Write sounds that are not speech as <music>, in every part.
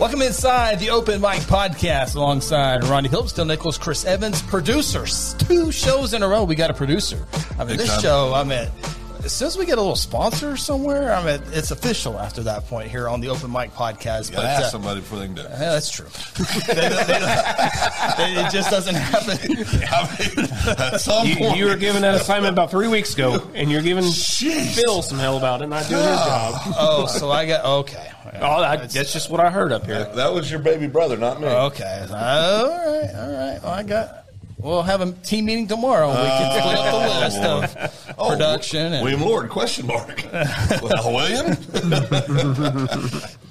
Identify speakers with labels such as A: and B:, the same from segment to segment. A: Welcome inside the Open Mic Podcast alongside Ronnie Phillips, Still Nichols, Chris Evans, producers. Two shows in a row, we got a producer. I mean,
B: Big
A: this
B: time.
A: show, I'm at, as soon as we get a little sponsor somewhere, I'm at, it's official after that point here on the Open Mic Podcast.
B: You gotta
A: uh,
B: ask somebody before they can do it.
A: yeah, that's true. <laughs> it just doesn't happen.
B: I mean, <laughs> at some
C: You,
B: point,
C: you were given that assignment about three weeks ago, and you're giving
B: Jeez.
C: Phil some hell about it, not doing your job.
A: Oh, so I got, okay.
C: Oh, I, that's just what I heard
A: <laughs>
C: up here.
B: that was your baby brother, not me.
A: Okay. All right. All right. Well, I got. We'll have a team meeting tomorrow. We can split up the list of
B: Ah, Uh, <laughs> Oh,
A: production. And,
B: William Lord? Question
A: <laughs>
B: mark. well, William,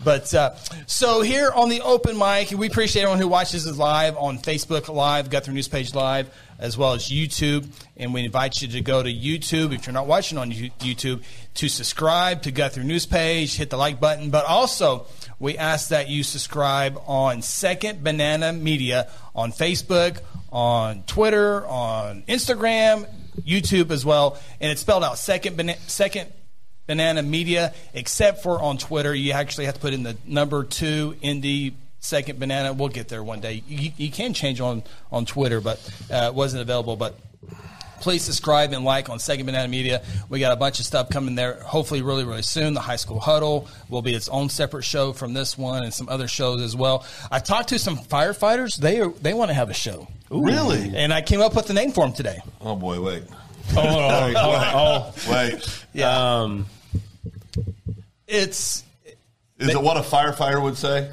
A: But uh, so here on the open mic, we appreciate everyone who watches us live on Facebook Live, Guthrie News Page Live, as well as YouTube. And we invite you to go to YouTube if you're not watching on You- YouTube to subscribe to Guthrie News Page, hit the like button. But also, we ask that you subscribe on Second Banana Media on Facebook, on Twitter, on Instagram, YouTube as well. And it's spelled out Second Banana Second Banana Media, except for on Twitter. You actually have to put in the number two indie second banana. We'll get there one day. You, you can change on on Twitter, but uh, it wasn't available. But please subscribe and like on Second Banana Media. We got a bunch of stuff coming there. Hopefully, really really soon. The high school huddle will be its own separate show from this one, and some other shows as well. I talked to some firefighters. They are, they want to have a show,
B: really?
A: and I came up with the name for them today.
B: Oh boy, wait,
C: Oh, <laughs> oh, oh, oh.
B: wait.
A: Yeah,
C: Um,
A: it's
B: Is it what a firefighter would say?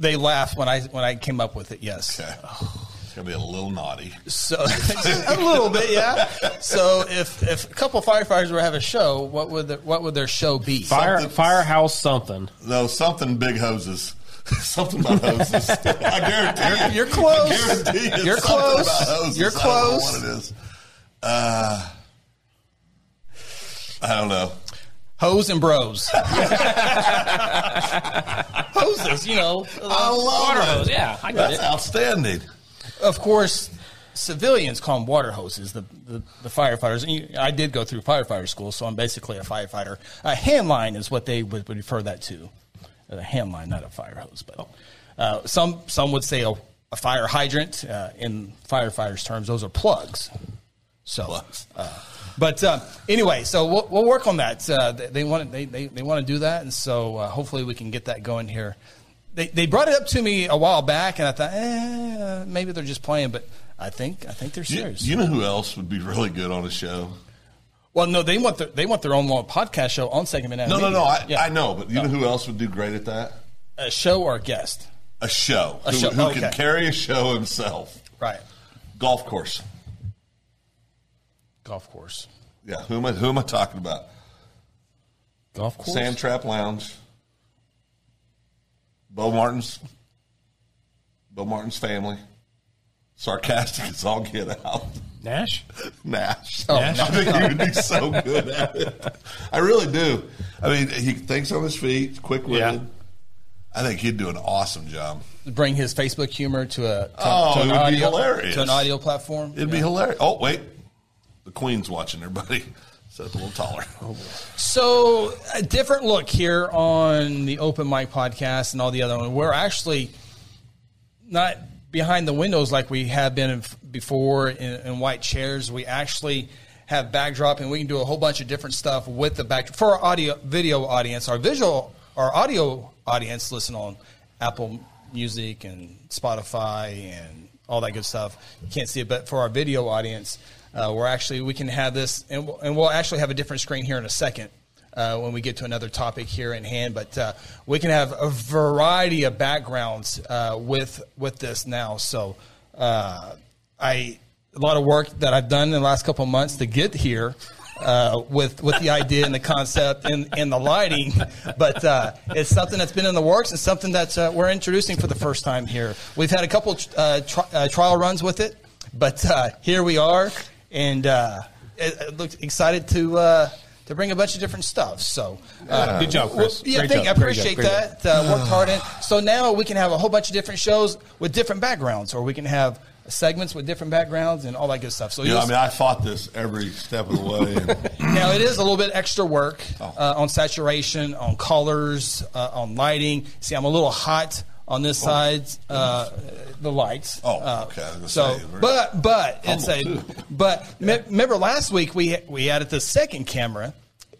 A: they laugh when I when I came up with it. Yes.
B: Okay.
A: Oh.
B: It's gonna be a little naughty.
A: So a little bit, yeah. So if if a couple firefighters were to have a show, what would the, what would their show be?
C: fire,
B: Something-
C: firehouse something.
B: No, something big hoses. <laughs> something about hoses. <laughs> I guarantee you.
A: You're close.
B: I guarantee you.
A: You're
B: it's something
A: close.
B: About hoses.
A: You're
B: I don't know
A: close.
B: what it is? Uh, I don't know.
A: Hose and <laughs> bros. Hoses, you know.
B: I love
C: Water
B: it.
C: hose, yeah, I get
B: That's
C: it.
B: outstanding.
A: Of course, civilians call them water hoses. The the, the firefighters. And you- I did go through firefighter school, so I'm basically a firefighter. A hand line is what they would, would refer that to. A hand line, not a fire hose, but uh, some some would say a, a fire hydrant. Uh, in firefighters' terms, those are plugs. So, uh, but uh, anyway, so we'll, we'll work on that. Uh, they, they want they, they, they want to do that, and so uh, hopefully we can get that going here. They, they brought it up to me a while back, and I thought eh, maybe they're just playing, but I think I think they're
B: You,
A: serious.
B: you know who else would be really good on a show?
A: well, no, they want their, they want their own little podcast show on Second Minute.
B: No, no, no. I,
A: Yeah. Oh.
B: I know, but you know who else would do great at that?
A: a show or a guest,
B: A show. who
A: show, Oh,
B: who
A: okay.
B: can carry a show himself?
A: right?
B: Golf course.
A: Golf course,
B: Yeah. Who am I? Who am I talking about?
C: Golf course.
B: Sand Trap Lounge. Bo Martin's. Bo Martin's family. Sarcastic as all get out. <laughs>
C: Nash?
B: Nash.
C: Nash.
B: I think <laughs> he would be so good at it. I really do. I mean, he thinks on his feet, quick witted.
C: Yeah.
B: I think he'd do an awesome job.
A: bring his Facebook humor to a to,
B: Oh,
A: to
B: it
A: an
B: would be
A: audio
B: hilarious.
A: to an audio platform.
B: It'd be hilarious. Oh, wait. The Queen's watching her, buddy. <laughs> So it's a little taller.
C: Oh,
A: So, a different look here on the Open Mic podcast and all the other one. We're actually not behind the windows like we have been in, before in, in white chairs. We actually have backdrop, and we can do a whole bunch of different stuff with the backdrop for our audio video audience. Our visual, our audio audience, listen on Apple Music and Spotify and all that good stuff. You can't see it, but for our video audience, uh, we're actually we can have this, and we'll, and we'll actually have a different screen here in a second uh, when we get to another topic here in hand. But uh, we can have a variety of backgrounds uh, with with this now. So uh, I a lot of work that I've done in the last couple of months to get here. Uh, with with the idea and the concept and, and the lighting, but uh, it's something that's been in the works and something that uh, we're introducing for the first time here. We've had a couple uh, tri- uh, trial runs with it, but uh, here we are, and uh, it, it looked excited to uh, to bring a bunch of different stuff. So, uh,
C: Good job, Chris.
A: yeah,
C: Great
A: thank, I
C: job, great job,
A: appreciate
C: great job.
A: that. Uh, worked hard in. So now we can have a whole bunch of different shows with different backgrounds, or we can have segments with different backgrounds and all that good stuff. So
B: You know,
A: you'll-
B: I mean, I fought this every step of the way.
C: <laughs>
B: and-
A: now it is a little bit extra work
B: Oh.
A: uh, on saturation, on colors, uh, on lighting. See, I'm a little hot on this side, uh, the lights.
B: Oh,
A: Uh,
B: okay, I was gonna
A: so,
B: say, very
A: but but it's a
B: humble, too.
A: but me- remember last week we we added the second camera,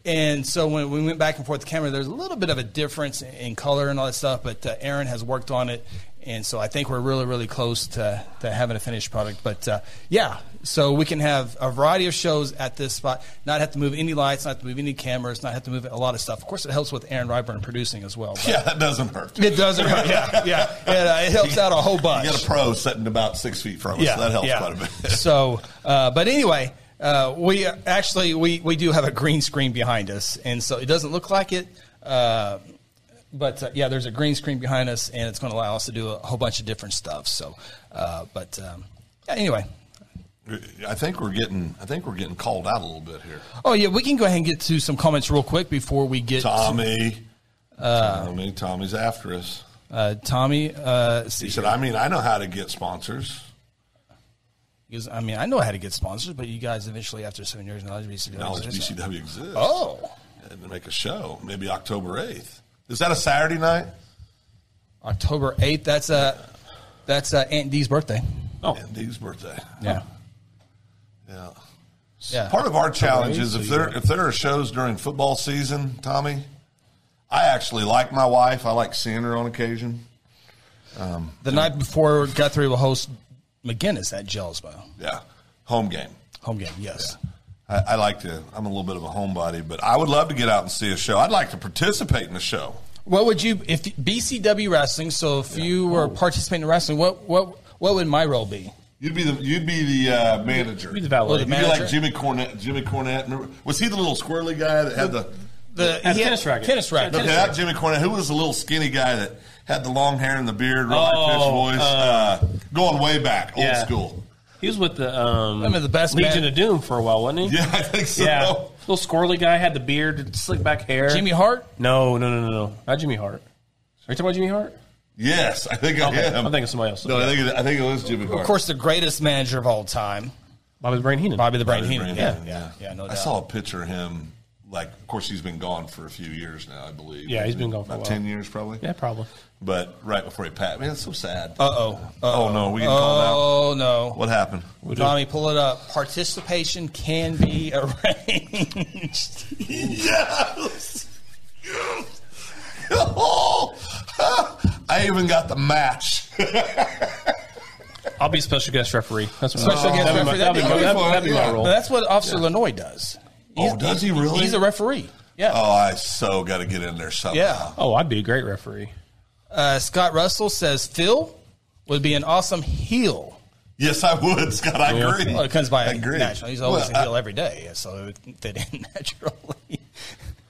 A: and so when we went back and forth the camera, there's a little bit of a difference in- in color and all that stuff. But uh, Aaron has worked on it. And so I think we're really, really close to, to having a finished product. But uh, yeah, so we can have a variety of shows at this spot, not have to move any lights, not have to move any cameras, not have to move a lot of stuff. Of course, it helps with Aaron Ryburn producing as well. but
B: yeah, that doesn't
A: <laughs>
B: hurt.
A: It does,
B: <laughs>
A: hurt. yeah, yeah. And, uh, it helps out a whole bunch.
B: You got a pro sitting about six feet from us. so that helps quite a bit.
A: <laughs> so, uh, but anyway, uh, we uh, actually we we do have a green screen behind us, and so it doesn't look like it. Uh, but uh, yeah, there's a green screen behind us, and it's going to allow us to do a whole bunch of different stuff. So, uh, but um, yeah, anyway,
B: <laughs> I think we're getting. I think we're getting called out a little bit here.
A: oh yeah, we can go ahead and get to some comments real quick before we get
B: Tommy, Tommy, Tommy's after us.
A: to uh, Tommy. Uh, let's
B: He
A: see,
B: said, "I mean, I know how to get sponsors."
A: Because, I mean, I know how to get sponsors, but you guys eventually, after seven years of knowledge, BCW.
B: Knowledge BCW exists.
A: Oh,
B: and to make a show, maybe October eighth. Is that a Saturday night?
A: October eighth. That's uh, that's uh, Aunt Dee's birthday.
C: Oh,
B: And Dee's birthday.
A: Yeah.
B: Yeah.
A: Yeah.
B: Part of our challenge is if there if there are shows during football season, Tommy. I actually like my wife. I like seeing her on occasion.
A: the night before Guthrie will host McGinnis at Gels Bowl.
B: Yeah, home game.
A: Home game, yes.
B: I, I like to. I'm a little bit of a homebody, but I would love to get out and see a show. I'd like to participate in a show.
A: What would you if BCW wrestling, so if you were participating in wrestling, what what what would my role be?
B: You'd be the you'd be the uh, manager.
C: be
B: You'd
C: the
B: be
C: valet.
A: Well, the man-
B: like
A: Manager.
B: Jimmy Cornette. Jimmy Cornette. Remember, was he the little squirrely guy that had the?
A: The
C: Had a tennis racket.
A: Tennis racket.
B: Okay, not Jimmy Cornette. Who was the little skinny guy that had the long hair and the beard, Rocky
C: Oh,
B: Fitz voice, uh, going way back, old
C: yeah.
B: school.
C: he was with the um,
A: I mean, the best
C: Legion
A: man-
C: of Doom for a while, wasn't he?
B: Yeah, I think
A: <laughs>
B: so.
C: Yeah. Little squirrely guy had the beard, slick back hair.
A: Jimmy Hart?
C: No, no, no, no, no. Not Jimmy Hart. Are you talking about Jimmy Hart?
B: Yes, I think I
C: Okay.
B: am.
C: I'm thinking somebody else.
B: no, I think it, I think it was Jimmy Cornette.
A: Of course the greatest manager of all time.
C: Bobby the Brain Heenan.
A: Bobby the Brain
B: Bobby
A: Heenan. Yeah,
B: Brandon,
A: yeah, yeah, no
B: I
A: doubt.
B: saw a picture of him. Like, of course, he's been gone for a few years now. I believe.
C: Yeah, he's been gone for a
B: about
C: while.
B: ten years, probably.
C: Yeah, Uh, probably.
B: But right before he passed, man, it's so sad.
A: Uh-oh.
B: oh no, we get
C: uh,
B: called out.
A: Oh no.
B: What happened?
A: Tommy, pull it up. Participation can be <laughs> arranged.
B: Yes. Yes. Oh, <laughs> I even got the match.
C: I'll be special guest referee. That's what
A: Special guest
C: that'd be my-
A: referee, that'd be
C: that'd be my-
B: fun,
C: that'd be my
B: yeah.
A: Well,
C: role.
A: that's what Officer Lanois does.
B: Oh, does he really?
A: He's a referee. Yeah.
B: Oh, I so got to get in there somehow.
A: Yeah.
C: Oh, I'd be a great referee.
A: Uh, Scott Russell says Phil would be an awesome heel.
B: Yes, I would, Scott. I agree.
A: Well, it comes by
B: I agree.
A: natural. He's always
B: Well,
A: a
B: I-
A: heel every day, so it would fit in <laughs> naturally.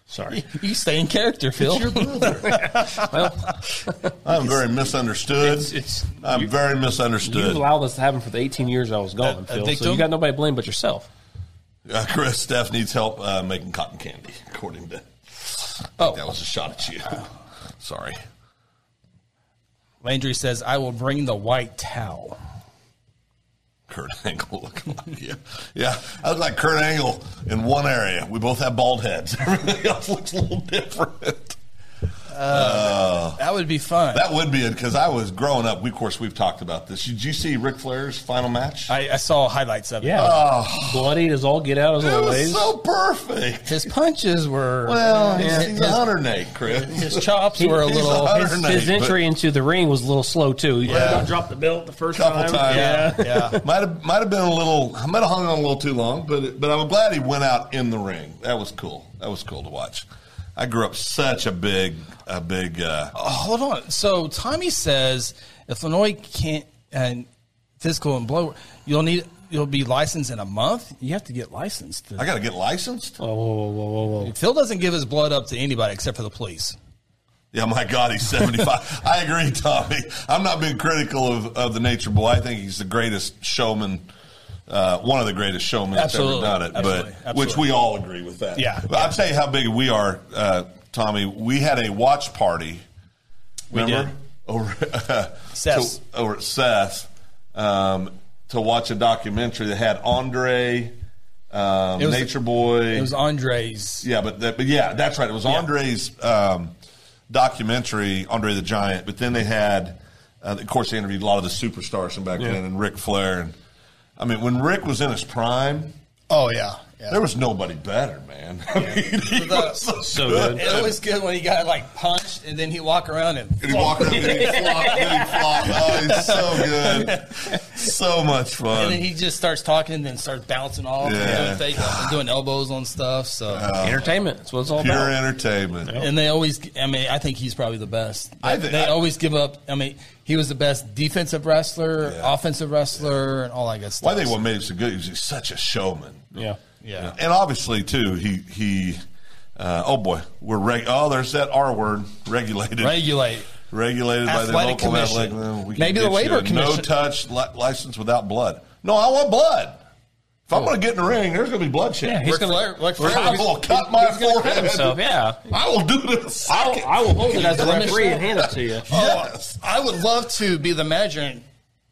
B: <laughs>
C: Sorry.
A: you stay in character, Phil.
C: <laughs> well,
B: I'm very misunderstood.
C: it's-
B: I'm very
C: you've
B: misunderstood.
C: allowed this to happen for the 18 years I was gone, Phil. So
A: victim?
C: you got nobody to blame but yourself.
B: Uh, Chris, Steph needs help uh, making cotton candy, according to.
A: Oh.
B: That was a shot at you. Sorry.
A: Landry says, "I will bring the white towel."
B: Kurt Angle looking like you. Yeah, I look like Kurt Angle in one area. We both have bald heads. <laughs> Everything else looks a little different.
A: That would be fun.
B: That would be it because I was growing up. We, of course, we've talked about this. Did you see Ric Flair's final match?
A: I, I saw highlights of it.
C: Yeah. <sighs> Bloodied as all get out as
B: it was
C: always.
B: so perfect.
A: His punches were
B: Well,
A: his-
B: he's, he's
A: his,
B: 108, Chris.
A: his chops were a
B: he's
A: little.
B: a
A: his-
C: his,
B: Saturday,
C: his
B: but-
C: entry into the ring was a little slow too. He
B: Yeah.
C: dropped the belt the first
B: Couple
C: time.
B: times.
C: Yeah.
A: yeah,
B: Might have might have been a little. I might have hung on a little too long, but it, but I'm glad he went out in the ring. That was cool. That was cool to watch. I grew up such a big a big. Uh,
A: hold on. So Tommy says if Illinois can't and physical and blow, you'll need you'll be licensed in a month. You have to get licensed.
B: I got to get licensed.
C: Whoa, whoa, whoa, whoa, whoa, whoa.
A: Phil doesn't give his blood up to anybody except for the police.
B: Yeah, my God,
A: <laughs>
B: he's 75. I agree, Tommy. I'm not being critical of, of the Nature Boy. I think he's the greatest showman, uh, one of the greatest showmen that's ever
A: Absolutely.
B: done it,
A: Absolutely.
B: but which we all agree with that.
A: Yeah.
B: But I'll tell you how big we are, uh, Tommy. We had a watch party. Remember?
A: did.
B: <laughs> Over, uh,
A: Seth's.
B: to- over at Seth. Um, to watch a documentary that had Andre, um,
A: It was-
B: Nature Boy.
A: It was Andre's.
B: Yeah, but that, but yeah, that's right. It was Andre's um, documentary, Andre the Giant. But then they had, uh, of course, they interviewed a lot of the superstars from back then, and Ric Flair. And I mean, when Rick was in his prime,
D: Oh yeah, yeah.
B: there was nobody better, man. <laughs> I mean, he
A: Without-
B: was so,
C: So
B: good.
C: good.
A: uh, It was good when he got like punched and then he walk around and
B: And he walked up and
A: <laughs>
B: he flopped, and he flopped. Oh, he's so good. So much fun.
A: and then he just starts talking and then starts bouncing off
B: Yeah.
A: and doing, fake, and doing elbows on stuff. So
C: Entertainment. That's what it's all
B: Pure
C: about.
B: entertainment.
A: and they always, I mean, I think he's probably the best.
B: I thi-
A: they
B: I-
A: always give up. I mean, he was the best defensive wrestler,
B: Yeah.
A: offensive wrestler, and all that good stuff.
B: Well, I think what made him so good, he was just such a showman.
C: Yeah.
A: yeah.
B: And obviously, too, he he. Uh, oh boy, we're reg- oh there's that R word regulated
A: Regulate.
B: regulated by the
A: Athletic
B: local
A: commission.
B: athletic. well, we can
A: Maybe the
B: get
A: labor
B: you a No
A: commission.
B: touch li- license without blood. No, I want blood. If
A: Oh.
B: I'm going to get in the ring, there's going to be bloodshed.
C: Yeah, he's
B: Ric
C: gonna-
B: Flair-
A: Ric Flair-
B: I will cut my
C: He's gonna
B: forehead.
C: cut himself. Yeah.
B: I will do this.
C: I will, I will hold it as a referee and hand it
B: <laughs>
C: to you.
B: Yes.
A: I would love to be the manager and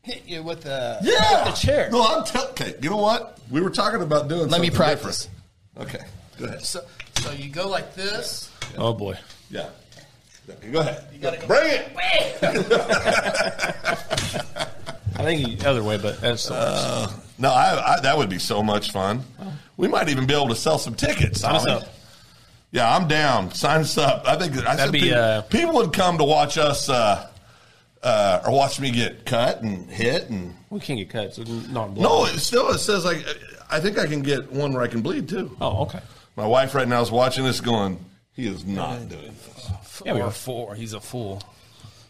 A: hit you with the
B: Yeah.
A: with the chair.
B: No, I'm telling. Okay, you know what? We were talking about doing.
A: Let me
B: something
A: practice.
B: different. Okay, go ahead.
A: So, so you go like this.
C: Oh boy.
B: Yeah. Go ahead.
A: You gotta go-
B: Bring it.
C: I think the other way, but that's
B: No, I, I, that would be so much fun. We might even be able to sell some tickets.
C: Sign us
B: Tommy.
C: up.
B: Yeah, I'm down. Sign us up. I think I said
C: That'd be,
B: people,
C: uh,
B: people would come to watch us uh, uh, or watch me get cut and hit and
C: we can't get cuts. It's Not blood.
B: no, it still it says like I think I can get one where I can bleed too.
C: Oh, okay.
B: My wife right now is watching this, going, "He is not doing this."
C: Yeah, we
A: Or
C: are.
A: four. He's a fool.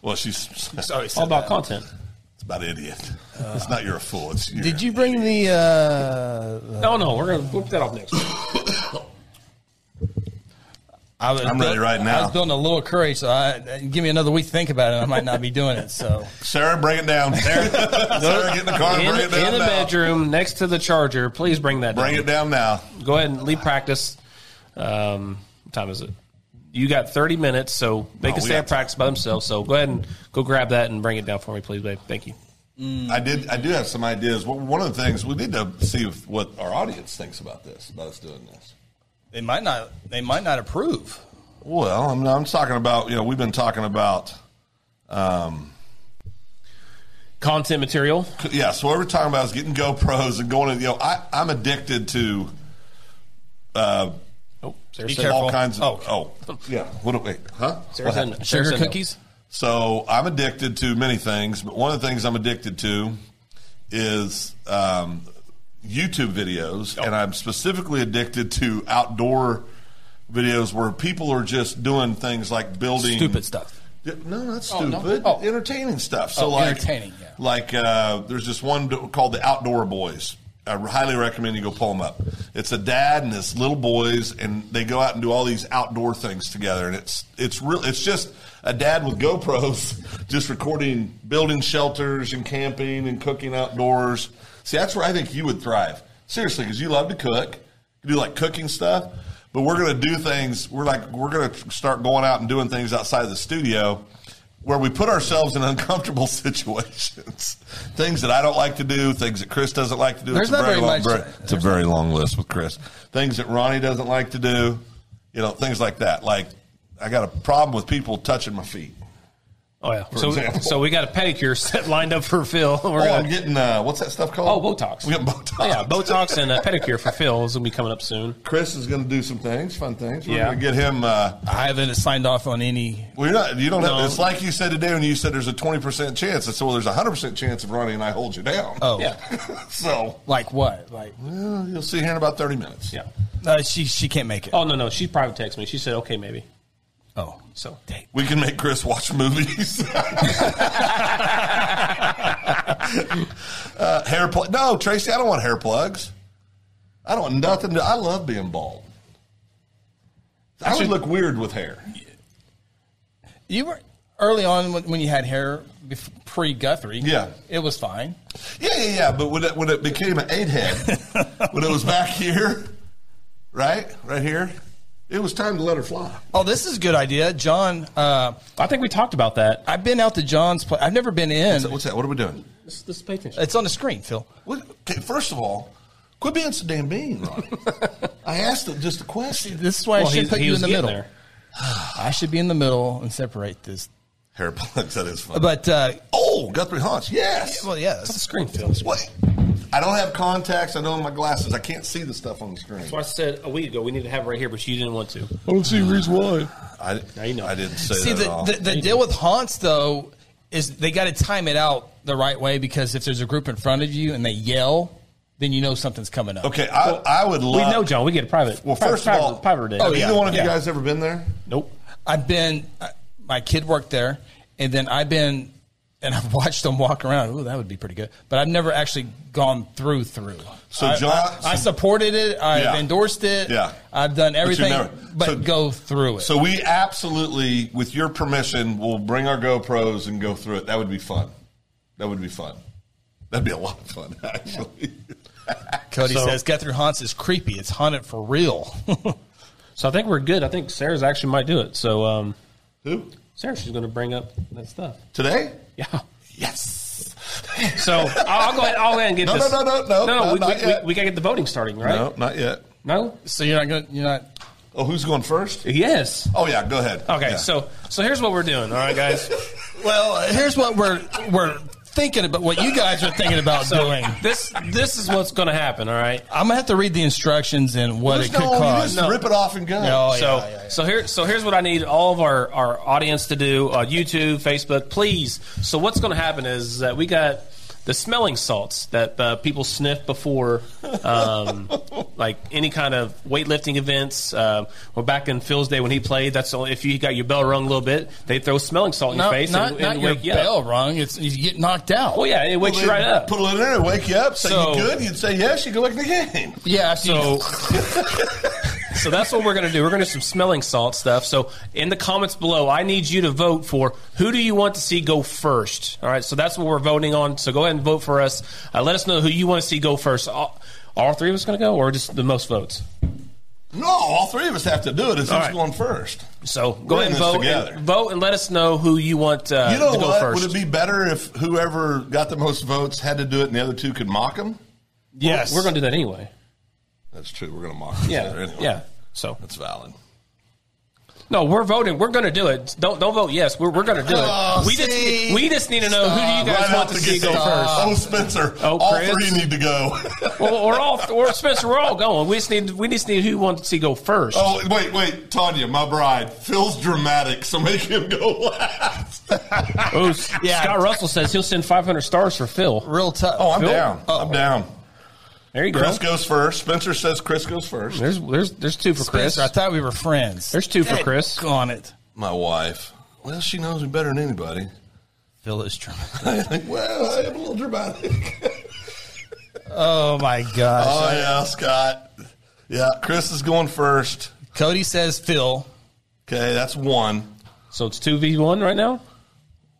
B: Well, she's <laughs>
A: Sorry,
C: All about content.
B: It's about idiot. it's not you're a fool. It's you.
A: Did you bring the? Uh,
C: No, no, we're gonna whip that
B: <laughs>
C: off next. week.
A: I was
B: I'm ready right now.
A: I was building a little courage, so I, give me another week to think about it. I might not be doing it. So
B: Sarah, break it down. <laughs> Sarah, get in the car.
C: In,
B: and break it down
C: in the
B: now.
C: bedroom next to the charger. Please bring that.
B: Bring
C: down.
B: it down now.
C: Go ahead and leave practice. Um, what time is it? You got 30 minutes, so they
B: No,
C: can
B: Oh, we
C: stay
B: got-
C: at practice by themselves. So go ahead and go grab that and bring it down for me, please, babe. Thank you.
B: I did. I do have some ideas. Well, One of the things we need to see if, what our audience thinks about this, about us doing this.
A: <laughs> they might not. They might not approve.
B: Well, I'm, I'm talking about. You know, we've been talking about. Um,
C: Content material.
B: c- yeah, so what we're talking about is getting GoPros and going. To, you know, I, I'm addicted to. Uh,
C: Oh, Sarah
A: Be
C: said-
A: careful.
B: all kinds of
A: Oh.
B: oh, yeah. What do we? Huh?
C: Sarah said- Sarah
A: Sugar
C: said no.
A: cookies.
B: So I'm addicted to many things, but one of the things I'm addicted to is um, YouTube videos, and I'm specifically addicted to outdoor videos where people are just doing things like building
A: Stupid stuff.
B: Yeah, No, not
A: Oh,
B: stupid.
A: no? Oh.
B: Entertaining stuff. So
A: Oh,
B: like
A: entertaining, yeah.
B: Like uh, there's this one do- called the Outdoor Boys. I highly recommend you go pull them up. It's a dad and his little boys, and they go out and do all these outdoor things together. And it's it's real. It's just a dad with GoPros, <laughs> just recording building shelters and camping and cooking outdoors. See, that's where I think you would thrive. Seriously, because you love to cook, you do like cooking stuff. But we're going to do things. We're like we're going to start going out and doing things outside of the studio where we put ourselves in <laughs> uncomfortable situations. things that I don't like to do, things that Chris doesn't like to do.
A: There's
B: It's a
A: not very
B: long,
A: much-
B: it's a very long list with Chris. Things that Ronnie doesn't like to do, you know, things like that. Like I got a problem with people touching my feet.
C: Oh yeah. So,
B: example.
C: so we got a pedicure <laughs> set lined up for Phil. <laughs> We're
B: Oh,
C: gonna-
B: I'm getting uh, what's that stuff called?
C: Oh, Botox.
B: We got Botox. <laughs>
C: yeah, Botox and a pedicure for Phil is gonna be coming up soon.
B: Chris is going to do some things, fun things. We're
C: Yeah.
B: going to get him. Uh,
A: I haven't signed off on any.
B: Well, you're not. You don't
C: No.
B: have. It's like you said today when you said there's a twenty percent chance. I said, well, there's a hundred percent chance of Ronnie and I hold you down.
A: Oh,
C: Yeah.
B: <laughs> so
A: like what? Like
B: well, you'll see here in about thirty minutes.
C: Yeah.
A: uh, she she can't make it.
C: Oh no no, she private texted me. She said okay maybe.
A: Oh.
C: So
B: We can make Chris watch movies. <laughs> uh, hair plug? No, Tracy, I don't want hair plugs. I don't want nothing. To, I love being bald. I would look weird with hair.
A: You were early on when, when you had hair pre Guthrie.
B: Yeah.
A: it was fine.
B: Yeah, yeah, yeah. But when it, when it became an eight head, when it was back here, right, right here, It was time to let her fly.
A: Oh, this is a good idea, John. Uh,
C: I think we talked about that.
A: I've been out to John's place. I've never been in.
B: So what's that? What are we doing?
C: This, this pay attention.
A: It's on the screen, Phil.
B: What, okay, first of all, quit being so damn mean, Ronnie. I asked it just a question.
A: This is why I
C: Well,
A: should
C: he-
A: put
C: he
A: you
C: was
A: in the
C: getting
A: middle.
C: there.
A: I should be in the middle and separate this.
B: Hair plugs. That is fun.
A: But uh,
B: oh, Guthrie Haunch. Yes.
A: well, yes,
C: Screen films.
B: What? I don't have contacts. I don't have my glasses. I can't see the stuff on the screen.
C: So I said a week ago we need to have it right here, but you didn't want to.
B: don't see a reason why. I,
C: Now you know.
B: I didn't say
A: See,
B: that at all.
A: the, the, the deal with haunts, though, is they got to time it out the right way because if there's a group in front of you and they yell, then you know something's coming up.
B: okay, I, I would love.
C: We know, John. We get a private.
B: Well,
C: private,
B: first of all,
C: private, private
A: Oh,
B: have
A: yeah.
B: either one of
C: Yeah.
B: you guys ever been there?
C: Nope.
A: I've been, uh, my kid worked there, and then I've been, and I've <laughs> watched them walk around. Ooh, that would be pretty good. But I've never actually gone through, through.
B: So
A: I-
B: John-
A: I, I supported it. I've
B: Yeah. endorsed
A: endorsed it.
B: Yeah.
A: I've done everything,
B: never-
A: but
B: so-
A: go through it.
B: So we absolutely, with your permission, will bring our GoPros and go through it. That would be fun. That would be fun. That'd be a lot of fun, <laughs> actually.
A: Cody
C: so-
A: says Guthrie Haunts is creepy. It's haunted for real. <laughs>
C: So I think we're good. I think Sarah's actually might do it. So um,
B: Who?
C: Sarah, she's going to bring up that stuff.
B: Today?
C: Yeah.
B: <laughs> Yes.
C: <laughs> So I'll, I'll go ahead. I'll go ahead and get
B: No,
C: this.
B: no, no, no, no, no,
C: we,
B: not
C: we,
B: yet.
C: we, got to get the voting starting, right?
B: No, not yet.
C: No?
A: so you're not going. You're not.
B: Oh, who's going first?
C: Yes.
B: Oh, yeah, go ahead.
C: Okay.
B: Yeah. <laughs>
C: So so here's what we're doing. All right, guys.
A: Well, uh, here's what we're we're thinking about. What you guys are thinking about <laughs> doing.
C: this this is what's going to happen. All right.
A: I'm gonna have to read the instructions and what
B: There's
A: it could
B: no, you
A: cause.
B: just rip it off and go.
A: No, Oh, yeah.
C: so so here so here's what I need all of our our audience to do: uh, YouTube, Facebook, please. So what's going to happen is that we got the smelling salts that uh, people sniff before,
A: <laughs>
C: um, like any kind of weightlifting events. Um or back in Phil's day when he played, that's the only, if you got your bell rung a little bit, they throw smelling salt in
A: No,
C: your face
A: not,
C: and,
A: not
C: and
A: your
C: wake you
A: bell
C: up.
A: rung. It's you get knocked out.
C: Oh yeah, it wakes you right up.
B: Put it in there and wake you up. Say
C: So-
B: you good. You'd say yes. You go back in the game.
A: yeah. <laughs>
C: So,
A: So
C: so that's what we're going to do. We're going to do some smelling salt stuff. So, in the comments below, I need you to vote for who do you want to see go first. All right. So that's what we're voting on. So go ahead and vote for us. Uh, let us know who you want to see go first. All, all three of us going to go, or just the most votes.
B: No, all three of us have to do it. It's who's
C: right.
B: going first.
C: So go
B: We're
C: ahead
B: in
C: and
B: this
C: vote.
B: together.
C: And vote and let us know who you want uh,
B: You know
C: to go
B: what?
C: first.
B: Would it be better if whoever got the most votes had to do it and the other two could mock him?
A: yes,
C: we're going to do that anyway.
B: That's true. We're going to mock each
C: Yeah.
B: other anyway.
C: Yeah. So
B: That's valid.
C: no, we're voting. We're going to do it. Don't don't vote yes. We're, we're going to do it.
A: Oh,
C: we just
A: see?
C: we just need to know who do you guys
B: Uh, Right
C: want
B: out
C: to
B: the
C: see
B: gate.
C: go first.
B: Oh, Spencer.
C: Oh,
B: all
C: Chris.
B: three need to go. <laughs>
C: well, we're all, or Spencer, we're all going. We just need, we just need who wants to go first.
B: oh, wait, wait. Tanya, my bride. Phil's dramatic, so make him go <laughs> last.
C: Oh, S-
A: Yeah.
C: Scott Russell says he'll send 500 stars for Phil.
A: real tough.
B: Oh, I'm
C: Phil?
B: down. I'm down.
C: There you go.
B: Chris goes first. Spencer says Chris goes first.
C: There's, there's, there's two for
A: Chris,
C: Chris.
A: I thought we were friends.
C: There's two for Chris.
A: On it.
B: My wife. Well, she knows me better than anybody. <laughs>
A: Phil is German.
B: well, I am a little dramatic. <laughs>
A: Oh my gosh.
B: Oh yeah, Scott. Yeah, Chris is going first.
A: Cody says Phil.
B: Okay, that's one.
C: So it's two v one right now.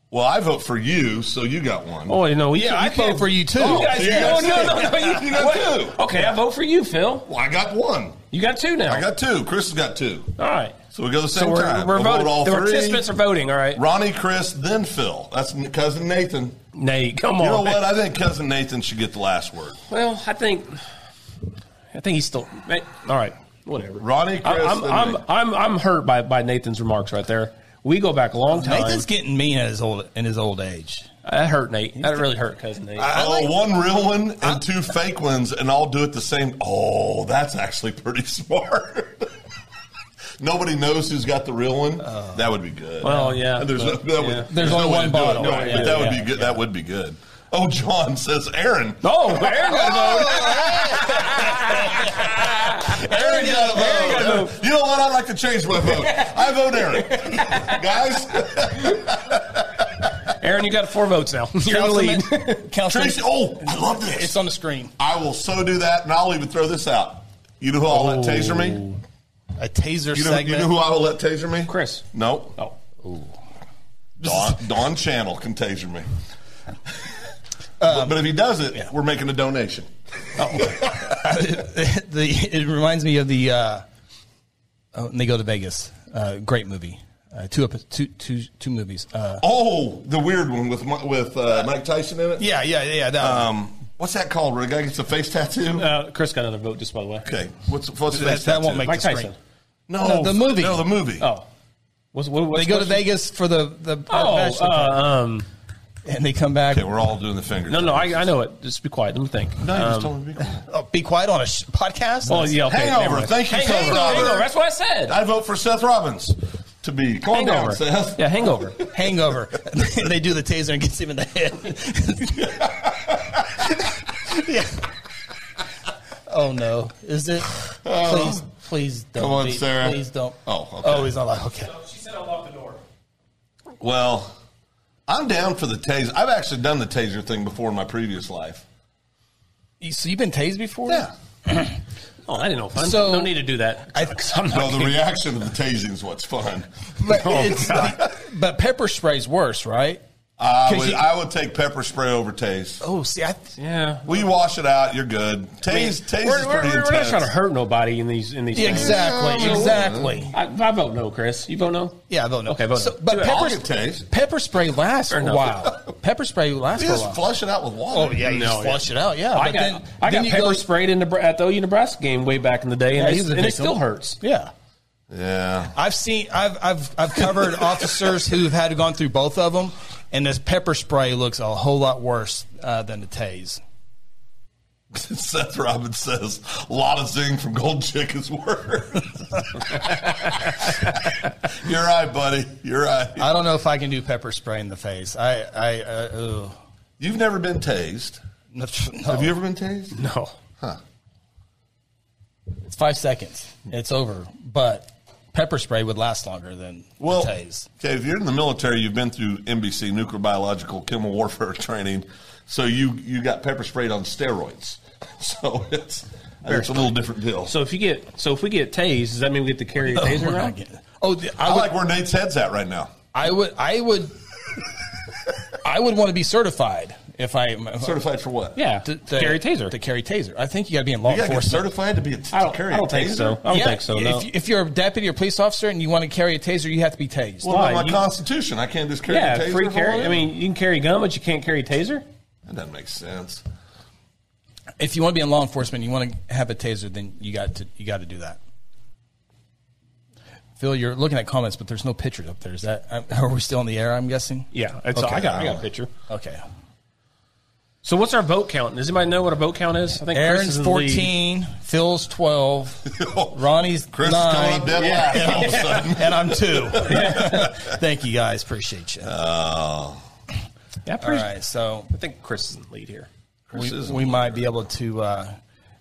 B: Well, I vote for you, so you got one.
C: Oh no, you,
A: I
C: you can't- Oh,
A: voted for you, too.
C: You guys,
B: You got
C: no, no,
B: two.
C: no, no, you,
B: You got
C: what?
B: two.
C: Okay, I vote for you, Phil.
B: Well, I got one.
C: You got two now.
B: I got two. Chris has got two.
C: all right.
B: So we go the same
C: So we're,
B: time.
C: we're
B: We'll
C: voting.
B: Vote all
C: the
B: three.
C: participants are voting. All right.
B: Ronnie, Chris, then Phil. That's n- cousin Nathan.
C: Nate, come on.
B: You know what? I think cousin Nathan should get the last word.
C: Well, I think, I think he's still. All right. Whatever.
B: Ronnie, Chris,
C: I'm,
B: then
C: I'm,
B: Nate.
C: I'm, I'm hurt by, by Nathan's remarks right there. We go back a long time. Uh,
A: Nathan's getting mean at his old in his old age.
C: that hurt Nate. That really hurt cousin Nate.
B: Oh, one real one and two fake ones, and I'll do it the same. Oh, that's actually pretty <laughs> smart. Nobody knows who's got the real one. that would be good.
C: Uh, Well, yeah,
B: And There's,
C: but-
B: no, that would,
C: yeah.
A: There's only
B: no way
A: one
B: to do it,
A: bottle,
B: right,
C: yeah,
B: but that would
C: yeah,
B: be good. That would be good. Oh, John says Aaron.
C: oh, Aaron got
B: <laughs>
C: a vote.
B: Aaron got a
C: Aaron got a vote.
B: vote. You know what? I'd like to change my vote. I vote
C: <laughs>
B: Aaron. Guys,
C: Aaron, you got four votes now. <laughs> You're in the lead.
B: <laughs>
A: Councilman, Councilman-
B: Tracy. Oh, I love this.
A: it's on the screen.
B: I will so do that, and I'll even throw this out. You know who I'll let taser me?
A: A taser
B: You know,
A: segment.
B: you know who
A: <laughs>
B: I will let taser me?
C: Chris.
B: Nope.
C: Oh.
B: Don, Don Channel can taser
C: <laughs>
B: me.
C: Um,
B: but, but if he does it, we're making a donation.
A: the, it reminds me of the uh, Oh, and they go to Vegas. Uh, great movie. Uh, two, epi- two, two, two movies. Uh,
B: Oh, the weird one with Mi- with uh, Mike Tyson in it.
A: yeah, yeah, yeah. That one.
B: Um, what's that called? Where the guy gets a face tattoo.
C: Uh, Chris got another vote, just by the way.
B: okay. What's what's
A: that,
B: face
A: that
B: tattoo?
A: won't make
C: Mike
A: the
C: Tyson.
B: No,
A: no, the movie.
B: No, the movie.
C: Oh, what's, what, what's
A: They go to
C: what's-
A: Vegas for the the
C: Oh,
A: bachelor party,
C: uh, um,
A: and they come back.
B: Okay, we're all doing the fingers.
C: no, no, I, Um, I know it. Just be quiet. Let me think.
B: No, you just told me to be
C: <laughs>
B: quiet.
A: Oh, be quiet on a sh- podcast.
C: Oh yeah, okay.
B: Hangover.
C: never mind.
B: Thank you,
C: Hang- Hangover.
B: Hangover.
C: Hangover. That's what I said.
B: I vote for Seth Rollins to be. Calm
C: hangover.
B: down, Seth.
C: Yeah, hangover.
A: hangover. <laughs> and they do the taser and gets him in the head. <laughs> yeah. Oh no! Is it? Please, please don't.
B: Come on,
A: be-
B: Sarah.
A: Please don't.
B: Oh, okay.
A: Oh, he's not like okay.
C: <laughs> She said I'll lock the door.
B: Well, I'm down for the taser. I've actually done the taser thing before in my previous life.
A: You- So you've been tased before?
B: Yeah.
C: Oh, I didn't know. Fun.
A: So-
C: don't need to do that.
A: I-
C: 'Cause I'm not
B: Well, the
C: kidding.
B: reaction of the tasing is what's fun.
A: <laughs> But,
B: Oh,
A: it's
B: God.
A: but pepper spray's worse, right?
B: I
A: 'Cause
B: would,
A: you-
B: I would take pepper spray over tase.
A: Oh, see, I
C: yeah.
B: We wash it out. You're good. Tase, tase
C: We're,
B: is
C: we're-
B: pretty
C: we're not
B: intense.
C: trying to hurt nobody in these in these.
A: yeah,
C: things.
A: exactly,
B: Yeah, I mean,
A: exactly.
C: I, I vote no, Chris. You vote no.
A: Yeah, I don't know.
C: Okay, vote
A: So-
C: no.
A: but
C: Do it.
A: pepper,
B: I'll get tased.
A: pepper spray lasts
C: Fair
A: a
C: enough. <laughs>
A: while. pepper spray lasts
B: You
A: for a
B: just
A: while.
B: flush it out with
A: Oh
B: water.
A: yeah, you
C: No,
A: just
C: yeah.
A: flush it out. Yeah,
C: Oh, I
A: but
C: got
A: then,
C: I
A: then
C: got
A: you
C: pepper
A: go-
C: sprayed in the at the OU Nebraska game way back in the day, and,
A: Yeah, he
C: it's,
A: was a
C: and it
A: victim.
C: still hurts.
A: Yeah,
B: Yeah.
A: I've seen. I've I've I've <laughs> covered officers who've had gone through both of them, and this pepper spray looks a whole lot worse uh, than the tase.
B: <laughs> Seth Robbins says, a lot of zing from Gold Chick is worse. <laughs> You're right, buddy. You're right.
A: I don't know if I can do pepper spray in the face. I I uh, ugh.
B: You've never been tased.
A: <laughs> No,
B: Have you ever been tased?
C: No.
B: Huh.
A: It's five seconds. It's over. But pepper spray would last longer than
B: Well,
A: the tase.
B: okay, if you're in the military, you've been through NBC nuclear biological chemical warfare <laughs> training, so you you got pepper sprayed on steroids. <laughs> So it's it's a little different deal.
C: So if you get so if we get tased, does that mean we get to carry a
A: <laughs>
C: taser
A: We're not
C: around?
A: getting- Oh, the- I
B: I
A: would,
B: like where Nate's head's at right now.
A: I would. I would. I would want to be certified if I
B: Certified for what?
C: yeah,
A: to,
C: to,
A: to-
C: carry a taser.
A: To carry taser. I think you got to be in law
B: You got to get
A: enforcement.
B: certified to be a
C: I
B: to
C: don't,
B: carry
C: I
B: a
C: don't think
B: taser?
C: so. I don't
A: Yeah,
C: think so. No.
A: If, you- if you're a deputy or police officer and you want to carry a taser, you have to be tased.
B: Well,
C: Why?
B: my
C: You-
B: Constitution, I can't just carry a
C: yeah,
B: taser.
C: free
B: for
C: carry.
B: all
C: I mean, you can carry gun, but you can't carry a taser.
B: that doesn't make sense.
A: if you want to be in law enforcement, you want to have a taser, then you got to you got to do that. Phil, you're looking at comments, but there's no pictures up there. Is that uh, are we still on the air? I'm guessing.
C: Yeah, it's,
A: Okay.
C: I got I got a picture.
A: Okay.
C: So what's our vote count? Does anybody know what a vote count is? I think Chris
A: Aaron's
C: is in the lead.
A: 14, Phil's
C: <laughs>
A: 12, Ronnie's
B: Chris is coming
A: nine,
B: up dead last all of a sudden.
A: <laughs> and I'm two. Thank you guys, appreciate you.
B: Oh,
C: Yeah,
A: All
C: pretty,
A: right, so
C: I think Chris is in the lead here.
B: Chris
A: we,
B: is
A: we might be able to. Uh,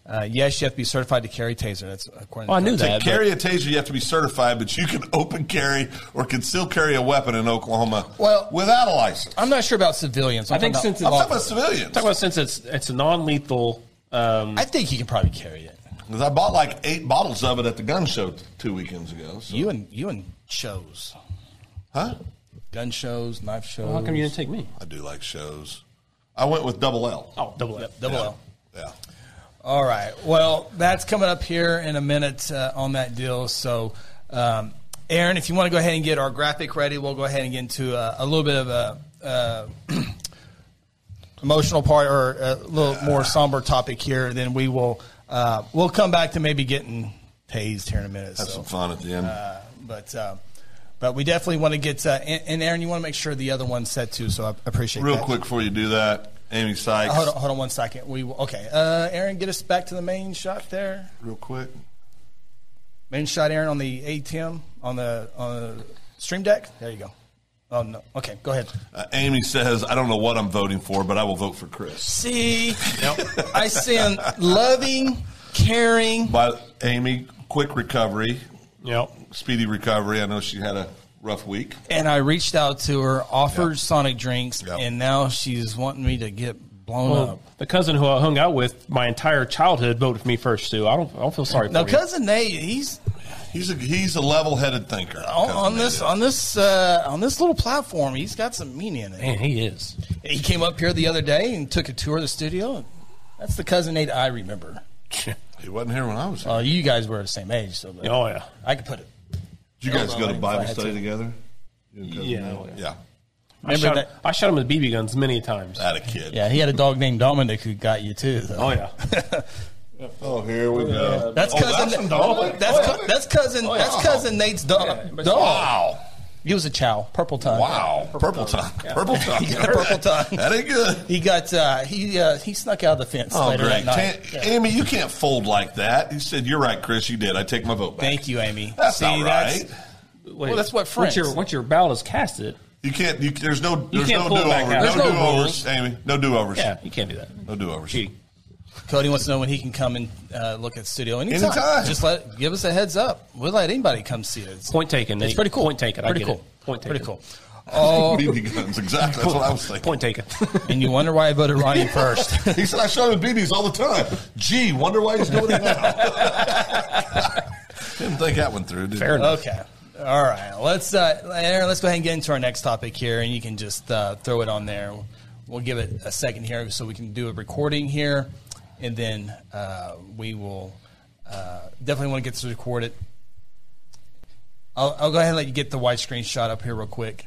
A: uh, yes, you have to be certified to carry taser. That's according.
C: Oh, I
A: to
C: knew
A: Phil.
C: that. but-
B: carry a taser. You have to be certified, but you can open carry or conceal carry a weapon in Oklahoma.
A: Well-
B: without a license.
A: I'm not sure about civilians. I'm
C: I think
A: talking
C: since
A: about,
B: I'm
C: it's
B: talking about civilians.
C: talk about since it's it's a non-lethal. Um,
A: I think you can probably carry it.
B: 'Cause I bought like eight bottles of it at the gun show t- two weekends ago. So.
A: You and you and shows,
B: Huh?
A: gun shows, knife shows.
C: how come you didn't take me?
B: I do like shows. I went with double L.
C: Oh, double F.
A: Double L.
B: Yeah.
A: All right. Well, that's coming up here in a minute uh, on that deal. So, um, Aaron, if you want to go ahead and get our graphic ready, we'll go ahead and get into uh, a, a little bit of a uh, <clears throat> emotional part or a little more somber topic here. Then we will uh, we'll come back to maybe getting tased here in a minute.
B: Have
A: so.
B: some fun at the end.
A: but uh, but we definitely want to get uh, and, and Aaron, you want to make sure the other one's set too. So I appreciate
B: Real
A: that.
B: quick before you do that, Amy Sykes.
A: Hold on, hold on one second. We will- okay, uh, Aaron, get us back to the main shot there.
B: Real quick.
A: Main shot, Aaron, on the ATM on the on the stream deck. There you go. Oh no. Okay, go ahead.
B: Uh, Amy says, I don't know what I'm voting for, but I will vote for Chris.
A: See, I send loving, caring.
B: But Amy, quick recovery,
C: Yep.
B: speedy recovery. I know she had a rough week.
A: And I reached out to her, offered
B: Yep.
A: Sonic drinks,
B: Yep.
A: and now she's wanting me to get blown
C: Well,
A: up.
C: the cousin who I hung out with my entire childhood voted for me first too. I don't. I don't feel sorry
A: Now,
C: for you.
A: cousin Nate, he's
B: He's a he's a level headed thinker.
A: on, on this on this uh, on this little platform. He's got some meaning in it.
C: Man, he is.
A: He came up here the other day and took a tour of the studio. That's the cousin Nate I remember.
B: He wasn't here when I was here.
A: Uh, you guys were the same age, so but
C: Oh yeah.
A: I could put it.
B: Did you guys
A: no,
B: go to
A: I- I
B: Bible
A: had
B: study
A: to.
B: together? You and cousin
C: Yeah,
B: Mel?
C: yeah.
B: yeah.
C: I
A: Remember
C: shot,
A: that-
C: I shot him with BB guns many times.
B: Had a kid.
A: Yeah, he had a dog named Dominic who got you too. though.
C: Oh yeah.
B: Oh, here we go.
A: <laughs> That's
B: Oh,
A: cousin.
B: from Dominic?
A: That's,
B: Oh,
A: cou-
B: yeah.
A: that's cousin. That's cousin Nate's dog. dog.
B: wow.
A: He was a chow, purple tongue.
B: Wow. Purple tongue.
A: <laughs>
B: Purple tongue.
A: He got a purple tongue.
B: That ain't good.
A: He got uh, he uh, he snuck out of the fence
B: Oh,
A: later that
B: great.
A: night.
B: Tan- Amy, you can't fold like that. You said, You're right, Chris. You did. I take my vote back.
A: Thank you, Amy.
B: That's not
A: that's-
B: right.
C: Wait,
A: that's what
C: Once
A: friends-
C: your once your ballot is casted,
B: You can't. You, there's no. There's
C: can't
B: no
C: pull it
B: do
C: back
B: overs.
C: out.
B: No
C: There's no
B: do overs, Amy. No do overs.
C: yeah, you can't do that.
B: No do overs.
C: Cheating.
A: Cody wants to know when he can come and uh, look at the studio anytime.
B: Anytime.
A: Just let give us a heads up. We'll let anybody come see us.
C: Point taken.
A: It's
C: Nate.
A: pretty cool.
C: Point taken. I
A: Pretty
C: get
A: cool.
C: it. Point taken.
A: Pretty cool. Oh,
B: BB guns. Exactly. That's what I was thinking.
C: Point taken.
A: and you wonder why I voted Ronnie
C: <laughs>
A: first.
B: He said, I shot him with BBs all the time. Gee, wonder why he's doing it now. <laughs> Didn't think that one through. Did
C: Fair
B: you?
C: enough.
A: Okay. All right. Let's uh, Aaron, let's go ahead and get into our next topic here, and you can just uh, throw it on there. We'll give it a second here so we can do a recording here, and then uh, we will uh, definitely want to get this recorded. I'll, I'll go ahead and let you get the widescreen shot up here real quick.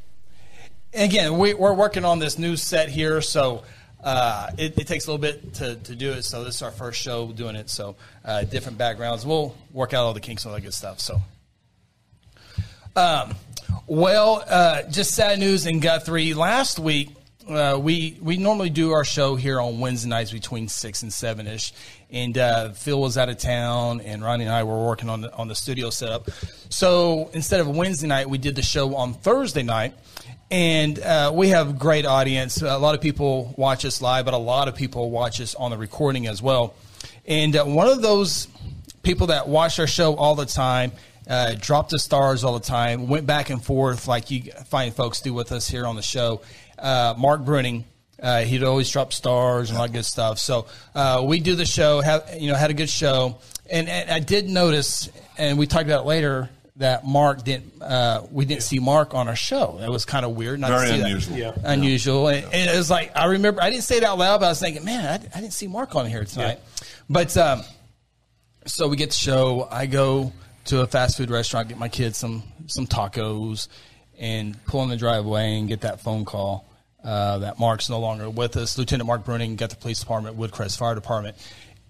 A: And again, we, we're working on this new set here, so uh, it, it takes a little bit to, to do it. So this is our first show doing it. So uh, different backgrounds. We'll work out all the kinks and all that good stuff. So. Um, well, uh, just sad news in Guthrie. Last week, uh, we we normally do our show here on Wednesday nights between six and seven ish, and uh, Phil was out of town, and Ronnie and I were working on the, on the studio setup. So instead of Wednesday night, we did the show on Thursday night, and uh, we have great audience. A lot of people watch us live, but a lot of people watch us on the recording as well. And uh, one of those people that watch our show all the time, uh, dropped the stars all the time, went back and forth like you fine folks do with us here on the show. Uh, Mark Bruning, uh, he'd always drop stars and all that good stuff. So uh, we do the show, have, you know, had a good show, and, and I did notice, and we talked about it later. That Mark didn't, uh, we didn't see Mark on our show. That was kind of weird. Not to
B: Very
A: see that
B: unusual. Yeah.
A: unusual. And, and it was like, I remember, I didn't say it out loud, but I was thinking, man, I, I didn't see Mark on here tonight. But um, so we get the show. I go to a fast food restaurant, get my kids some some tacos, and pull in the driveway and get that phone call uh, that Mark's no longer with us. Lieutenant Mark Bruning got the police department, Woodcrest Fire Department,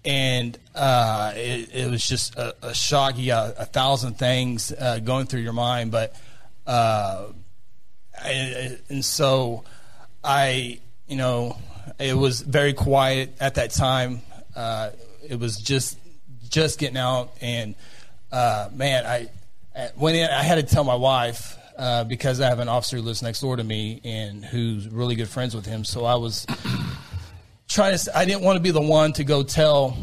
A: and uh, it, it was just a, a shock. You got a thousand things uh, going through your mind, but. Uh, and, and so I, you know, it was very quiet at that time. Uh, it was just just getting out, and uh, man, I I went in. I had to tell my wife uh, because I have an officer who lives next door to me and who's really good friends with him. So I was <clears throat> trying to. I didn't want to be the one to go tell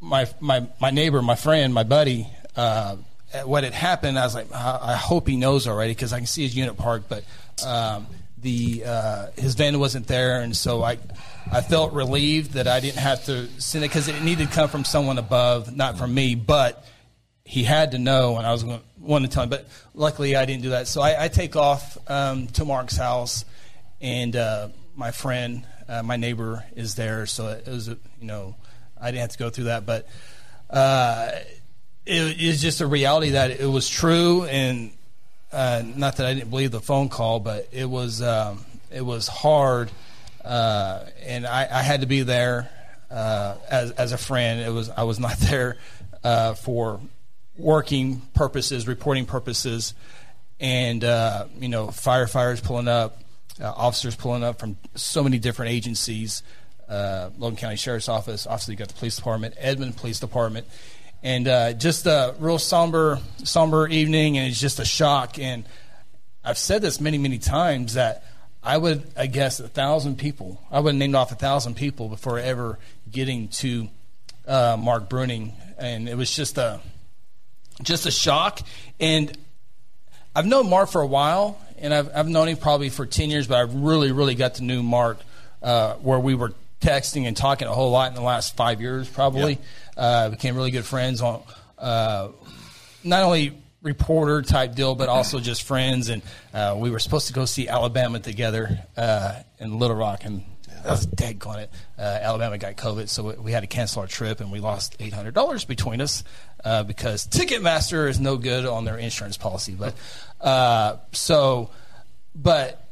A: my my my neighbor, my friend, my buddy, uh, at what had happened. I was like, I, I hope he knows already because I can see his unit parked, but um, the uh, his van wasn't there, and so I I felt relieved that I didn't have to send it because it needed to come from someone above, not from me, but. He had to know, and I was going one to tell him. But luckily, I didn't do that. So I, I take off um, to Mark's house, and uh, my friend, uh, my neighbor, is there. So it was, you know, I didn't have to go through that, but uh, it is just a reality that it was true, and uh, not that I didn't believe the phone call, but it was um, it was hard, uh, and I, I had to be there uh, as as a friend. It was I was not <laughs> there uh, for working purposes, reporting purposes, and uh, you know firefighters pulling up, uh, officers pulling up from so many different agencies uh, Logan County Sheriff's Office. Obviously, you got the police department, Edmond Police Department, and uh, just a real somber, somber evening, and it's just a shock. And I've said this many, many times that I would, I guess, a thousand people. I would have named off a thousand people before ever getting to uh, Mark Bruning, and it was just a, just a shock. And I've known Mark for a while, and I've, I've known him probably for 10 years, but I've really, really got to know Mark uh, where we were texting and talking a whole lot in the last five years, probably. Uh, became really good friends on uh, not only reporter type deal, but also just friends. And uh, we were supposed to go see Alabama together uh, in Little Rock, and was dead on it. Uh, Alabama got COVID, so we- we had to cancel our trip, and we lost eight hundred dollars between us uh, because Ticketmaster is no good on their insurance policy. But uh, so, but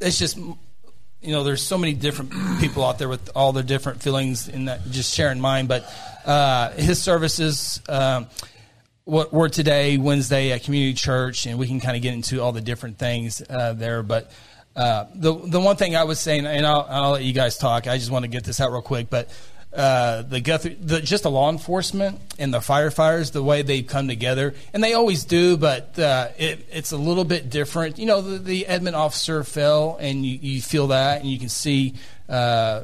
A: it's just you know there's so many different people out there with all their different feelings and that just sharing mine but uh, his services um, what were today wednesday at community church and we can kind of get into all the different things uh, there but uh, the the one thing I was saying, and I'll, I'll let you guys talk. I just want to get this out real quick, but uh, the Guthrie, the, just the law enforcement and the firefighters, the way they come together, and they always do, but uh, it, it's a little bit different. You know, the, the Edmond officer fell, and you, you feel that, and you can see uh,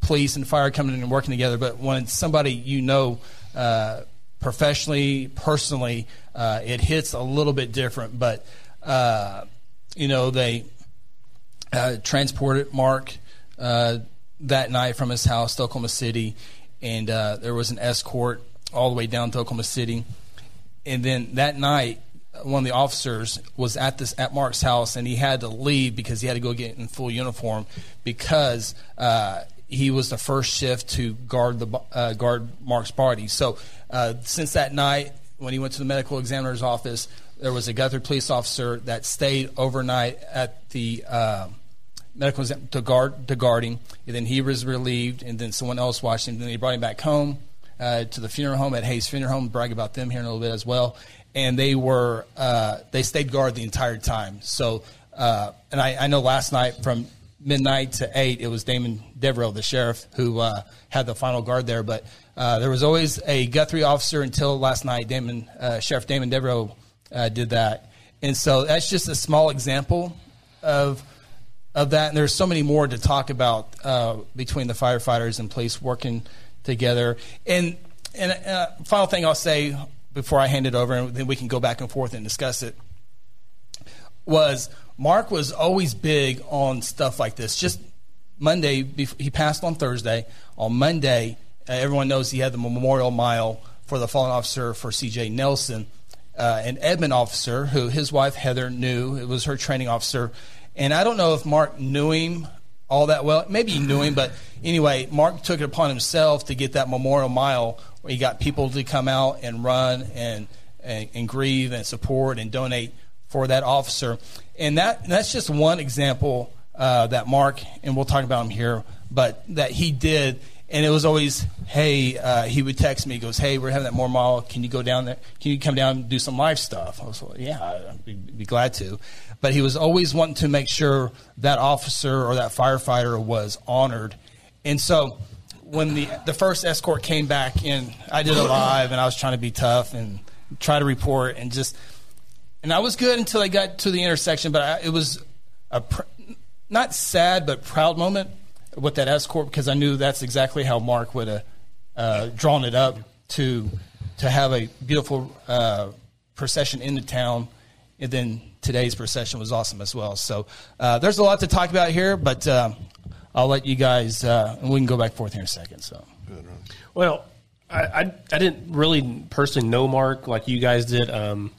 A: police and fire coming in and working together. But when somebody you know uh, professionally, personally, uh, it hits a little bit different. But uh, you know they uh, transported Mark uh, that night from his house to Oklahoma City, and uh, there was an escort all the way down to Oklahoma City. And then that night, uh, one of the officers was at this at Mark's house, and he had to leave because he had to go get in full uniform because uh, he was the first shift to guard the bo- uh, guard Mark's body. So uh, since that night, when he went to the medical examiner's office, there was a Guthrie police officer that stayed overnight at the. Uh, medical exam to guard to guarding, and then he was relieved, and then someone else watched him. And then they brought him back home uh, to the funeral home at Hayes Funeral Home. Brag about them here in a little bit as well. And they were uh, they stayed guard the entire time. So, uh, and I, I know last night from midnight to eight, it was Damon Devereaux, the sheriff, who uh, had the final guard there. But uh, there was always a Guthrie officer until last night. Damon uh, Sheriff Damon Devereaux uh, did that, and so that's just a small example of of that. And there's so many more to talk about uh, between the firefighters and police working together. And and uh, final thing I'll say before I hand it over, and then we can go back and forth and discuss it. Was Mark was always big on stuff like this. Just Monday, bef- he passed on Thursday. On Monday, uh, everyone knows he had the memorial mile for the fallen officer for C.J. Nelson uh, an Edmond officer who his wife Heather knew. It was her training officer, and I don't know if Mark knew him all that well. Maybe he knew him, but anyway, Mark took it upon himself to get that Memorial Mile where he got people to come out and run and and, and grieve and support and donate for that officer, and that that's just one example uh, that Mark and we'll talk about him here, but that he did and it was always, hey, uh, he would text me, he goes, hey, we're having that more mile. Can you go down there? Can you come down and do some live stuff? I was like, yeah, I'd be, be glad to. But he was always wanting to make sure that officer or that firefighter was honored. And so when the, the first escort came back in, I did a live and I was trying to be tough and try to report and just, and I was good until I got to the intersection, but I, it was a pr- not sad but proud moment with that escort because I knew that's exactly how Mark would have uh, drawn it up to to have a beautiful uh, procession into town, and then today's procession was awesome as well. So uh, there's a lot to talk about here, but um, I'll let you guys uh, and we can go back and forth here in a second. So
C: Well, I, I I didn't really personally know Mark like you guys did. Um,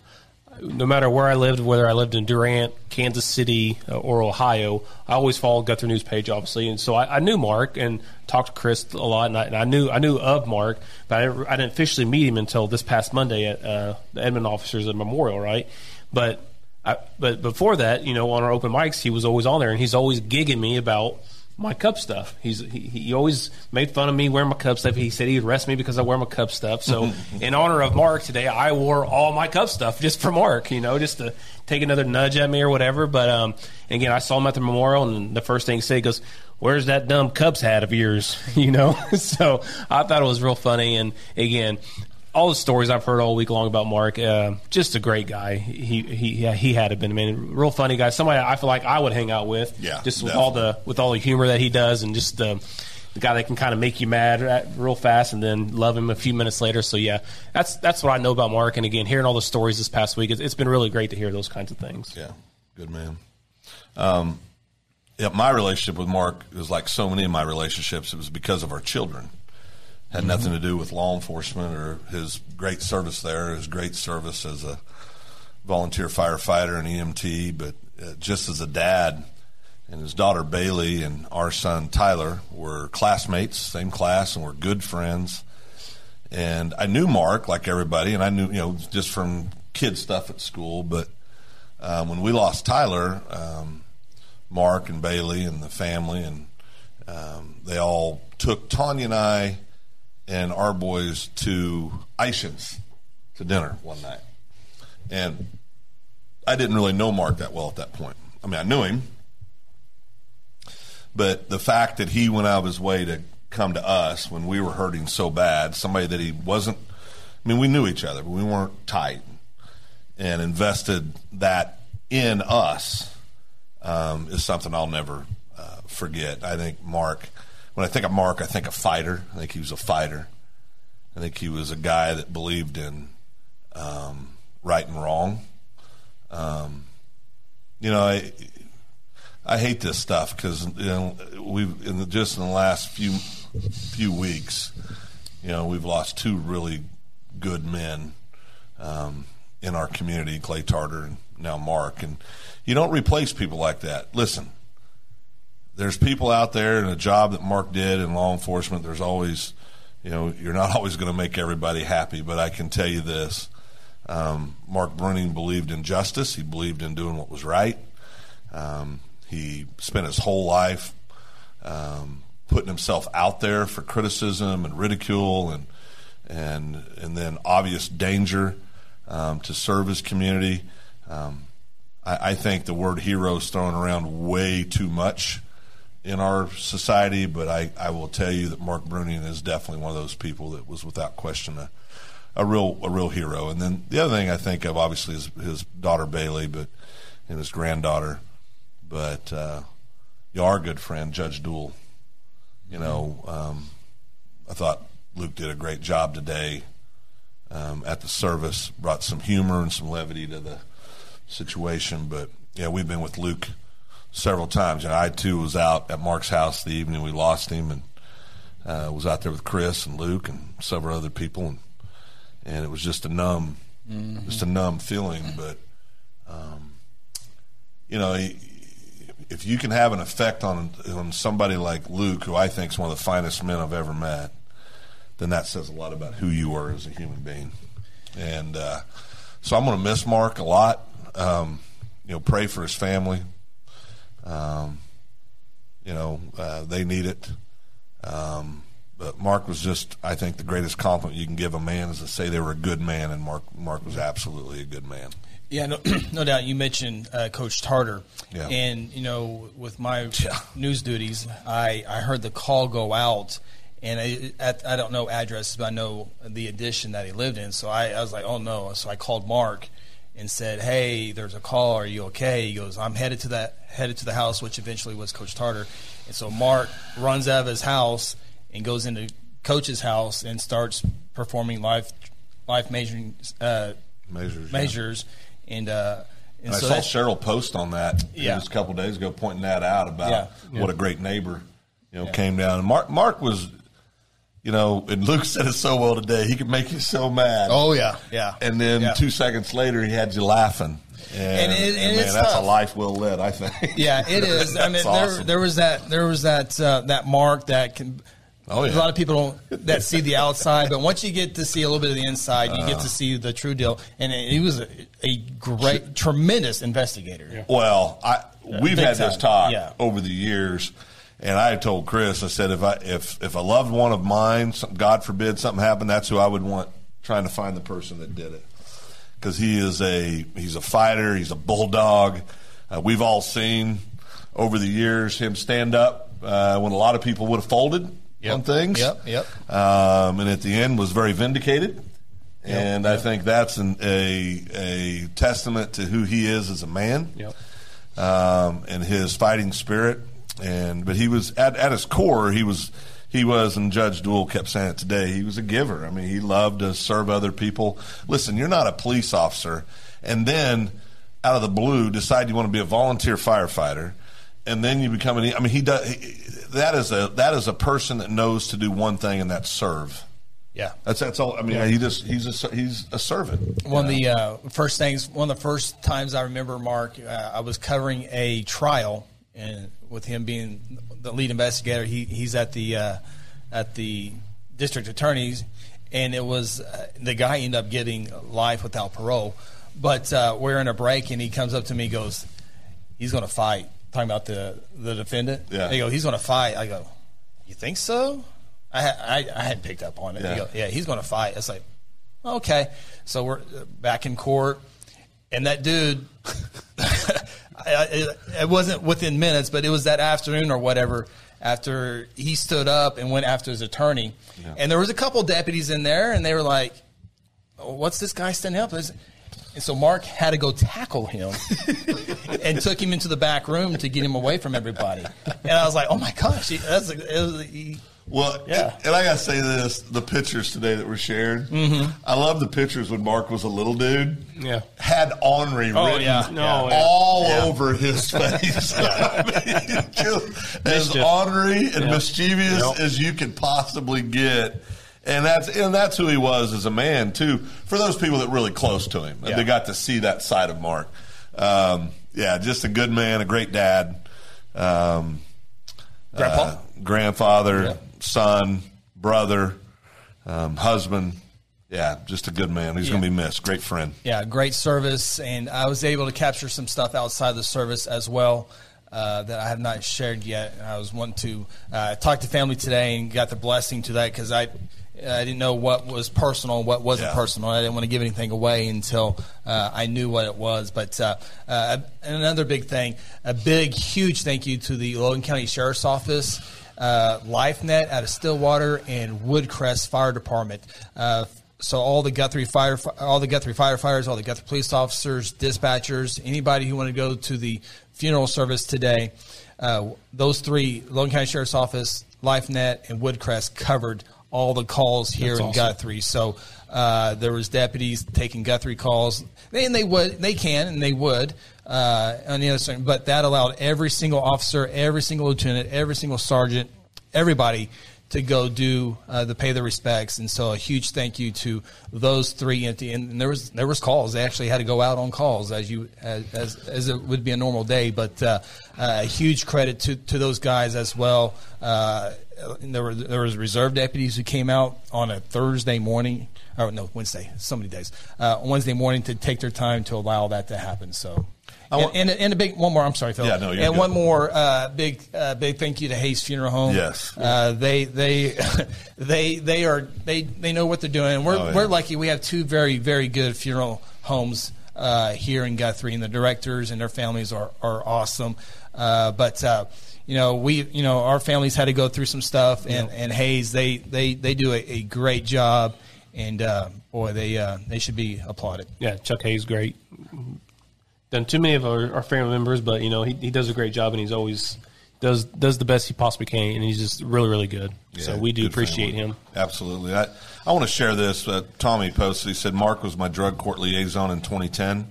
C: no matter where I lived, whether I lived in Durant, Kansas City, uh, or Ohio, I always followed Guthrie News page, obviously, and so I, I knew Mark and talked to Chris a lot, and I, and I knew I knew of Mark, but I, didn't- I didn't officially meet him until this past Monday at uh, the Edmond officers at Memorial, right? But I, but before that, you know, on our open mics, he was always on there, and he's always gigging me about my cup stuff. He's he, he always made fun of me wearing my cup stuff. He said he'd arrest me because I wear my cup stuff. So in honor of Mark today, I wore all my cup stuff just for Mark, you know, just to take another nudge at me or whatever. But um, again, I saw him at the memorial, and the first thing he said he goes, "Where's that dumb Cubs hat of yours?" <laughs> You know. so I thought it was real funny, and again. All the stories I've heard all week long about Mark, uh, just a great guy. He he yeah, he had to been man, real funny guy. Somebody I feel like I would hang out with.
B: Yeah,
C: just with all the
B: definitely.
C: the- with all the humor that he does and just the the guy that can kind of make you mad at- real fast and then love him a few minutes later. So yeah, that's that's what I know about Mark. And again, hearing all the stories this past week, it's, it's been really great to hear those kinds of things.
B: Yeah, good man. Um, yeah, my relationship with Mark is like so many of my relationships. It was because of our children. Had nothing to do with law enforcement or his great service there, his great service as E a volunteer firefighter and EMT, but uh, just as a dad, and his daughter Bailey and our son Tyler were classmates, same class, and were good friends. And I knew Mark like everybody, and I knew you know just from kid stuff at school. But um, when we lost Tyler, um, Mark and Bailey and the family and um, they all took Tanya and I and our boys to Aishan's to dinner one night, and I didn't really know Mark that well at that point. I mean, I knew him, but the fact that he went out of his way to come to us when we were hurting so bad, somebody that he wasn't, I mean, we knew each other, but we weren't tight and invested that in us um, is something I'll never uh, forget. I think Mark, when I think of Mark, I think a fighter. I think he was a fighter. I think he was a guy that believed in um, right and wrong. Um, you know, I, I hate this stuff because you know, we've in the, just in the last few few weeks, you know, we've lost two really good men um, in our community, Clay Tarter and now Mark, and you don't replace people like that. Listen, there's people out there in a job that Mark did in law enforcement. There's always, you know, you're not <laughs> always going to make everybody happy, but I can tell you this. Um, Mark Bruning believed in justice. He believed in doing what was right. Um, he spent his whole life um, putting himself out there for criticism and ridicule and and and then obvious danger um, to serve his community. Um, I, I think the word hero is thrown around way too much in our society, but I, I will tell you that Mark Bruning is definitely one of those people that was without question a, a real a real hero. And then the other thing I think of obviously is his daughter Bailey, but and his granddaughter but uh, you know, our good friend Judge Duell, you know, um, I thought Luke did a great job today um, at the service, brought some humor and some levity to the situation. But yeah, we've been with Luke several times, and I too was out at Mark's house the evening we lost him, and uh, was out there with Chris and Luke and several other people, and and it was just a numb, just a numb feeling, but. Um, you know, if you can have an effect on on somebody like Luke, who I think is one of the finest men I've ever met, then that says a lot about who you are as a human being. And uh, so I'm going to miss Mark a lot. Um, you know, pray for his family. Um, you know, uh, they need it. Um, but Mark was just, I think, the greatest compliment you can give a man is to say they were a good man, and Mark Mark was absolutely a good man.
A: Yeah, no, <clears throat> no doubt. You mentioned uh, Coach Tarter,
B: Yeah.
A: and you know, with my
B: <laughs> Yeah.
A: news duties, I, I heard the call go out, and I, at, I don't know addresses, but I know the addition that he lived in. So I, I was like, oh no! So I called Mark and said, hey, there's a call. Are you okay? He goes, I'm headed to that headed to the house, which eventually was Coach Tarter. And so Mark runs out of his house and goes into Coach's house and starts performing life life measuring. Uh,
B: Measures, yeah.
A: measures, and uh, and
B: I
A: so
B: saw
A: that's-
B: Cheryl post on that
A: Yeah.
B: just a couple days ago, pointing that out about
A: Yeah.
B: what a great neighbor you know came down. And Mark Mark was, you know, and Luke <laughs> said it so well today. He could make you so mad.
A: oh yeah, yeah,
B: and then
A: yeah.
B: two seconds later, he had you laughing. And,
A: And it- and
B: and man,
A: it's
B: that's
A: tough.
B: a life well led, I think.
A: <laughs> Yeah,
B: <laughs>
A: it is. I mean,
B: That's
A: there,
B: awesome.
A: there was that there was that uh, that mark that can.
B: Oh,
A: A
B: yeah.
A: lot of people don't that see the outside, but once you get to see a little bit of the inside, you
B: Uh.
A: get to see the true deal. And he was a, a great, tremendous investigator.
B: Well, I we've
A: big
B: had this
A: time.
B: talk
A: Yeah.
B: over the years, and I told Chris, I said if I if if a loved one of mine, some, God forbid, something happened, that's who I would want trying to find the person that did it because he is a he's a fighter, he's a bulldog. Uh, we've all seen over the years him stand up uh, when a lot of people would have folded on things.
A: Yep, yep.
B: Um, and at the end was very vindicated. And I think that's an, a a testament to who he is as a man
C: Yep.
B: um, and his fighting spirit. And but he was at, at his core, he was he was, and Judge Duell kept saying it today. He was a giver. I mean, he loved to serve other people. Listen, you're not a police officer, and then out of the blue decide you want to be a volunteer firefighter, and then you become an. I mean, he does. He, that is a that is a person that knows to do one thing, and that's serve.
A: Yeah.
B: That's that's all. I mean, he just he's a he's a servant.
A: One of the uh, first things, one of the first times I remember Mark, uh, I was covering a trial and with him being the lead investigator, he he's at the uh, at the district attorney's, and it was uh, the guy ended up getting life without parole. But uh, we're in a break, and he comes up to me, goes, "He's going to fight." Talking about the the defendant,
B: Yeah.
A: They go, "He's going to fight." I go, "You think so?" I ha- I, I hadn't picked up on it. They
B: Yeah.
A: go, yeah, he's going to fight. It's like, okay. So we're uh, back in court, and that dude, <laughs> I, I, it- it wasn't within minutes, but it was that afternoon or whatever. After he stood up and went after his attorney, and there was a couple deputies in there, and they were like, "What's this guy standing up?" Is- And so Mark had to go tackle him and took him into the back room to get him away from everybody. And I was like, "Oh my gosh, he- that's a, it was a, he,
B: Well,
A: Yeah.
B: and I gotta say this: the pictures today that were shared,
A: Mm-hmm.
B: I love the pictures when Mark was a little dude.
C: Yeah.
B: had Henri written
A: yeah.
C: No, Oh, yeah.
B: all over his
A: <laughs>
B: face, <laughs> I mean, just as
C: Mischief.
B: ornery and mischievous
C: Yep.
B: as you could possibly get. And that's and that's who he was as a man too. For those people that were really close to him,
A: Yeah.
B: they got to see that side of Mark. Um, yeah, just a good man, a great dad. Um, uh,
A: Grandpa?
B: grandfather,
A: Yeah.
B: son, brother, um, husband. Yeah, just a good man. He's going to be missed. Great friend.
A: Yeah, great service, and I was able to capture some stuff outside the service as well uh, that I have not shared yet. And I was wanting to uh, talk to family today and got the blessing to that because I I didn't know what was personal, what wasn't
B: Yeah.
A: personal. I didn't want to give anything away until uh, I knew what it was. But uh, uh, another big thing, a big, huge thank you to the Logan County Sheriff's Office. Uh, LifeNet out of Stillwater and Woodcrest Fire Department. Uh, so all the Guthrie fire, all the Guthrie firefighters, all the Guthrie police officers, dispatchers, anybody who want to go to the funeral service today, uh, those three: Logan County Sheriff's Office, LifeNet, and Woodcrest covered all the calls here in Guthrie. So uh, there was deputies taking Guthrie calls, and they would, they can, and they would. Uh, on the other side, but that allowed every single officer, every single lieutenant, every single sergeant, everybody to go do uh, the pay the respects, and so a huge thank you to those three. And, and there was there was calls. They actually had to go out on calls as you as as, as it would be a normal day. But uh, uh, huge credit to, to those guys as well. Uh, and there were there was reserve deputies who came out on a Thursday morning or no Wednesday, so many days uh, Wednesday morning to take their time to allow that to happen. So.
B: I want-
A: and, and, and a big one more. I'm sorry, Phil.
B: Yeah, no, you're
A: and
B: good.
A: one more uh, big, uh, big thank you to Hayes Funeral Home.
B: Yes.
A: Uh, they they <laughs> they they are they they know what they're doing. And we're
B: Oh, yeah.
A: we're lucky. We have two very very good funeral homes uh, here in Guthrie, and the directors and their families are are awesome. Uh, but uh, you know we you know our families had to go through some stuff, and and Hayes they they they do a, a great job, and uh, boy they uh, they should be applauded.
C: Yeah, Chuck Hayes, great. Done too many of our, our family members, but you know he, he does a great job, and he's always does does the best he possibly can, and he's just really really good. so
B: Yeah,
C: we do
B: good
C: appreciate
B: family.
C: him.
B: Absolutely. I, I want to share this. Uh, Tommy posted, he said, Mark was my drug court liaison in 2010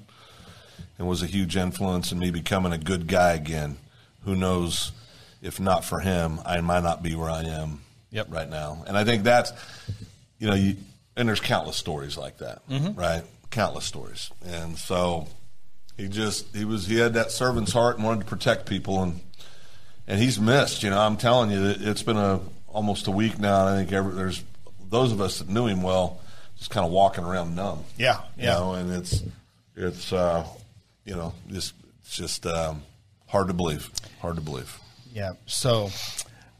B: and was a huge influence in me becoming a good guy again. Who knows if not for him, I might not be where I am
A: Yep.
B: right now. And I think that's, you know, you, and there's countless stories like that,
C: Mm-hmm.
B: right? Countless stories. And so he just, he was, he had that servant's heart and wanted to protect people. And, and he's missed. You know, I'm telling you, it- it's been a almost a week now. And I think every, there's those of us that knew him well, just kind of walking around numb.
A: Yeah, yeah.
B: You know, and it's it's uh, you know just it's just um, hard to believe, hard to believe.
A: Yeah. So,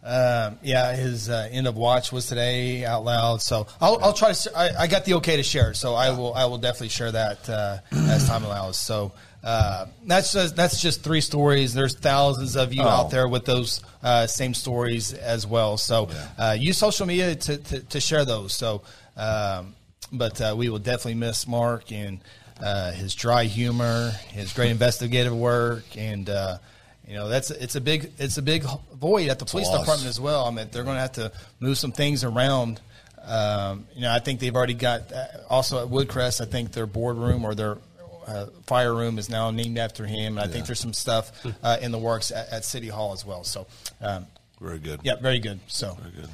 A: um, yeah, his uh, end of watch was today out loud. So I'll, I'll try to. s- I, I got the okay to share, so I will. I will definitely share that uh, as time allows. So. Uh, that's just, that's just three stories. There's thousands of you out there with those uh, same stories as well. So
B: Yeah.
A: uh, use social media to, to, to share those. So, um, but uh, we will definitely miss Mark and uh, his dry humor, his great investigative work, and uh, you know that's it's a big it's a big void at the police
B: loss.
A: department as well. I mean, they're going to have to move some things around. Um, you know, I think they've already got uh, also at Woodcrest. I think their boardroom or their uh, fire room is now named after him, and I think there's some stuff uh, in the works at, at City Hall as well. So, um,
B: Very good.
A: yeah, very good. So,
B: Very good.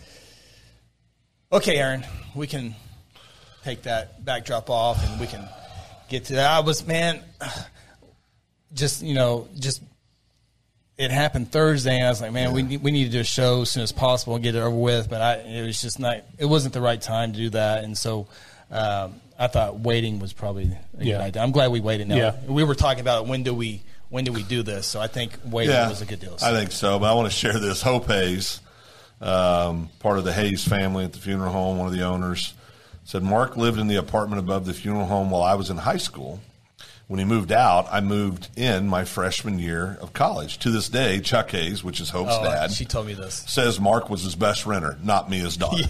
A: Okay, Aaron, we can take that backdrop off and we can get to that. I was, man, just, you know, just it happened Thursday, and I was like, man, we need, we need to do a show as soon as possible and get it over with. But I, it was just not, it wasn't the right time to do that, and so. Um, I thought waiting was probably a
C: Yeah.
A: good idea. I'm glad we waited. Now
C: Yeah.
A: we were talking about when do we when do we do this? So I think waiting was a good deal.
B: I think so, but I want to share this. Hope Hayes, um, part of the Hayes family at the funeral home, one of the owners, said Mark lived in the apartment above the funeral home while I was in high school. When he moved out, I moved in my freshman year of college. To this day, Chuck Hayes, which is Hope's
A: Oh,
B: dad,
A: she told me this.
B: says Mark was his best renter, not me, his
A: <laughs>
B: daughter.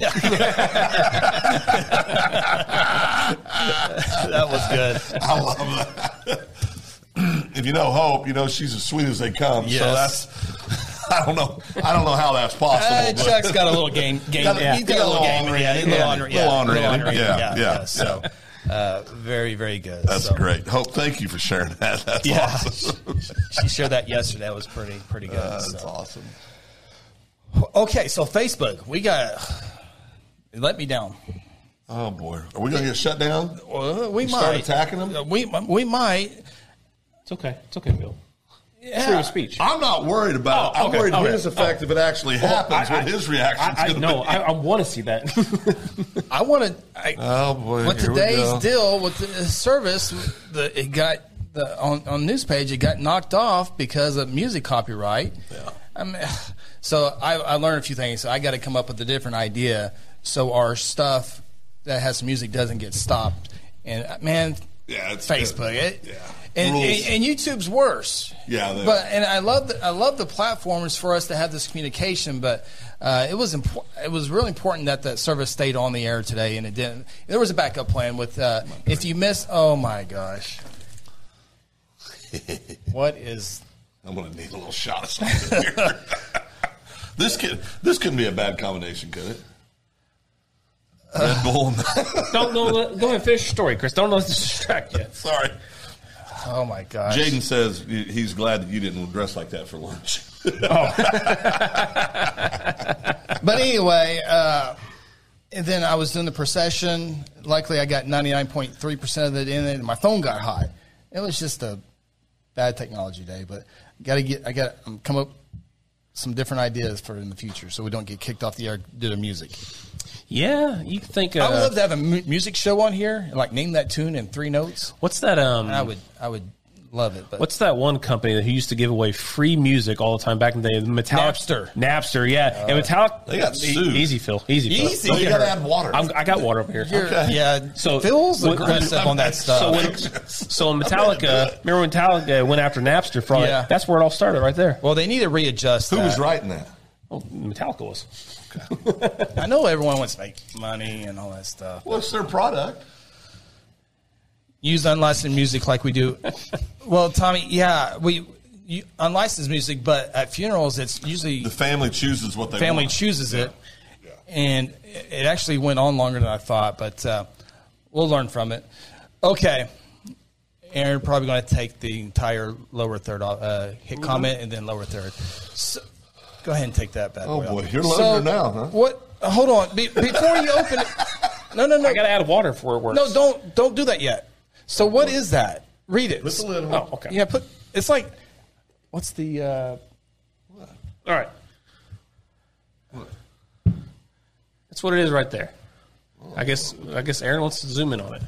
A: that was good.
B: I love that. <laughs> if you know Hope, you know she's as sweet as they come.
A: Yes.
B: So that's <laughs> I don't know. I don't know how that's possible.
A: Uh,
B: but-
A: Chuck's got a little
B: <laughs>
A: game. game
B: Got a-
A: yeah.
B: he's got a little honor
A: Yeah,
B: in
A: a little
B: him.
A: honor.
B: Little honor in him. Yeah, yeah,
A: So, uh, very, very good.
B: That's
A: so,
B: great. Hope, thank you for sharing that. <laughs> That's
A: Yeah.
B: awesome.
A: She shared that yesterday. That was pretty, pretty good.
B: That's
A: so.
B: awesome.
A: Okay, so Facebook, we got. It let me down.
B: Oh boy, are we going to get shut down?
A: Well, we might
B: start attacking them?
A: Uh, We we might.
C: It's okay. It's okay, Bill.
A: Yeah.
C: Freedom of speech.
B: I'm not worried about. it. I'm
C: okay,
B: worried
C: okay.
B: what his effect if it actually happens.
C: I-
B: what
C: I-
B: his reaction
C: <laughs> I, I
B: is going to
C: no,
B: be.
C: I, I want to see that. <laughs>
A: I want to.
B: Oh, boy,
A: With
B: here we
A: today's
B: go.
A: deal with the service, the it got the on on news page it got knocked off because of music copyright.
B: Yeah.
A: I mean, <laughs> so I, I learned a few things. So I got to come up with a different idea so our stuff that has music doesn't get stopped. And uh, man,
B: Yeah, it's
A: Facebook.
B: good.
A: It,
B: Yeah.
A: And, and,
B: Rules.
A: and YouTube's worse.
B: Yeah, they-
A: but and I love the, I love the platforms for us to have this communication, but uh, it was impor- it was really important that that service stayed on the air today, and it didn't. There was a backup plan with uh, if you miss. Oh my
B: <laughs>
A: gosh, what is?
B: I'm going to need a little shot of something here. <laughs> this could this couldn't be a bad combination, could it?
A: Uh,
B: Red Bull. <laughs> and-
C: don't know. Go ahead, and finish your story, Chris. Don't let this distract you.
B: Sorry,
A: Oh my gosh,
B: Jaden says he- he's glad that you didn't dress like that for lunch.
A: But anyway, uh, and then I was doing the procession. Luckily, I got 99.3% of it in it, and my phone got hot. It was just a bad technology day, but got to get, I got to come up some different ideas for in the future so we don't get kicked off the air due to music.
C: Yeah, you think. Uh,
A: I would love to have a mu- music show on here, and, like name that tune in three notes.
C: What's that? Um,
A: I would, I would love it. But
C: What's that one company that who used to give away free music all the time back in the day? Metallic,
A: Napster.
C: Napster, yeah. and Metallic.
B: Uh, They got sued.
C: Easy, Phil. Easy, Phil.
A: Easy.
B: so you got to add water.
C: I'm, I got water over here.
A: You're- yeah,
C: So
A: Phil's
C: when-
A: aggressive
C: when-
A: on
B: <laughs>
A: that stuff.
C: So when, so when Metallica, remember when Metallica went after Napster for all
A: Yeah.
C: that? That's where it all started, right there.
A: well, they need to readjust.
B: Who
A: that.
B: was writing that?
C: Oh, Metallica was.
A: I know everyone wants to make money and all that stuff.
B: What's their product?
A: use unlicensed music like we do. well, Tommy, yeah, we you, unlicensed music, but at funerals, it's usually
B: The family chooses what they
A: family
B: want.
A: chooses it, and it actually went on longer than I thought. But uh, we'll learn from it. Okay, Aaron probably going to take the entire lower third off, uh, hit comment and then lower third. So, go ahead and take that back.
B: Oh, boy, you're loading her now, huh?
A: What? Hold on, Be, before you open it. No, no, no.
C: I got to add water before it works.
A: No, don't don't do that yet. So what is that? Read it.
B: Put the lid on.
C: Oh, okay.
A: Yeah, put. It's like, what's the? Uh,
C: All right. That's what it is right there. I guess I guess Aaron wants to zoom in on it.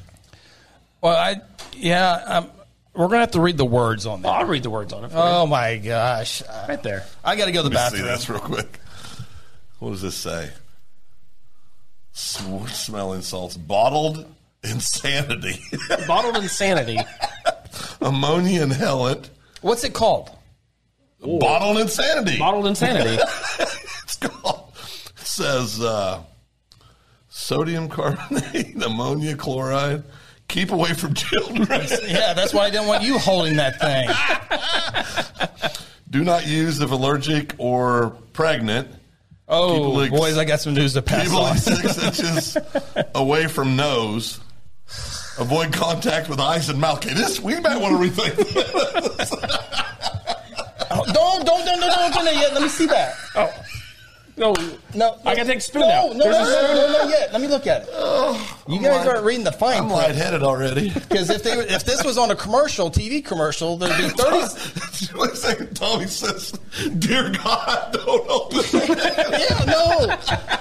A: well, I yeah. Um, we're gonna have to read the words on that.
C: I'll read the words on it. For
B: Uh,
A: Oh my gosh,
C: you. Right there.
A: I got to go to the
B: Let me see
A: bathroom.
B: this real quick. What does this say? Sw- Smelling salts, bottled insanity, <laughs>
C: Bottled insanity.
B: ammonia inhalant,
A: What's it called?
B: bottled insanity.
C: Bottled insanity.
B: It's called. It says uh, sodium carbonate, <laughs> ammonia chloride. Keep away from children.
A: <laughs> Yeah, that's why I didn't want you holding that
B: <laughs>
A: thing.
B: Do not use if allergic or pregnant. People
A: Oh,
B: like-
A: boys, I got some news to pass
B: People
A: on.
B: are six inches away from nose. Avoid contact with eyes and mouth. Okay, this we might want to rethink. this.
A: Oh, don't, don't, don't, don't, don't open it yet. Let me see that.
C: Oh. <laughs> No,
A: No,
C: I gotta take a spoon
A: no,
C: out.
A: No, no,
C: There's
A: no,
C: a spoon.
A: no, no, not yet. Let me look at it. <laughs> You guys
B: light-
A: aren't reading the fine
B: Oh I'm
A: print <laughs>
B: lightheaded already.
A: because if they if this was on a commercial TV commercial, there'd be
B: <laughs>
A: thirty.
B: Wait a second. Tommy says, "Dear God, don't open." it."
A: yeah, no.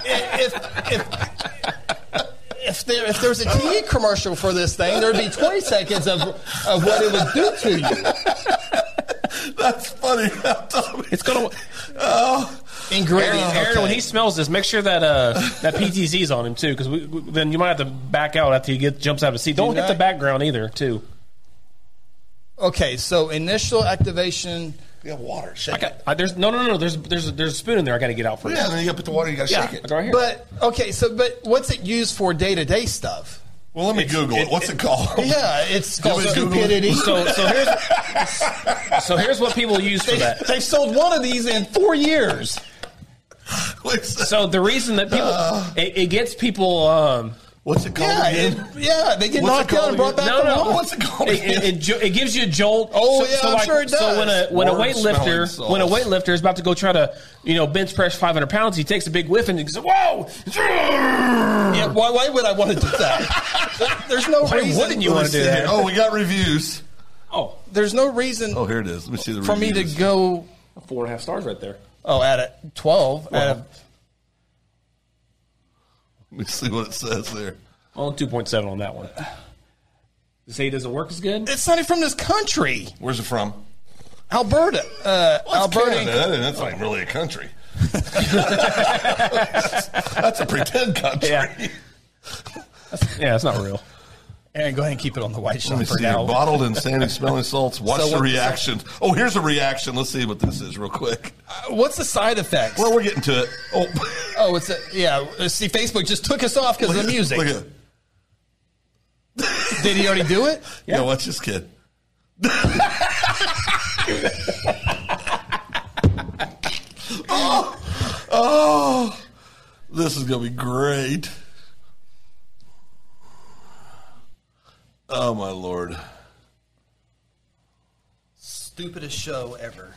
A: If if if there if there was a TV commercial for this thing, there'd be twenty seconds of of what it would do to you.
B: That's funny, <laughs> Tommy.
C: It's gonna.
B: Oh,
A: Ingredient.
C: Aaron, Aaron, when
A: okay.
C: he smells this, make sure that uh, that PTZ's on him too, because we, we, then you might have to back out after he gets jumps out of the seat. Don't hit
A: not-
C: the background either, too.
A: okay, so initial activation.
B: yeah, water. Shake
C: I
B: it.
C: got, I, there's no, no, no, no. There's there's there's a spoon in there. I got to get out first.
B: Yeah, then you got to put the water. You got to
C: yeah,
B: shake
C: it's
B: it.
C: right here.
A: But okay, so but what's it used for day to day stuff?
B: Well, let me Google it. What's it, called?
A: <laughs>
B: <laughs>
A: Yeah, it's called
B: was Googling.
A: stupidity.
C: so so here's so here's what people use for that.
A: They've sold one of these in four years.
B: Wait a second.
C: So the reason that people
A: Uh.
C: it, it gets people um,
B: What's it called
A: Yeah,
B: again?
A: it- yeah, they get knocked
B: What's it
A: down
B: called
A: and brought back
B: again?
C: no
A: to
C: no
A: life.
B: What's it called
C: It,
B: again?
C: it, it, jo- it gives you a jolt.
A: Oh, yeah, I'm sure it
C: So when a
A: does.
C: when a
B: Word
C: weightlifter
B: smelling
C: when a
B: salts.
C: weightlifter is about to go try to you know bench press 500 pounds, he takes a big whiff and he goes whoa.
A: Yeah, why, why would I want to do that? There- There's
B: <laughs>
A: no
C: Why
A: reason.
C: wouldn't you wanna do that?
B: Oh, we got reviews.
C: Oh,
A: There's no reason
B: Oh, here it is. Let me see the
A: for me
B: reviews.
A: to go.
C: four and a half stars right there.
A: Oh, at a twelve. At a,
B: Let me see what it says there.
C: Only 2.7 on that one. To say it doesn't work as good.
A: it's not even from this country,
B: Where's it from?
A: Alberta. Uh,
B: Canada.
A: Alberta.
B: That- That's not really
A: <laughs>
B: a country. That's a pretend country.
C: Yeah. Yeah, it's not real.
A: Aaron, go ahead and keep it on the white
B: Let me
A: shelf for
B: see your
A: now.
B: bottled and
A: <laughs>
B: standing smelling salts. Watch
A: So
B: the
A: what-
B: reaction. Oh, here's a reaction. Let's see what this is real quick.
A: What's the side effects?
B: Well, we're getting to it. Oh, <laughs>
A: oh, it's a, yeah. See, Facebook just took us off because of the music.
B: Look at
A: Did he already do it?
B: yeah. Watch this kid. <laughs> oh, oh, this is gonna be great. Oh my lord!
A: Stupidest show ever.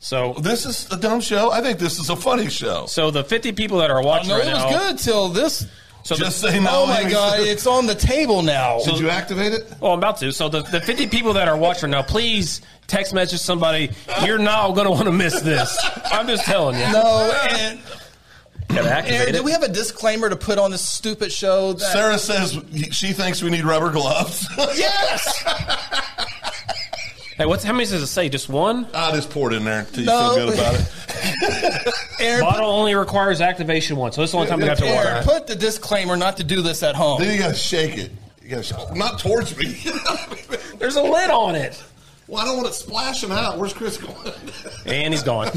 C: So
B: This is a dumb show. I think this is a funny show.
C: so the 50 people that are watching
A: No,
C: right
A: it was
C: now.
A: good till this.
C: So the-
B: Just say no.
A: Oh my
B: <laughs>
A: god, it's on the table now.
B: Did you activate it?
C: Oh, I'm about to. So the, the 50 people that are watching now, please text message somebody. You're not going to want to miss this. I'm just telling
B: <laughs>
C: you.
A: no, and
C: Gotta activate
A: Aaron,
C: it.
A: did we have a disclaimer to put on this stupid show? That,
B: Sarah says she thinks we need rubber gloves. <laughs>
A: Yes.
C: hey, what's how many does it say? Just one
B: I just poured in there until you
A: No.
B: feel good about it.
A: Aaron,
C: bottle only requires activation once. So that's the only time we have to
A: Aaron,
C: water.
A: put the disclaimer not to do this at home.
B: Then you gotta shake it. You gotta sh- not towards me. <laughs>
C: There's a lid on it,
B: well, I don't want it splashing out. Where's Chris going? <laughs>
C: and he's gone.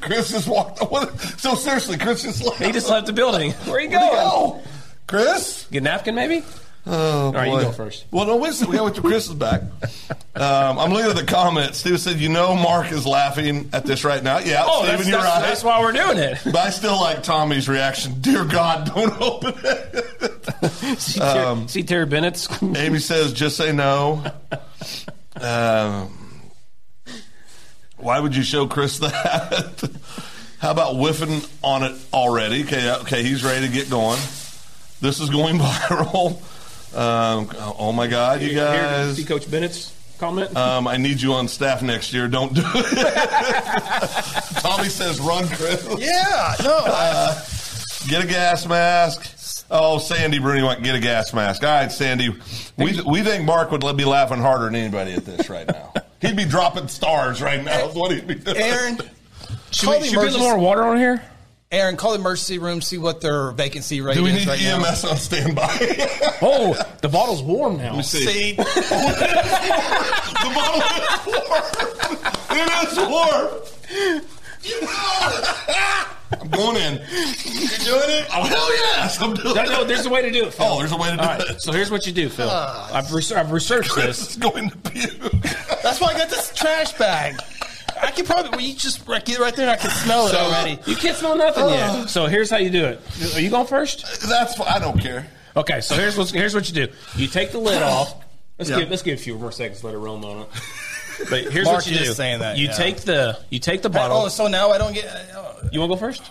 B: Chris just walked. <laughs> What? So seriously, Chris just left.
C: <laughs> he just left the building. Where
B: Where'd he
C: you going?
B: go? Chris.
C: Get a napkin, maybe.
B: Oh,
C: right, you go first.
B: Well, no, wait. a second. We gotta wait till Chris is <laughs> back. Um, I'm looking at the comments. Steve said, "You know, Mark is laughing at this right now." Yeah,
C: Oh,
B: Steven,
C: that's,
B: you're
C: that's,
B: right.
C: that's why we're doing it.
B: But I still like Tommy's reaction. Dear God, don't <laughs> open it.
C: See, Ter- see Terry Bennett's.
B: Amy says, just say no. um, why would you show Chris that? <laughs> How about whiffing on it already? Okay, uh, okay, he's ready to get going. This is going <laughs> viral. Um, oh my God, you
C: Here,
B: guys.
C: see Coach Bennett's comment.
B: Um, I need you on staff next year. Don't do it. <laughs> Tommy says, run, Chris. Uh,
A: yeah, no, I-
B: Get a gas mask. Oh, Sandy Bruni went get a gas mask. All right, Sandy. We, we think Mark would be laughing harder than anybody at this right now. he'd be dropping stars right now. is What he'd be doing.
A: Aaron.
C: should
A: call
C: we,
A: the
C: should we get a little
A: emergency-
C: more water on here?
A: Aaron, call the emergency room, see what their vacancy rate
B: Do we
A: is
B: need
A: right now.
B: EMS on standby? <laughs>
C: Oh, <laughs> the bottle's warm now.
A: See,
B: the bottle is warm. It is warm. I'm going in. You doing it? Oh hell yes, I'm doing
C: No,
B: it.
C: no, there's a way to do it. Phil.
B: Oh, there's a way to do
C: All right,
B: it.
C: so here's what you do, Phil. I've, res- I've researched
B: Chris
C: this.
B: is going to puke.
A: that's why I got this trash bag. I can probably well, you just wreck it right there. and I can smell it already.
C: You can't smell nothing yet. Ah. So here's how you do it. Are you going first?
B: That's fi- I don't care.
C: Okay. So here's what here's what you do. You take the lid off. Let's
B: Yeah.
C: give let's give a few more seconds. Let it roam on it. But here's
A: Mark
C: what you
A: is
C: do:
A: saying that,
C: you
A: yeah.
C: take the you take the bottle.
A: Oh, so now I don't get. uh,
C: you want to go first?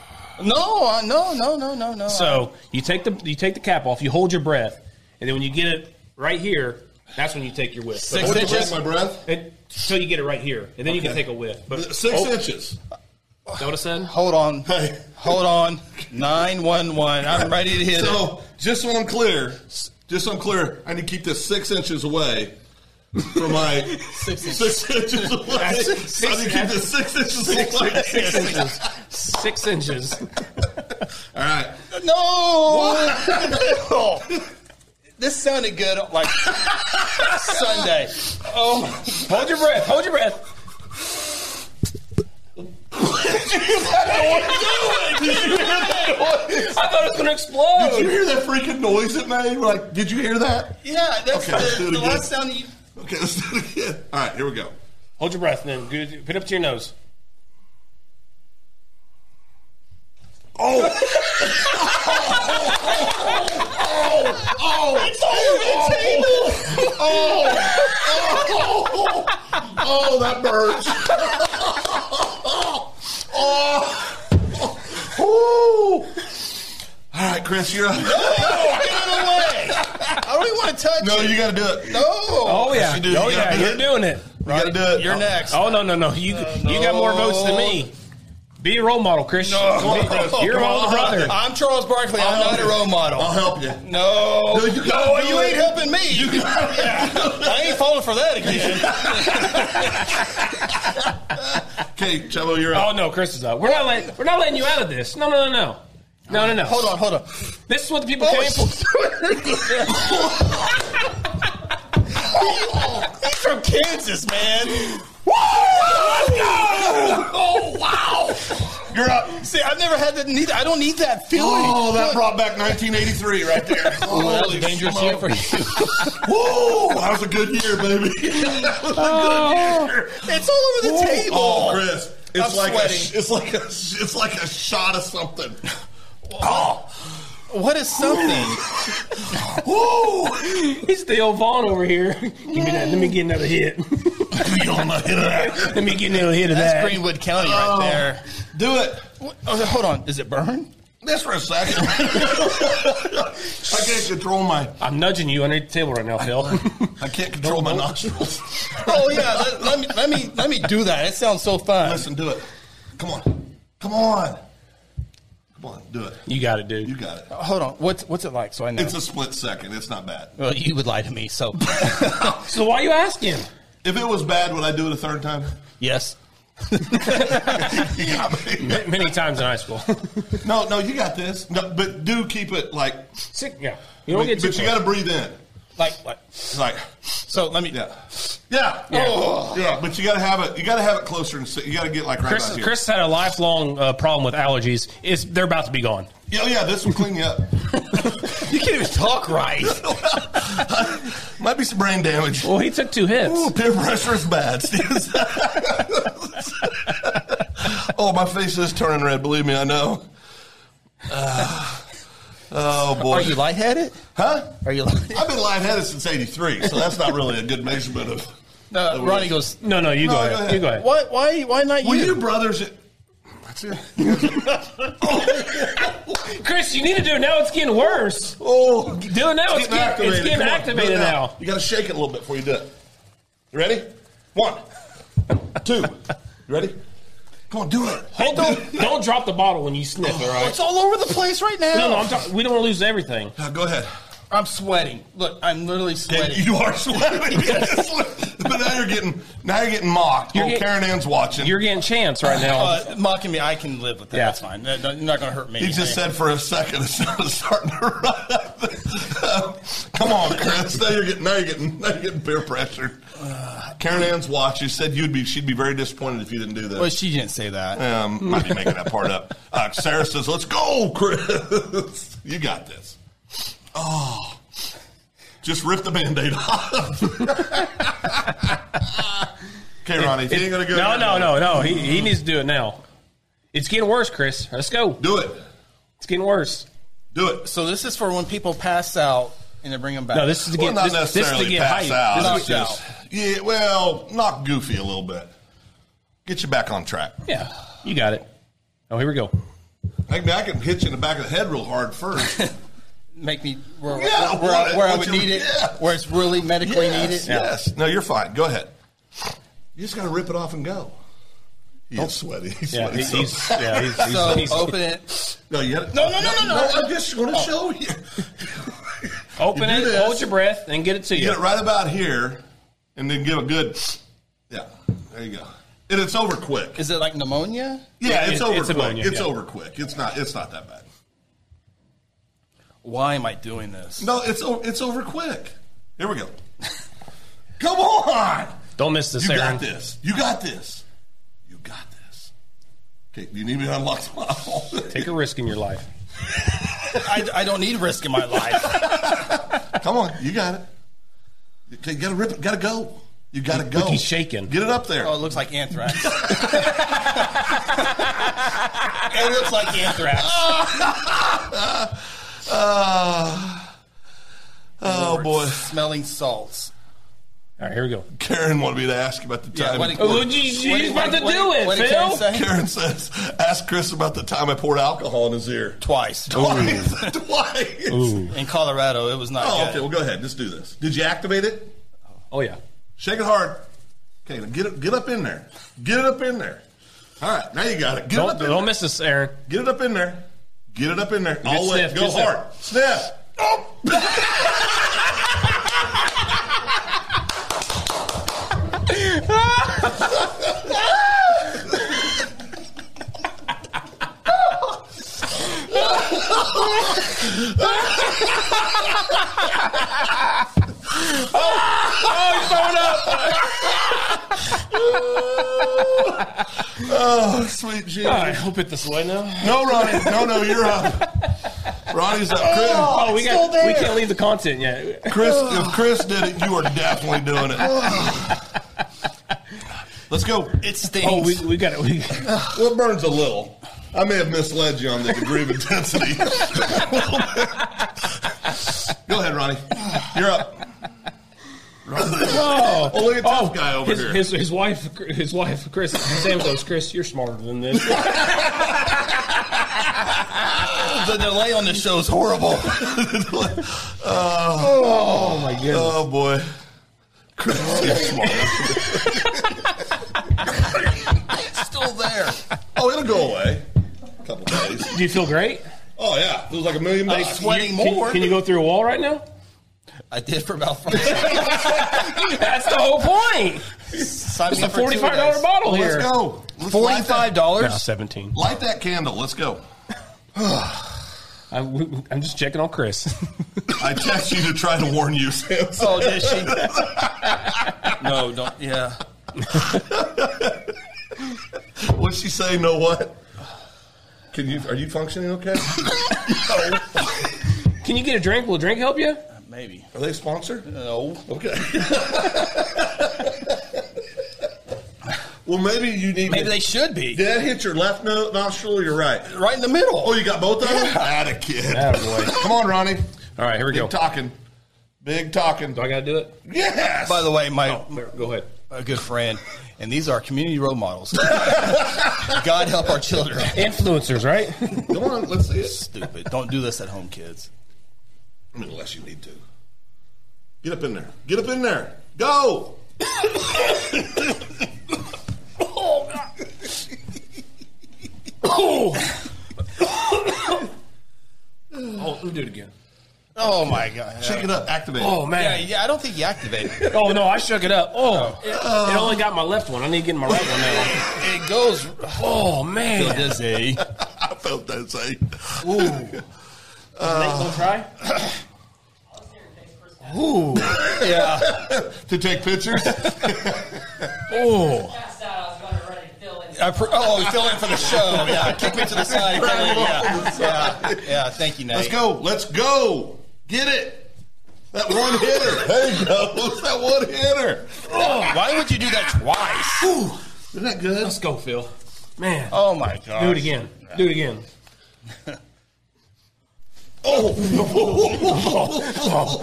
A: No, uh, no, no, no, no, no.
C: So you take the you take the cap off. You hold your breath, and then when you get it right here, that's when you take your whiff.
A: Six
B: I wouldn't
A: inches?
B: take my breath.
C: And- so you get it right here, and then you can
B: Okay.
C: take a whiff. But
B: Six
C: oh,
B: inches.
C: is that what I said? <laughs>
A: hold on,
B: Hey.
A: hold on. Nine one one. I'm ready to hit it.
B: So just so I'm clear, just so I'm clear, I need to keep this six inches away from my six, inches away.
C: six-
B: I need to keep this six inches away.
C: Six inches.
B: All right.
A: No. this sounded good
B: <laughs>
A: like Sunday. Oh,
C: Hold your breath. Hold your breath. I thought it was going to
B: Did you hear
C: explode.
B: that freaking noise it made? We're like, did you hear that?
A: yeah. That's
B: Okay,
A: the,
B: let's do it
A: the
B: again.
A: last sound. You,
B: Okay, let's do it again. All right, here we go.
C: Hold your breath, and then good- put it up to your nose.
B: Oh, that burns. <laughs> oh. oh. All right, Chris, you're up.
A: get it away. I don't even want to touch
B: No,
A: it.
B: you got to do it.
A: No.
C: Oh yeah.
B: you do.
C: Oh
B: You
C: yeah.
B: gotta do
C: You're
B: it.
C: doing it.
B: You got to do it.
A: You're next.
C: Oh no no no. You you got more votes than me. Be a role model, Chris. Come on, Chris. You're
B: Come
C: my older
B: on.
C: brother.
A: I'm Charles Barkley. I'm
B: I'll
A: not a role model.
B: I'll help you.
A: No,
B: Oh. No, you gotta do
A: you
B: it.
A: ain't helping me. Yeah. I ain't falling for that again.
B: <laughs> Okay, Chavo, you're
C: Oh
B: up.
C: no, Chris is up. We're not letting we're not letting you out of this. No no no no. No no no.
B: Oh.
A: hold on, hold on.
C: This is what the people came
B: <laughs>
A: He's
C: for.
A: from Kansas, man.
B: Oh, wow. You're up.
A: See, I've never had that. Need I don't need that feeling.
B: Oh, that brought back 1983 right <laughs> there. Holy smoke.
A: you.
B: Whoa, that was a good year, baby. <laughs> that was a good year.
A: <laughs> It's all over the table.
B: Oh, Chris, it's
A: I'm
B: like a,
A: sweating.
B: it's like a it's like a shot of something. Oh,
A: What is something?
B: woo! <laughs>
C: It's the old Vaughn over here. <laughs> Give me that. Let me get another hit. <laughs>
B: You on the hit of that.
C: Let me get another hit of
A: That's
C: that.
A: Greenwood County right
B: Oh.
A: there.
B: Do it.
A: What- oh, hold on. Does it burn?
B: This for a second. <laughs> I can't control my
C: I'm nudging you under the table right now, Phil.
B: I can't control my nostrils.
A: <laughs> Oh yeah. Let, let me let me let me do that. It sounds so fun.
B: Listen, do it. Come on. Come on. Come on, do it.
C: <laughs> you got it, dude.
B: You got it.
A: Hold on. What's what's it like? So I know.
B: It's a split second. It's not bad. <laughs>
A: well, you would lie to me. <laughs> So
C: So why you asking?
B: If it was bad, would I do it a third time? <laughs>
A: yes.
B: You got me.
C: Many times in high school. <laughs>
B: No, no, you got this. No, but do keep it like.
C: Sick. Yeah. You don't get
B: but
C: too
B: you
C: close.
B: got to breathe in.
A: Like like.
B: It's like,
A: So let me.
B: yeah, yeah, yeah. Oh, yeah. But you got to have it. You got to have it closer and sit. You got to get like right
C: Chris,
B: about here.
C: Chris had a lifelong uh, problem with allergies. It's, they're about to be gone.
B: Yeah, oh, yeah. This will clean you up.
A: You can't even talk <laughs> right.
B: Might be some brain damage.
C: Well, he took two hits.
B: Ooh, peer pressure is bad. <laughs> Steve. oh, my face is turning red. Believe me, I know. Ah. oh boy,
A: Are you lightheaded?
B: huh?
A: Are you lightheaded?
B: I've been lightheaded since '83, so that's not really a good measurement of.
A: <laughs> No, Uh, Ronnie goes.
C: No, no, you
B: No,
C: go,
B: go
C: ahead.
B: ahead.
C: You go ahead.
A: Why? Why? Why not
B: Were
A: you?
B: you brothers? That's it.
C: Chris, you need to do it now. It's getting worse.
B: Oh,
C: Do it now. It's, getting, it's getting
B: Come on, do
C: activated
B: it
C: now.
B: You got to shake it a little bit before you do it. You ready? One, two. You ready? Come on, do it. <laughs>
C: Hey, don't, don't drop the bottle when you sniff, all right?
A: It's all over the place right now.
C: No, no, I'm talking. We don't want to lose everything.
B: Now, go ahead.
A: I'm sweating. Look, I'm literally
B: And
A: sweating.
B: you are
C: <laughs>
B: sweating, but now you're getting now you're getting mocked.
C: You're
B: Old
C: getting-
B: Karen Ann's watching.
C: You're getting chance
B: <laughs>
C: right now.
A: Uh, mocking me, I can live with that.
C: Yeah.
A: That's fine. That- that- You're not going to hurt me.
B: he just said for a second it's <laughs> starting to run. up. <laughs> Come on, Chris. Now you're getting now you're getting now you're getting peer pressure.
C: Uh,
B: Karen Ann's watch. You said you'd be she'd be very disappointed if you didn't do this.
A: Well, she didn't say that.
B: Um, might be making that part up. Uh, Sarah says, "Let's go, Chris. <laughs> you got this." Oh, just rip the band-aid off. <laughs> okay, Ronnie, if you ain't gonna go.
C: no, no, no, no. He, he needs to do it now. It's getting worse, Chris. Let's go.
B: Do it.
C: It's getting worse.
B: Do it.
A: So this is for when people pass out and they bring them back.
C: No, this is to
B: Well,
C: get
B: not
C: this, this is
B: necessarily
C: to get
B: pass
C: hype.
B: out. It's
C: This is
A: Knocked
B: just, Yeah, well, knock Goofy a little bit. Get you back on track.
C: Yeah, you got it. Oh, here we go.
B: I can, I can hit you in the back of the head real hard first.
C: <laughs>
A: Make me where,
B: Yeah,
A: where, I-
B: what-
A: where I
B: what
A: would
B: you-
A: need it,
B: yeah.
A: where it's really medically
B: yes,
A: needed.
B: yes. No, you're fine. Go ahead. You just got to rip it off and go. He's sweaty. He's
C: Yeah,
B: sweaty.
C: he-
B: so-
C: he's, yeah, he's, he's,
A: So
C: he's-
A: open it.
B: <laughs> no, you gotta,
A: No, no, no, no, no.
B: I'm just going to show you.
C: Oh. open
B: You do
C: it,
B: this.
C: hold your breath, and get it to you.
B: Get it right about here, and then give a good. Yeah, there you go. And it's over quick.
A: Is it like pneumonia?
B: yeah, it's,
C: it's-
B: over
C: it's
B: quick.
C: ammonia,
B: it's
C: yeah.
B: over quick. It's not. It's not that bad.
A: Why am I doing this?
B: No, it's o- it's over quick. Here we
C: <laughs>
B: go. Come on.
C: Don't miss this,
B: You
C: Aaron.
B: got this. You got this. You got this. Okay, you need me to unlock the bottle.
C: Take a risk in your life.
A: I, I don't need risk in my <laughs> life.
B: Come on, you got it. You- You gotta rip it. Gotta go. You gotta go.
C: he's shaking.
B: Get it up there.
A: oh, <laughs> it looks like anthrax. it looks like anthrax.
B: Ah. oh
A: Lord,
B: boy,
A: Smelling salts.
C: All right, here we go.
B: Karen wanted me to ask you about the time.
A: what it-
C: Oh, geez,
A: what
C: he's
A: it-
C: about
A: what
C: to do it,
A: what
C: Phil.
A: Karen say?
B: Karen says, "Ask Chris about the time I poured alcohol in his ear
A: Twice.
B: twice." <laughs> twice.
A: In Colorado, it was not
B: Oh,
A: good.
B: okay. Well, go ahead. Just do this. Did you activate it?
C: Oh yeah.
B: Shake it hard. Okay, now get it, get up in there. Get it up in there. All right, now you got it. Get it
C: Don't
B: up in
C: don't
B: there.
C: miss this, Aaron.
B: Get it up in there. Get it up in there. All the way.
C: sniff,
B: Go
C: good sniff.
B: hard. Sniff.
C: <laughs>
B: Oh. oh, sweet Jesus.
C: All right, we'll put this away now.
B: No, Ronnie. No, no, you're up. Ronnie's up. Chris,
C: Oh, we
A: Still
C: got
A: there.
C: we can't leave the content yet.
B: Chris, if Chris did it, you are definitely doing it. Let's go.
A: It stinks.
C: Oh, we, we got it. We,
B: Well, it burns a little. I may have misled you on the degree of intensity. <laughs> go ahead, Ronnie. You're up.
C: oh,
B: Oh, look at tough guy over
C: his,
B: here.
C: his his wife his wife Chris Sam goes Chris, you're smarter than this.
A: the delay on this <laughs> show is
B: horrible.
C: oh my goodness.
B: <laughs> oh boy, Chris is smart.
A: still there.
B: Oh, it'll go away. A couple days.
C: Do you feel great?
B: Oh yeah, it was like a million
A: I'm
B: bucks.
A: sweating
C: Can,
A: more.
C: can you go through a wall right now?
A: I did for about <laughs> five seconds.
C: That's the whole point.
A: It's
C: The forty five dollar bottle
B: Let's
C: here.
B: go. Let's light
A: Forty-five
B: that-
A: dollars.
C: Seventeen.
B: Light that candle. Let's go.
C: I'm, we- I'm just checking on Chris. <laughs>
B: I text you to try to warn you, Sam.
A: Oh, did she? <laughs> no, don't. Yeah.
B: What'd she say? No what? Can you? Are you functioning okay?
C: <laughs>
B: no.
C: Can you get a drink? Will a drink help you?
A: Maybe.
B: Are they sponsored?
A: No.
B: Okay. well, maybe you need.
A: Maybe
B: to,
A: they should be
B: Did that hit your left no- nostril or your right?
A: right in the middle.
B: Oh, you got both of them. Had a kid.
C: Attaboy.
B: Come on, Ronnie.
C: All right, here we
B: Big
C: go.
B: talking. Big talking.
C: Do I got to do it?
B: Yes.
A: By the way, my
C: Here, Go ahead.
A: a good friend, and these are community role models. <laughs> God help our <laughs> children.
C: Influencers, right?
B: Come on, let's see it.
A: Stupid. Don't do this at home, kids.
B: Unless you need to. Get up in there. Get up in there. Go.
C: oh, let me do it again.
A: Oh my God.
B: Shake it up. Activate.
C: Oh
A: Yeah,
C: man.
A: yeah. I don't think you activated. <laughs> it.
C: Oh no, I shook it up. Oh, it, it only got my left one. I need to get my right one now.
A: It goes.
C: Oh man.
A: Dizzy.
B: I felt that say.
C: Nate, don't try.
A: Yeah.
B: to take pictures.
C: Oh,
D: passed out, uh, I was running ready to fill in.
A: I pr- oh, fill in for the show. Yeah. Kick me to the side. Fill in. Yeah. yeah. Yeah. Thank you, Nate.
B: Let's go. Let's go. Get it. That one hitter. There you go. That one hitter.
A: Oh, why would you do that twice?
B: Ooh, isn't that good?
C: let's go, Phil. Man,
A: Oh my God.
C: do it again. Do it again.
B: <laughs> Oh,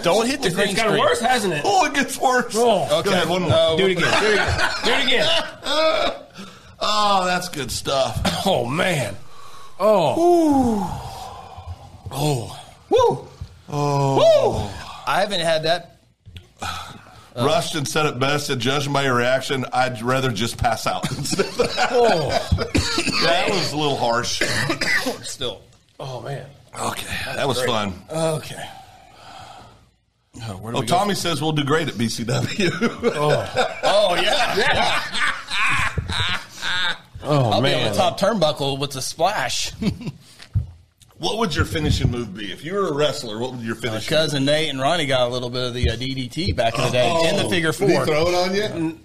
A: Don't hit the green
C: It's gotten
A: screen.
C: worse, hasn't it?
B: oh, it gets worse.
C: Oh.
B: Go ahead, one more.
A: No,
C: Do it again. Do it again. Do it again.
B: <laughs> Oh, that's good stuff.
C: Oh man. Oh.
A: Woo! Oh. I haven't had that.
B: Rushton said it best. And judging by your reaction, I'd rather just pass out. <laughs>
C: Oh.
B: that was a little harsh.
A: Still.
C: Oh man.
B: Okay, that was fun.
A: Okay. Oh, where do
B: Oh,
A: we go?
B: Tommy says we'll do great at BCW.
A: Oh, yeah.
C: Oh
A: I'll be
C: man.
A: on the top turnbuckle with a splash.
B: <laughs> what would your finishing move be if you were a wrestler? What would
A: Uh,
B: your finishing? move
A: Cousin Nate and Ronnie got a little bit of the uh, DDT back in the day in the figure
B: Oh. Did he
A: four. Mm.
B: throw it on you?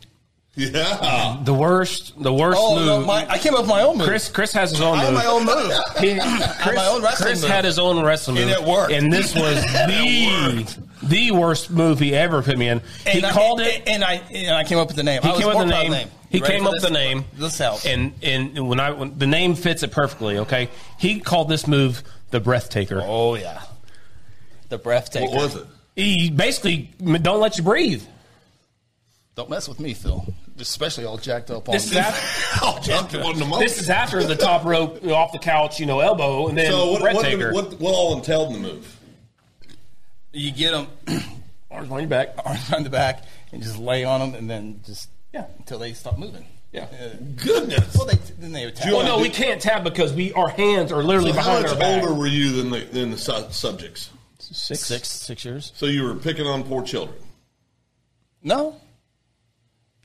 B: Yeah.
C: The worst. The worst
A: Oh,
C: move.
A: no, my, I came up with my own move.
C: Chris. Chris has his own
A: I had
C: move.
A: my own move.
C: He-
A: had
C: Chris,
A: my own wrestling
C: Chris
A: move.
C: had his own wrestling move,
A: And it worked.
C: And this
A: <laughs>
C: was the the worst move he ever put me in.
A: And
C: he
A: I-
C: called
A: and-
C: it.
A: and I and I came up with the name.
C: He
A: I was
C: came up
A: more
C: with the
A: proud of
C: name. He
A: You ready
C: came
A: for
C: up with
A: this?
C: the name.
A: This helps.
C: And and when I when, the name fits it perfectly. Okay. He called this move the breath taker.
A: oh yeah, the breath taker.
B: What
A: <laughs>
B: was it?
C: He basically m- don't let you breathe.
A: Don't mess with me, Phil. Especially all jacked up on.
C: This is after,
B: <laughs> Oh, jumped it on the monkey.
C: this is after the top rope you know, off the couch, you know, elbow, and then
B: So what?
C: breath
B: What,
C: taker.
B: what, what, all entailed in the move?
A: you get them
C: Arms behind your back.
A: arms <clears throat> on the back and just lay on them, and then just
C: Yeah.
A: until they stop moving.
C: Yeah.
A: Uh,
B: Goodness.
A: Well, they then they attack.
C: Well, no, we can't tap because we our hands are literally
B: So how
C: behind
B: much
C: our back.
B: older were you than the than the su- subjects?
C: Six.
A: six six years.
B: So you were picking on poor children.
A: No,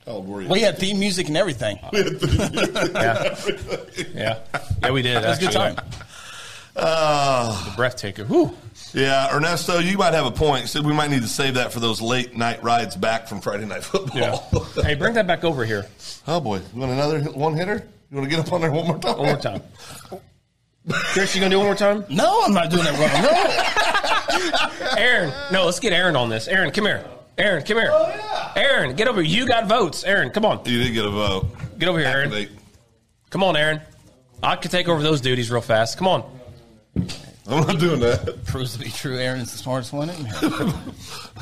B: How old were you?
A: we had theme music and everything. It
C: Yeah. yeah. Yeah, we did. It
A: was a good time.
B: Uh,
C: Breath taker. Whew.
B: yeah, Ernesto, you might have a point. Said we might need to save that for those late night rides back from Friday night <laughs>
C: Yeah.
B: football.
C: hey, bring that back over here
B: oh boy, you want another hit- one hitter? You want to get up on there one more time?
C: one more time. Chris, you gonna do it one more time?
A: No, I'm not doing it wrong. No.
C: Aaron, no, let's get Aaron on this. Aaron, come here. Aaron, come here. Oh, yeah. Aaron, get over here. You got votes. Aaron, come on.
B: You did get a vote.
C: Get over here, Aaron.
B: Activate.
C: Come on, Aaron. I could take over those duties real fast. Come on.
B: I'm not doing that.
A: proves to be true. Aaron's the smartest one in here. <laughs>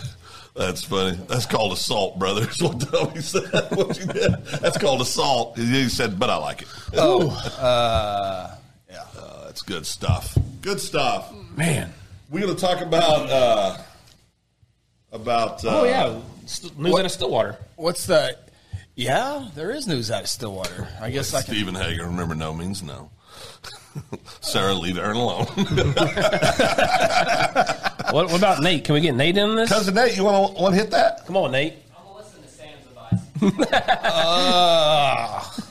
B: That's funny. That's called assault, brother. That's what Tommy <laughs> said. What you did. That's called assault. He said, but I like it.
A: Oh, uh, yeah.
B: Uh, that's good stuff. Good stuff.
C: Man.
B: We're going to talk about uh, about. Uh,
C: Oh, yeah. St- News out of Stillwater.
A: What's the? Yeah, there is news out of Stillwater. I guess I can.
B: Stephen Hager. Remember, no means no. <laughs> Sarah, leave Aaron alone. <laughs>
C: What, what about Nate? Can we get Nate in on this?
B: Cousin Nate, you want to one hit that?
C: Come on, Nate.
D: I'm gonna listen to Sam's advice.
A: Ah,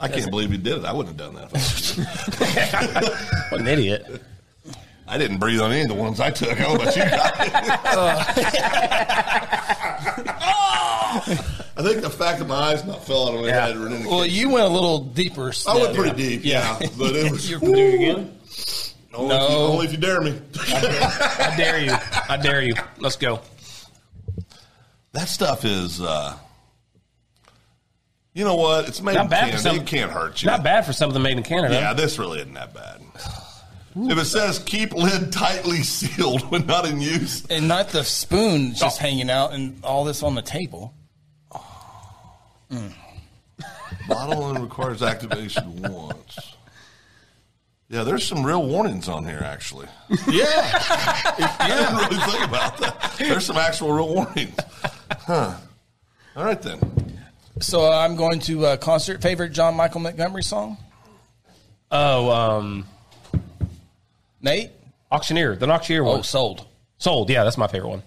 B: I can't believe you did it. I wouldn't have done that. If I, was you.
C: What an idiot.
B: I didn't breathe on any of the ones I took. How about you? <laughs> I think the fact that my eyes not fell out of my
C: Yeah.
B: head. Were an
A: Well,
B: indication.
A: you went a little deeper.
B: I went
A: Stan.
B: pretty deep, yeah, but it was
C: <laughs>
A: You're
B: <laughs> Woo!
A: pretty-
C: again?
B: Only, if you,
A: No.
B: only if you dare me.
C: I dare you. I dare you. Let's go.
B: <laughs> that stuff is, uh, you know what? It's made
C: Not
B: in
C: bad for
B: Canada.
C: some-
B: It can't hurt you.
C: Not bad for something made in Canada.
B: Yeah, this really isn't that bad. If it says keep lid tightly sealed when not in use,
A: and not the spoon just hanging out and all this on the table.
B: bottle only requires activation once. Yeah, there's some real warnings on here, <laughs> actually.
A: Yeah,
B: I didn't really think about that. There's some actual real warnings. Huh. All right, then.
A: <laughs> so I'm going to uh, concert favorite John Michael Montgomery song.
C: Oh, um,
A: Nate,
C: auctioneer. The auctioneer one.
A: oh, sold.
C: Sold. Yeah, that's my favorite one.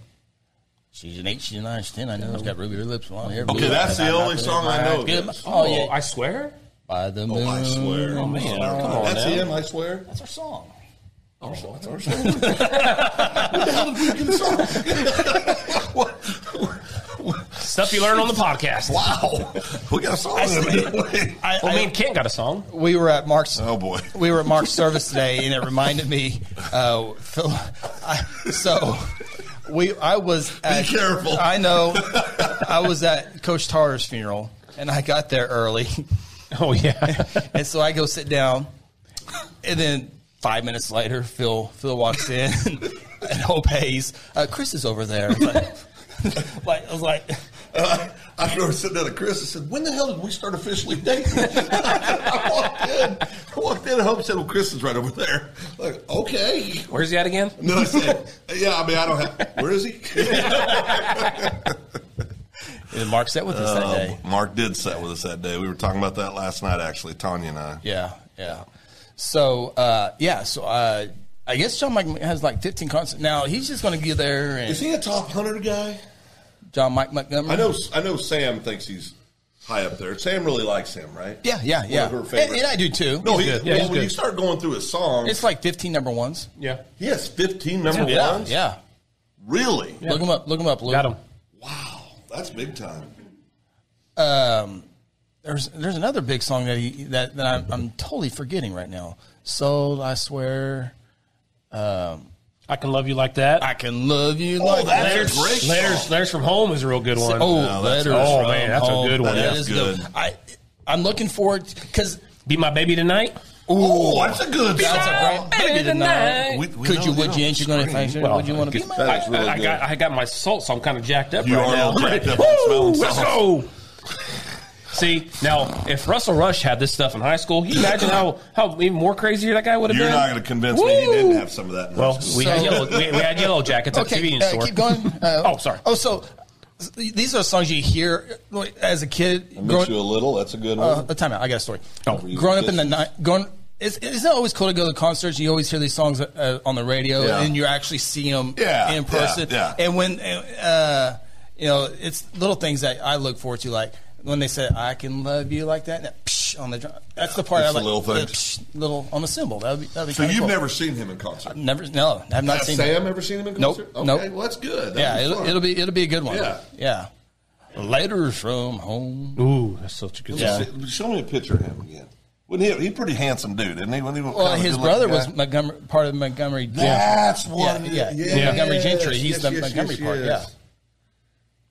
A: She's an eight, she's a nine, she's ten. I know. She's got ruby lips on here.
B: Okay, that's the only song I know. of
A: Good.
B: this.
A: Oh yeah,
C: I swear.
A: by the
B: Oh,
A: moon.
B: I swear.
C: Oh man, come on
B: That's
C: now.
B: him, I swear.
A: That's her song.
C: Stuff you learn on the podcast.
B: Wow. We got a song in it.
A: I,
C: Well,
A: I-
C: me and Kent got a song.
A: we were at Mark's
B: Oh, boy.
A: we were at Mark's service today, and it reminded me. Uh, Phil, I, so we, I was. At,
B: careful.
A: I know. I was at Coach Tarter's funeral, and I got there early,
C: <laughs> Oh yeah.
A: and so I go sit down, and then Five minutes later, Phil Phil walks in and Hope Hayes. Uh, Chris is over there. Like, like I was like,
B: Uh, I remember sitting down at Chris and said, "When the hell did we start officially dating?" <laughs> I walked in. I walked in and Hope said, "Well, Chris is right over there." Like, okay.
C: <laughs> Where's he at again?
B: And then I said, "Yeah, I mean, I don't have. Where is he?"
A: and Mark sat with us that day.
B: <laughs> Mark did set with us that day. We were talking about that last night, actually, Tanya and I.
A: Yeah, yeah. So uh, yeah, so uh, I guess John Mike has like 15 concerts now. He's just going to get there and
B: Is he a top hundred guy?
A: John Mike Montgomery.
B: I know. I know. Sam thinks he's high up there. Sam really likes him, right?
A: Yeah, yeah, yeah.
B: her
A: And,
B: favorites.
A: and I do too.
B: No, he,
C: good. Yeah,
B: well,
C: he's
B: when
C: good.
B: you start going through his songs,
A: It's like 15 number ones.
C: Yeah.
B: he has fifteen number
A: Yeah,
B: ones.
A: yeah.
B: Really?
A: Look him up. Look him up. Luke.
C: Got him.
B: Wow, that's big time.
A: Um, there's there's another big song that he that, that I'm, I'm totally forgetting right now. So I swear
C: I can love you like that.
A: I can love you like
B: that's
A: that.
B: a great song.
C: Letters, letters from home is a real good one.
A: Oh,
B: No, that's-
A: letters
C: oh,
A: from
C: man, that's a
A: home.
C: good one.
A: That
B: That's
A: is good.
B: good.
A: I I'm looking forward because
C: Be my baby tonight.
B: Oh, that's a good.
A: that's a great baby tonight.
B: We- we
A: Could
B: know
A: you?
B: they
A: Would
B: don't
A: you? Ain't you going to
B: scream.
A: find?
C: Well,
A: Would you want to be my?
B: That is really
C: I, I
B: good.
C: got I got my salt, so I'm kind of jacked up
B: You
C: right
B: are
C: now.
B: all jacked up on
C: Woo,
B: smelling
C: let's
B: salt.
C: go. See now, if Russell Rush had this stuff in high school, can you imagine how how even more crazier that guy would have
B: You're
C: been.
B: not going to convince me he
C: Woo!
B: didn't have some of that. in
C: Well,
B: high school.
C: we, had
A: So-
C: yellow, we, we had yellow jackets at the
A: Okay,
C: convenience
A: uh,
C: store.
A: keep going.
C: <laughs>
A: Uh,
C: Oh, sorry.
A: Oh, so these are songs you hear like, as a kid.
B: Mix
A: growing-
B: you a little. That's a good
A: uh,
B: one.
A: a time out. I got a story.
B: Oh.
A: growing up in the night, going. It's, it's not always cool to go to concerts. You always hear these songs uh, on the radio,
B: Yeah.
A: and you actually see them
B: Yeah,
A: in
B: yeah,
A: person.
B: yeah.
A: And when uh, you know, it's little things that I look forward to, like when they say "I can love you" like that, and that psh, on the drum. That's the part
B: It's
A: I like.
B: the little
A: the
B: things.
A: psh, little on the cymbal. That'd be, that'd be
B: so
A: kinda
B: you've
A: cool.
B: never seen him in concert.
A: never no, I've not
B: Has
A: seen
B: Sam
A: that.
B: ever seen him in
A: Nope,
B: concert?
A: nope.
B: Okay, well, that's good. That'd
A: Yeah,
B: be
A: it'll,
B: fun.
A: it'll be it'll be a good one.
B: Yeah.
A: yeah. Later from home.
C: Ooh, that's such a good.
A: Yeah.
C: Yeah.
B: See, Show me a picture of him again. Wouldn't he? He's a pretty handsome dude, isn't he? Wasn't he
A: Well,
B: kind of a
A: his
B: good-looking
A: brother
B: guy?
A: was Montgomery, part of Montgomery.
B: That's what. it-
A: yeah,
B: yes,
A: yeah. Montgomery Gentry.
B: yes,
A: He's
B: yes,
A: the
B: yes,
A: Montgomery
B: yes,
A: part.
B: yes.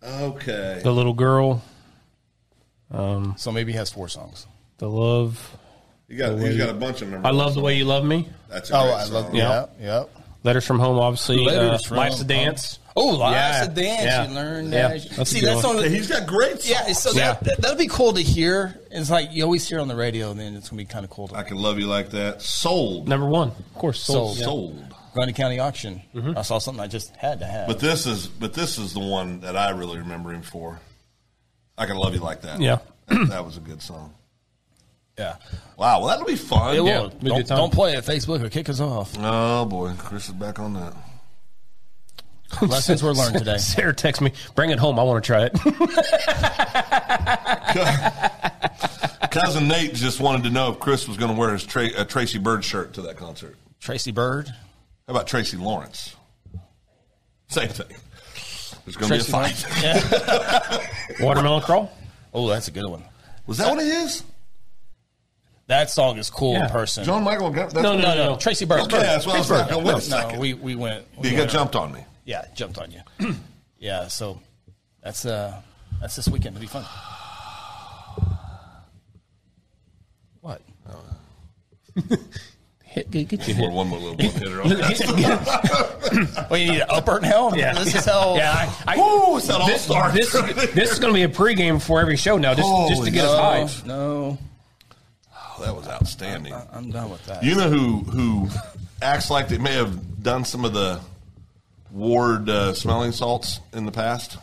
B: Okay.
C: The little girl,
A: Yeah. So maybe he has four songs.
C: the love.
B: You got. He's got a bunch of them.
C: I love the way you love me.
B: That's a
A: Oh,
B: great song.
C: Yeah.
A: Yep.
C: Letters from home, obviously.
A: Letters
C: uh,
A: from
C: Life's a
A: Home.
C: dance.
A: Oh, life's
C: Yeah.
A: a dance.
C: Yeah.
A: You learn
C: Yeah.
A: that.
C: That's a
A: See,
C: good
A: that's
C: one.
A: on.
B: He's got great. Songs.
A: Yeah. So
C: Yeah.
A: That, that that'll be cool to hear. It's like you always hear on the radio, and then it's gonna be kind of cool.
B: I
A: To,
B: can love you like that. Sold.
C: Number one, of course. Sold.
A: Sold.
C: Yeah.
B: Sold.
A: Grundy County Auction. I saw something I just had to have.
B: Mm-hmm. But this is. But this is the one that I really remember him for. I can love you like that.
C: Yeah.
B: That, that was a good song.
A: yeah.
B: Wow. Well, that'll be fun.
A: It
C: Yeah,
A: will.
C: it'll be a
A: Don't,
C: good time.
A: don't play it. Facebook or kick us off.
B: Oh boy, Chris is back on that.
A: Lessons were
C: <laughs>
A: learned today.
C: Sarah texts me, bring it home. I want to try it. <laughs>
B: Cousin Nate just wanted to know if Chris was going to wear his tra- a Tracy Bird shirt to that concert.
A: Tracy Bird.
B: How about Tracy Lawrence? Same thing. There's going to be a
A: Tracy
B: fight. <laughs>
C: Watermelon crawl.
A: Oh, that's a good one.
B: Was that what it is?
A: That song is cool in
C: Yeah.
A: person.
B: John Michael? That's
C: No, no,
A: no,
C: no,
A: no, Tracy Bird.
B: Okay, that's what I was
A: Tracy
B: like, oh,
A: Bird.
B: wait a
A: No,
B: second.
A: No, we, we went. we
B: You
A: went
B: got jumped on me.
A: Yeah, jumped on you. <clears throat> yeah, so that's uh that's this weekend. It'll be fun. What?
C: Hit,
B: <laughs>
C: get, get you
B: One more,
C: hit.
B: one
A: <laughs>
B: more little one hitter. On that.
A: Well, Oh, you need an upper now.
C: <laughs> Yeah.
A: this is how.
C: Yeah, I, I,
B: Ooh, it's that all
C: this,
B: star.
C: this, this is going to be a pregame for every show now, just, just to
B: Holy
C: get
A: no,
C: us hyped.
A: Oh, no,
B: <laughs> that was outstanding.
A: I'm done with that.
B: You know who who acts like they may have done some of the Ward uh, smelling salts in the past?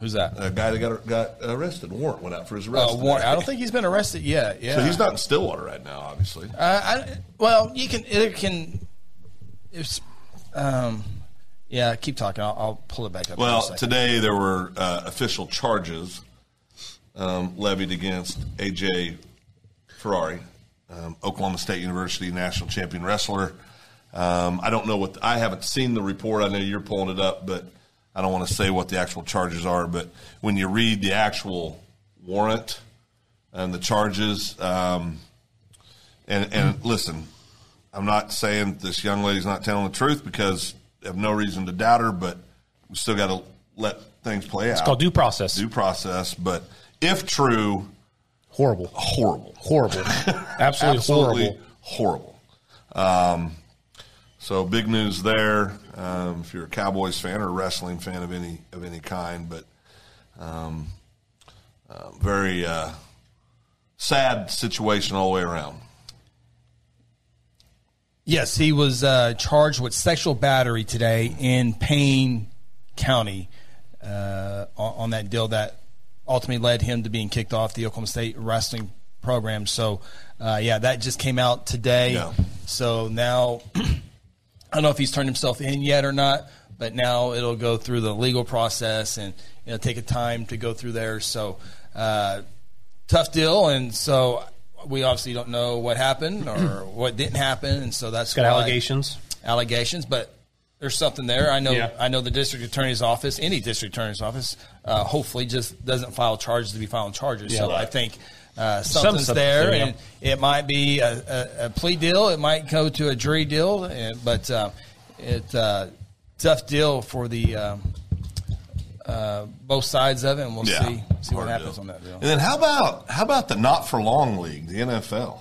A: Who's that?
B: A guy that got got arrested. Warrant went out for his arrest.
A: Uh, Warren. I don't think he's been arrested yet. Yeah,
B: So he's not in Stillwater right now, obviously.
A: Uh, I, well, you can it can. It's, um, yeah, keep talking. I'll, I'll pull it back up. in a
B: Well,
A: second.
B: today there were uh, official charges um, levied against AJ Ferrari, um, Oklahoma State University national champion wrestler. Um, I don't know what I haven't seen the report. I know you're pulling it up, but I don't want to say what the actual charges are. But when you read the actual warrant and the charges, um, and and listen, I'm not saying this young lady's not telling the truth because I have no reason to doubt her, but we still got to let things play out.
C: It's called due process.
B: due process. But if true,
C: Horrible.
B: horrible, <laughs>
C: Horrible. Absolutely,
B: absolutely
C: horrible.
B: horrible. Um, So big news there. Um, if you're a Cowboys fan or a wrestling fan of any of any kind, but um, uh, very uh, sad situation all the way around.
A: Yes, he was uh, charged with sexual battery today in Payne County uh, on, on that deal that ultimately led him to being kicked off the Oklahoma State wrestling program. So, uh, yeah, that just came out today.
B: Yeah.
A: So now, I don't know if he's turned himself in yet or not, but now it'll go through the legal process and it'll take a time to go through there. So, uh, tough deal. And so we obviously don't know what happened
C: <clears throat>
A: or what didn't happen. And so that's
C: Got
A: why-
C: allegations.
A: allegations, but there's something there. I know.
C: Yeah.
A: I know the district attorney's office, any district attorney's office, uh, hopefully just doesn't file charges to be filing charges. so
C: Right.
A: I think uh, something's
C: substance
A: there,
C: there, yeah.
A: and it might be a, a, a plea deal, it might go to a jury deal, and, but uh, it's a tough deal for the um, uh, both sides of it, and we'll
B: Yeah,
A: see see what
B: Hard
A: happens
B: deal.
A: on that deal.
B: And then how about how about the not for long league, the NFL?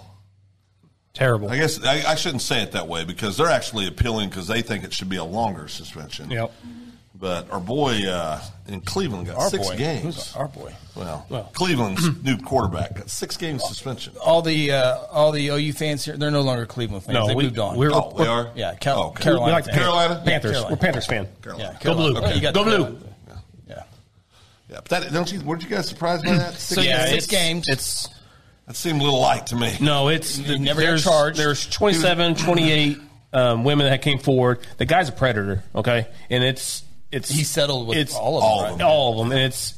C: Terrible.
B: I guess I, I shouldn't say it that way because they're actually appealing because they think it should be a longer suspension.
C: Yep.
B: But our boy uh, in Cleveland got
A: Our
B: six
A: boy,
B: games.
A: Who's our boy?
B: Well,
C: Well.
B: Cleveland's <clears throat> new quarterback got six game suspension.
A: All the uh, all the OU fans here—they're no longer Cleveland fans.
C: No,
A: they
C: we-
A: moved on.
C: we're-
B: Oh, they are.
A: Yeah, Cal-
B: Oh, okay.
A: Carolina.
C: We like the
A: fans.
B: Carolina?
C: Panthers.
A: Carolina.
C: We're Panthers fan.
B: Carolina.
A: Yeah,
C: Go blue.
A: Carolina. You got
C: Go
A: the-
C: blue.
A: Yeah.
B: Yeah, but that, don't you? Weren't you guys surprised by that? Six
A: So, yeah,
B: games?
A: six games.
C: It's
B: that seemed a little light to me.
C: no, it's
A: You never got
C: there's,
A: charged.
B: <clears throat>
C: There's 27, 28 um, women that came forward. The guy's a predator, okay, and it's it's
A: He settled with
C: it's
A: all of
B: all
A: them.
B: of
A: right?
B: them.
C: all of them, and it's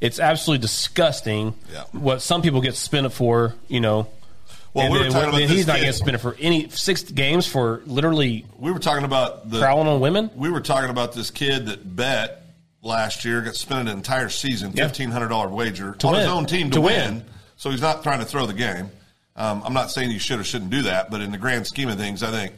C: it's absolutely disgusting
B: Yeah.
C: what some people get spent for. You know,
B: Well, we were
C: then-
B: talking about
C: then
B: this
C: he's not
B: kid.
C: getting spent for any six games for literally
B: We were talking about the.
C: prowling on women.
B: We were talking about this kid that bet last year got spent an entire season
C: Yeah.
B: fifteen hundred dollar wager on his
C: win.
B: own team to,
C: To
B: win.
C: win.
B: So he's not trying to throw the game. Um, I'm not saying you should or shouldn't do that, but in the grand scheme of things, I think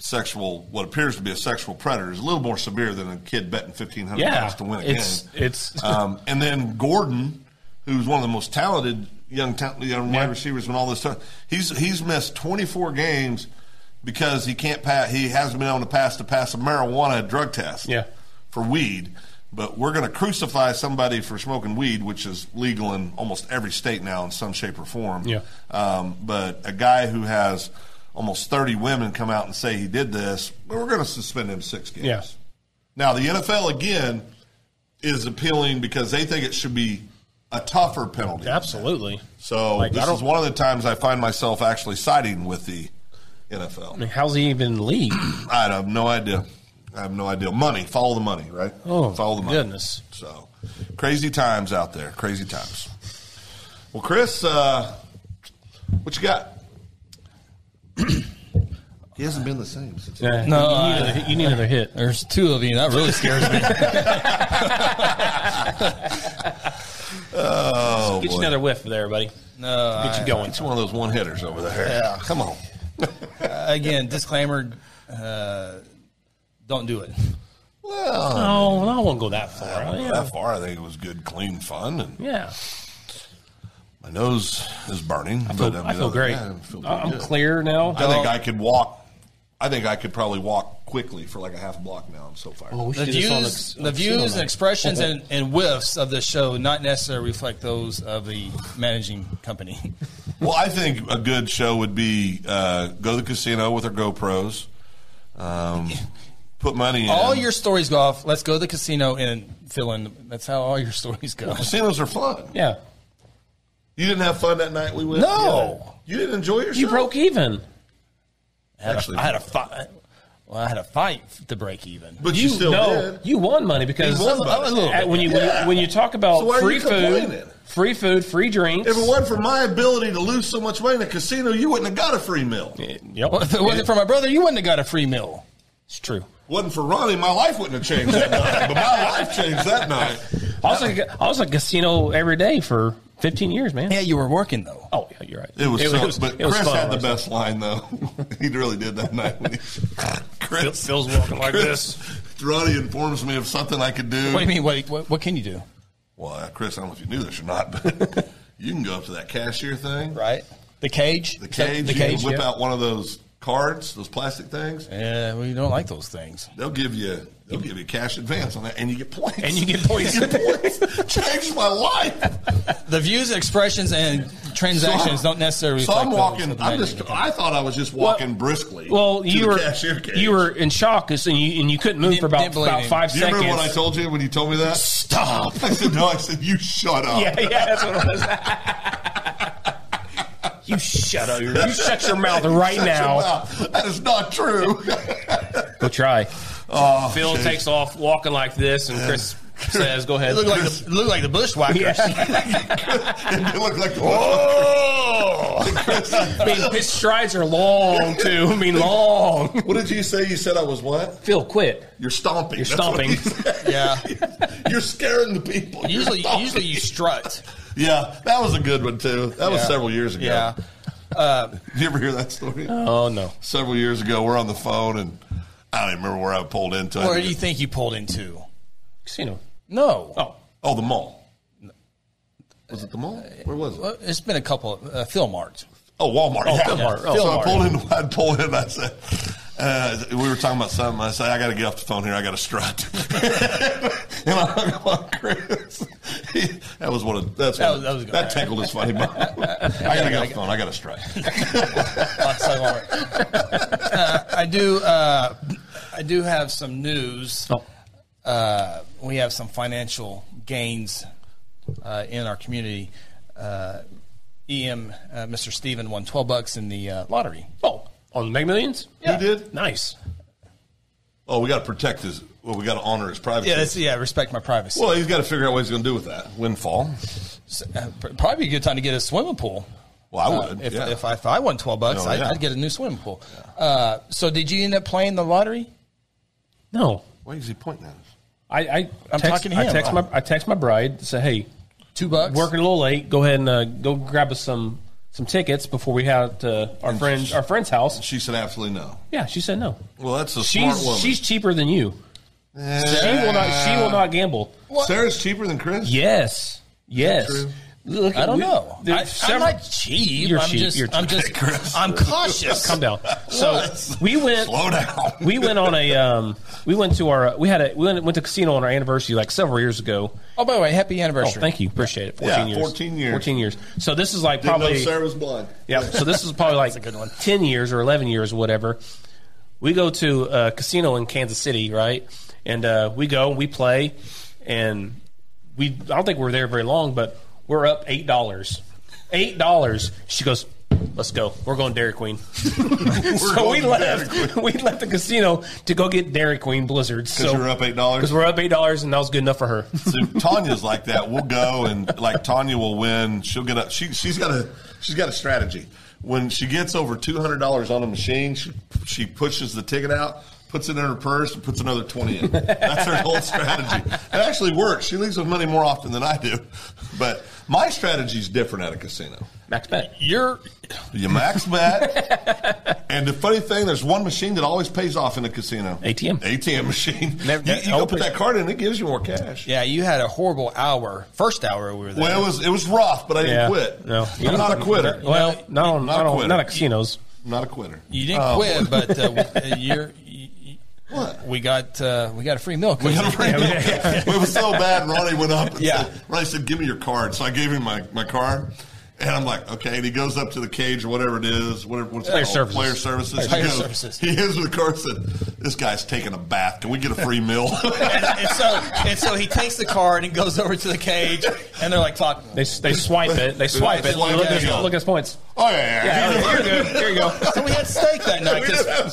B: sexual what appears to be a sexual predator is a little more severe than a kid betting fifteen hundred
C: Yeah,
B: dollars to win a
C: it's
B: game.
C: it's
B: Um, and then Gordon, who's one of the most talented young ta- young wide receivers when all this time, he's he's missed 24 games because he can't pass. He hasn't been able to pass to pass a marijuana drug test.
C: <laughs> Yeah.
B: for weed. But we're going to crucify somebody for smoking weed, which is legal in almost every state now in some shape or form.
C: Yeah.
B: Um, but a guy who has almost 30 women come out and say he did this, we're going to suspend him six games.
C: Yeah.
B: Now, the NFL, again, is appealing because they think it should be a tougher penalty.
C: absolutely.
B: So
C: Like, I
B: this
C: don't-
B: is one of the times I find myself actually siding with the NFL.
C: How's he even in the league?
B: I have no idea. I have no idea. Money, follow the money, right?
C: Oh,
B: follow the money.
C: goodness.
B: So crazy times out there. Crazy times. Well, Chris, uh, what you got? he hasn't been the same since.
C: Yeah,
A: No,
C: you,
A: I-
C: need another, you need another hit.
A: There's two of you. That really scares me.
B: Oh,
C: Get you
B: boy.
C: another whiff there, buddy.
A: No,
C: Get you going.
B: It's one of those one hitters over there. Yeah. Come on.
A: <laughs> again, disclaimer: uh, don't do <laughs> it.
B: Well,
C: Oh, well, I won't go that far.
B: that far, I think it was good, clean fun, and
C: Yeah,
B: my nose is burning.
C: I feel,
B: but,
C: I
B: mean,
C: feel
B: other
C: great.
B: than that, I feel pretty
C: I'm
B: good.
C: clear now.
B: I think I could walk. I think I could probably walk quickly for like a half block now. I'm so fired.
C: Oh,
B: up.
A: The views, the views and <laughs> expressions and, and whiffs of the show not necessarily reflect those of the managing <laughs> company.
B: Well, I think a good show would be uh, go to the casino with our GoPros, um, put money in.
A: All your stories go off. Let's go to the casino and fill in. That's how all your stories <laughs> go.
B: casinos are fun.
C: Yeah,
B: You didn't have fun that night we went.
A: No.
B: together? you didn't enjoy yourself.
C: you broke even.
A: I had
B: Actually-
A: a, I had a fight. Well, I had a fight to break even.
B: but you, still
C: no,
B: did.
C: you won money because
B: You won money.
C: A little bit. when you when you-
B: Yeah.
C: when you talk about
B: So why are
C: free
B: you
C: food,
B: complaining?
C: free food, free drinks.
B: If it wasn't for my ability to lose so much money in a casino, you wouldn't have got a free meal.
C: Yep,
A: Well, if <laughs> it wasn't for my brother, you wouldn't have got a free meal.
C: it's true.
B: Wasn't for Ronnie, my life wouldn't have changed that night. But my life changed that night.
C: I was like I was like casino every day for 15 years, man.
A: Yeah, you were working though.
C: Oh yeah, you're right.
B: It was, so, but
C: it was
B: Chris
C: fun.
B: had the best line though. <laughs> he really did that night. <laughs> When he, Chris,
C: Phil's
A: <laughs>
C: walking like
B: Chris, Ronnie informs me of something I could do.
A: What do you mean? What, what, what can you do?
B: Well, uh, Chris, I don't know if you knew this or not, <laughs> but you can go up to that cashier thing,
A: Right. The cage.
B: the cage,
A: The
B: you
A: cage.
B: can whip
A: yeah.
B: out one of those cards, those plastic things.
A: Yeah, we don't like those things.
B: They'll give you they'll give you cash advance on that, and you get points.
C: And
B: <laughs>
C: you get points.
B: You get points. Changed my life.
A: The views, expressions, and transactions
B: So
A: don't
B: I'm-
A: necessarily.
B: So
A: reflect
B: I'm
A: those
B: walking.
A: of the
B: I'm
A: bank
B: just.
A: account.
B: I thought I was just walking briskly.
C: Well,
B: to
C: you
B: the
C: were
B: cashier cage.
C: you were in shock, and you and you couldn't move
A: Didn't-
C: for about
A: didn't believe
C: about
A: him.
C: five
B: Do you
C: seconds.
B: remember what I told you when you told me that?
C: Stop.
B: <laughs> I said no. I said you shut up.
C: yeah, yeah, that's what it was. <laughs> you shut up. You shut your mouth right
B: Shut your
C: now.
B: mouth. That is not
A: <laughs>
B: true.
C: Go try.
B: oh,
C: Phil
B: geez. <laughs>
C: takes off walking like this, and Chris says, "Go ahead."
A: They look like
B: <laughs>
A: the, look like the bushwhackers.
B: and they look like whoa.
C: I mean, his strides are long too. I mean, <laughs> long.
B: <laughs> what did you say? You said I was what?
C: Phil, quit.
B: You're stomping. You're
C: stomping.
A: <laughs> Yeah.
B: <laughs> You're scaring the people. You're
A: <laughs> Usually,
B: stomping.
A: usually you strut.
B: Yeah, that was a good one too. That was
A: Yeah.
B: several years ago.
A: Yeah.
B: Did you ever hear that story?
C: Oh no.
B: several years ago. We're on the phone, and I don't even remember where I pulled into.
A: Where do you think you pulled into?
C: Casino.
A: No.
C: Oh,
B: Oh, the mall. Was it the mall? Where was it?
A: Well, It's been a couple of uh, film art.
B: Oh, Walmart. yeah.
C: Walmart. Oh,
B: so
C: Walmart.
B: I pulled in. I pulled in. I said, uh, we were talking about something. I said, I got to get off the phone here. I got to strut. <laughs> and I hung up on Chris. He- that was one of that's
A: That was-
B: one of-
A: that was a good one.
B: tickled his funny bone. I got to get off the phone. I got to strut.
A: Lots of art. Uh, I do. Uh, I do have some news.
C: Oh.
A: Uh, we have some financial gains uh, in our community. Uh, EM, uh, Mr. Steven won twelve bucks in the uh, lottery.
C: oh, on Mega Millions.
A: Yeah.
B: Who did?
C: Nice.
B: Oh, we got to protect his. Well, we got to honor his privacy.
A: Yeah, that's, yeah. Respect my privacy.
B: well, he's got to figure out what he's going to do with that windfall.
A: S- uh, pr- probably a good time to get a swimming pool.
B: Well, I
A: Uh,
B: would.
A: if,
B: yeah.
A: if, I, Oh, if I won twelve bucks,
B: No,
A: I'd,
B: yeah.
A: I'd get a new swimming pool. Uh, so, did you end up playing the lottery?
C: No,
B: Why is he pointing at us?
C: I, I
A: I'm
C: text,
A: talking to
C: I
A: him.
C: text my I text my bride. and Say, hey,
A: Two bucks.
C: working a little late. Go ahead and uh, go grab us some some tickets before we head to our friend our friend's house.
B: She said absolutely no.
C: Yeah, she said no.
B: Well, that's a smart
C: She's
B: woman.
C: she's cheaper than you.
B: Eh.
C: She will not. She will not gamble.
B: Sarah's cheaper than Chris.
C: Yes. Yes.
B: true?
C: Look,
A: I don't
C: we-
A: know.
C: there-
A: I,
C: several-
A: I'm not cheap.
C: You're
A: I'm
C: cheap.
A: Just,
C: You're
A: I'm
C: cheap.
A: just. I'm cautious.
C: <laughs> Calm down. So we went.
B: Slow down.
C: We went on a. Um, we went to our. We had a. We went, went to casino on our anniversary like several years ago.
A: Oh, by the way, happy
C: Oh,
A: anniversary.
C: thank you. Appreciate it. Fourteen
B: Yeah,
C: years.
B: 14 years.
C: Fourteen years. So this is like
B: Didn't know
C: probably.
B: Sarah was blind.
C: Yeah. So this is probably like ten years or eleven years or whatever. We go to a casino in Kansas City, right? And uh, we go, we play, and we. I don't think we we're there very long, but we're up eight dollars. Eight dollars. She goes, "Let's go. We're going Dairy Queen." <laughs> so we
B: going Dairy
C: left. We left the casino to go get Dairy Queen blizzards.
B: Because
C: So
B: you're up eight dollars.
C: because we're up eight dollars, and that was good enough for her.
B: <laughs> So Tanya's like that. We'll go and like Tanya will win. She'll get up. She she's got a she's got a strategy. When she gets over two hundred dollars on a machine, she she pushes the ticket out, puts it in her purse, and puts another twenty in. That's her whole strategy. It actually works. She leaves with money more often than I do. But my strategy's different at a casino.
C: Max bet.
A: You're.
B: You max bet. <laughs> and the funny thing, there's one machine that always pays off in a casino.
C: ATM.
B: ATM machine.
A: Never-
B: you you go
A: open-
B: put that card in, it gives you more cash.
A: Yeah, you had a horrible hour. First hour we were there.
B: Well, it was it was rough, but I didn't
C: Yeah.
B: quit.
C: No.
B: I'm not a quitter.
C: Well, not on,
B: Not
C: not,
B: a
C: on,
B: quitter.
C: not at casinos.
B: I'm not a quitter.
A: you didn't
C: Oh.
A: quit, but
C: <laughs>
A: uh, you're. You, you-
B: What?
A: we got uh, we got a free milk.
B: We had a free meal. It was so bad. Ronnie went up. And
A: Yeah.
B: Said, Ronnie said, "Give me your card." So I gave him my, my card, and I'm like, "Okay." And he goes up to the cage or whatever it is, whatever what's it
C: Player
B: called?
C: services.
B: Player services.
A: Player
B: he goes,
A: services.
B: He is with the card. Said, "This guy's taking a bath. Can we get a free meal?" <laughs> Oh,
A: and, <laughs> and so and so he takes the card and goes over to the cage, and they're like talking.
C: They, they swipe it. They swipe it.
B: Swipe
C: look,
B: it.
C: at his- look at his points.
B: oh yeah.
C: Yeah,
B: yeah.
C: here you go. Here you go.
A: So we had steak that night.
B: <laughs> We
A: 'cause-
B: did have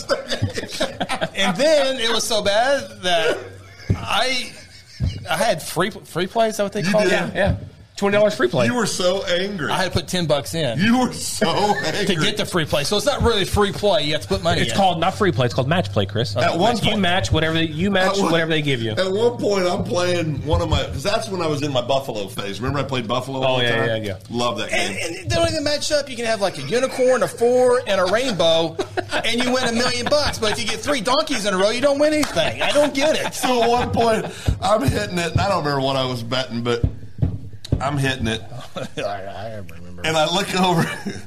B: steak.
A: and then it was so bad that I I had free free play. Is that what they call it?
B: did.
A: Yeah.
C: Yeah. Twenty dollars free play.
B: you were so angry.
A: I had to put ten bucks in
B: you were so
C: <laughs>
B: angry.
A: to get the free play. So it's not really free play. You have to put money.
C: it's
A: in.
C: called not free play. It's called match play, Chris.
B: At one
C: you
B: point-
C: match whatever they, you match
B: At one-
C: whatever they give <laughs> you.
B: At one point, I'm playing one of my because that's when I was in my Buffalo phase. Remember, I played Buffalo. all
C: Oh,
B: the
C: yeah,
B: time?
C: yeah, yeah.
B: Love that game.
A: And, and they don't even match up. You can have like a unicorn, a four, and a rainbow, and you win a million bucks. But if you get three donkeys in a row, you don't win anything. I don't get it. <laughs>
B: so at one point, I'm hitting it, and I don't remember what I was betting, but I'm hitting it,
A: I, I remember.
B: and I look over, <laughs>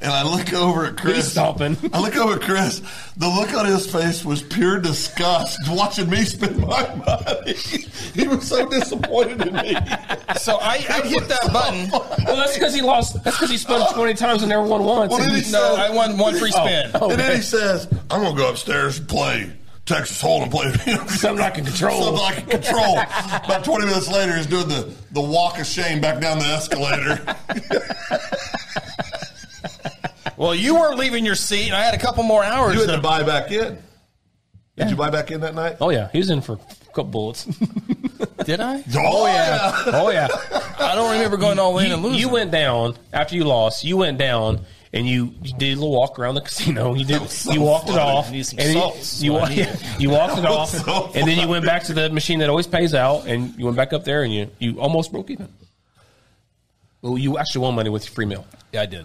B: and I look over at Chris.
C: He's stomping.
B: I look over at Chris. The look on his face was pure disgust watching me spend my <laughs> money. he was so disappointed in me.
A: So I, I hit that <laughs> button.
C: Well, that's because he lost. That's because he spun twenty times and never won once.
B: Well, did he-
A: No, I won one free spin.
C: <laughs> Oh,
B: And then he says, "I'm gonna go upstairs and play Texas Hold'em, play <laughs>
C: Something I can control.
B: Something I can control." About 20 minutes later, he's doing the the walk of shame back down the
C: <laughs>
B: escalator.
A: Well, you weren't leaving your seat, and I had a couple more hours.
B: You had to buy back in. Did you buy back in that night?
C: oh yeah, he was in for a couple bullets.
A: Did I?
B: Oh,
C: <laughs> oh yeah, <laughs>
A: I don't remember going all in and
C: you,
A: losing.
C: you went down after you lost. You went down. And you, you did a little walk around the casino. You did.
B: was so
C: you walked it
B: funny.
C: off.
B: I
A: need some
C: and you-
A: salts.
C: you,
A: That's
C: wa-
A: what I need.
C: <laughs> you walked it
B: <laughs>
C: off,
B: was so
C: and then you
B: funny.
C: went back to the machine that always pays out, and you went back up there, and you, you almost broke even. Well, you actually won money with your free meal.
A: Yeah, I did.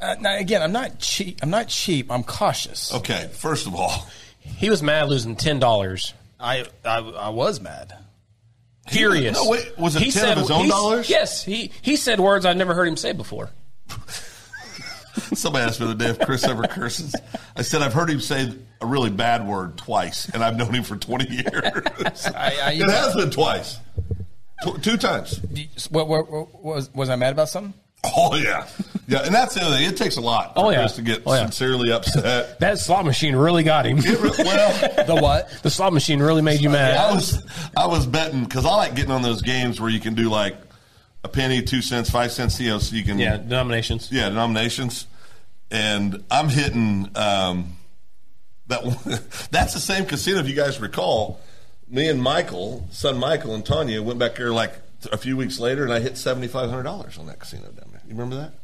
A: Uh, now again, I'm not cheap. I'm not cheap. I'm cautious.
B: Okay, first of all, <laughs>
C: He was mad losing ten dollars.
A: I, I I was mad.
C: Furious.
B: No, wait, was it 10 of his own
C: he-
B: dollars?
C: Yes, he he said words I'd never heard him say before.
B: somebody asked me the other day if Chris ever curses. I said I've heard him say a really bad word twice, and I've known him for 20
C: <laughs>
B: years.
A: I,
B: it has been twice, Tw- two times.
A: I, what, what, what was was I mad about something?
B: Oh yeah, yeah, and that's the other thing. It takes a lot. For
C: Oh, yeah.
B: Chris to get
C: Oh, yeah.
B: sincerely upset.
C: That slot machine really got him. <laughs>
B: It re- well,
A: The what?
C: the slot machine really made you mad.
B: I was I was betting because I like getting on those games where you can do like a penny, two cents, five cents, you know, so you can
C: Yeah, denominations.
B: yeah denominations, and I'm hitting um, that one. <laughs> that's the same casino. If you guys recall, me and Michael, son Michael and Tanya, went back there like a few weeks later, and I hit seventy five hundred dollars on that casino down there. You remember that?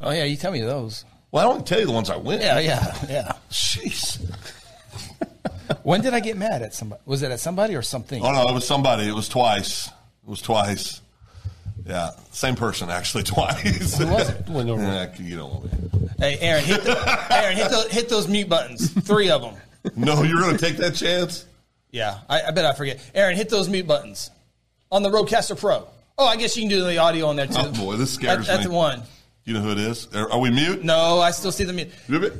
A: Oh yeah, you tell me those.
B: Well, I don't tell you the ones I win.
A: Yeah, yeah, yeah.
B: Jeez.
A: When did I get mad at somebody? Was it at somebody or something?
B: Oh no, it was somebody. It was twice. It was twice. Yeah, same person actually <laughs> twice.
A: was
B: <laughs>
A: it?
C: Well, no, no.
B: Yeah, you don't want me.
A: Hey, Aaron, hit the, Aaron, hit those, hit those mute buttons. Three of them.
B: No, you're going to take that chance.
A: Yeah, I, I bet I forget. Aaron, hit those mute buttons on the Rodecaster Pro. Oh, I guess you can do the audio on there too.
B: Oh, boy, this scares
A: That- That's
B: me.
A: the one.
B: You know who it is? Are, are we mute?
A: No, I still see the mute.
B: You bit?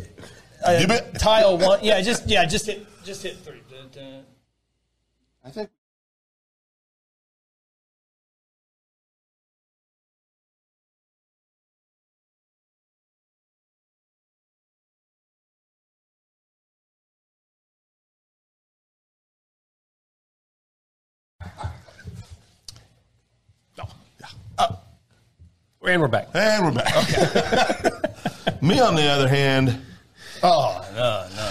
A: Uh,
B: You bit?
A: Tile one. Yeah, just yeah, just hit just hit three. Dun, dun.
B: I think.
C: And we're back.
B: <laughs> And we're back. <laughs> me, on the other hand,
A: Oh no, no.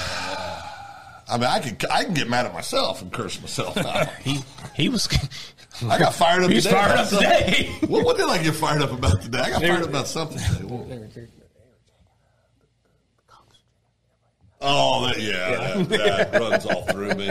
B: I mean, I can I can get mad at myself and curse myself <laughs> out.
C: He he was <laughs>
B: I got fired up.
C: He's
B: today
C: fired
B: about
C: up
B: something.
C: today.
B: What, what did I get fired up about today? I got fired up about something. today. What- Oh, that, yeah, That, that runs all through me.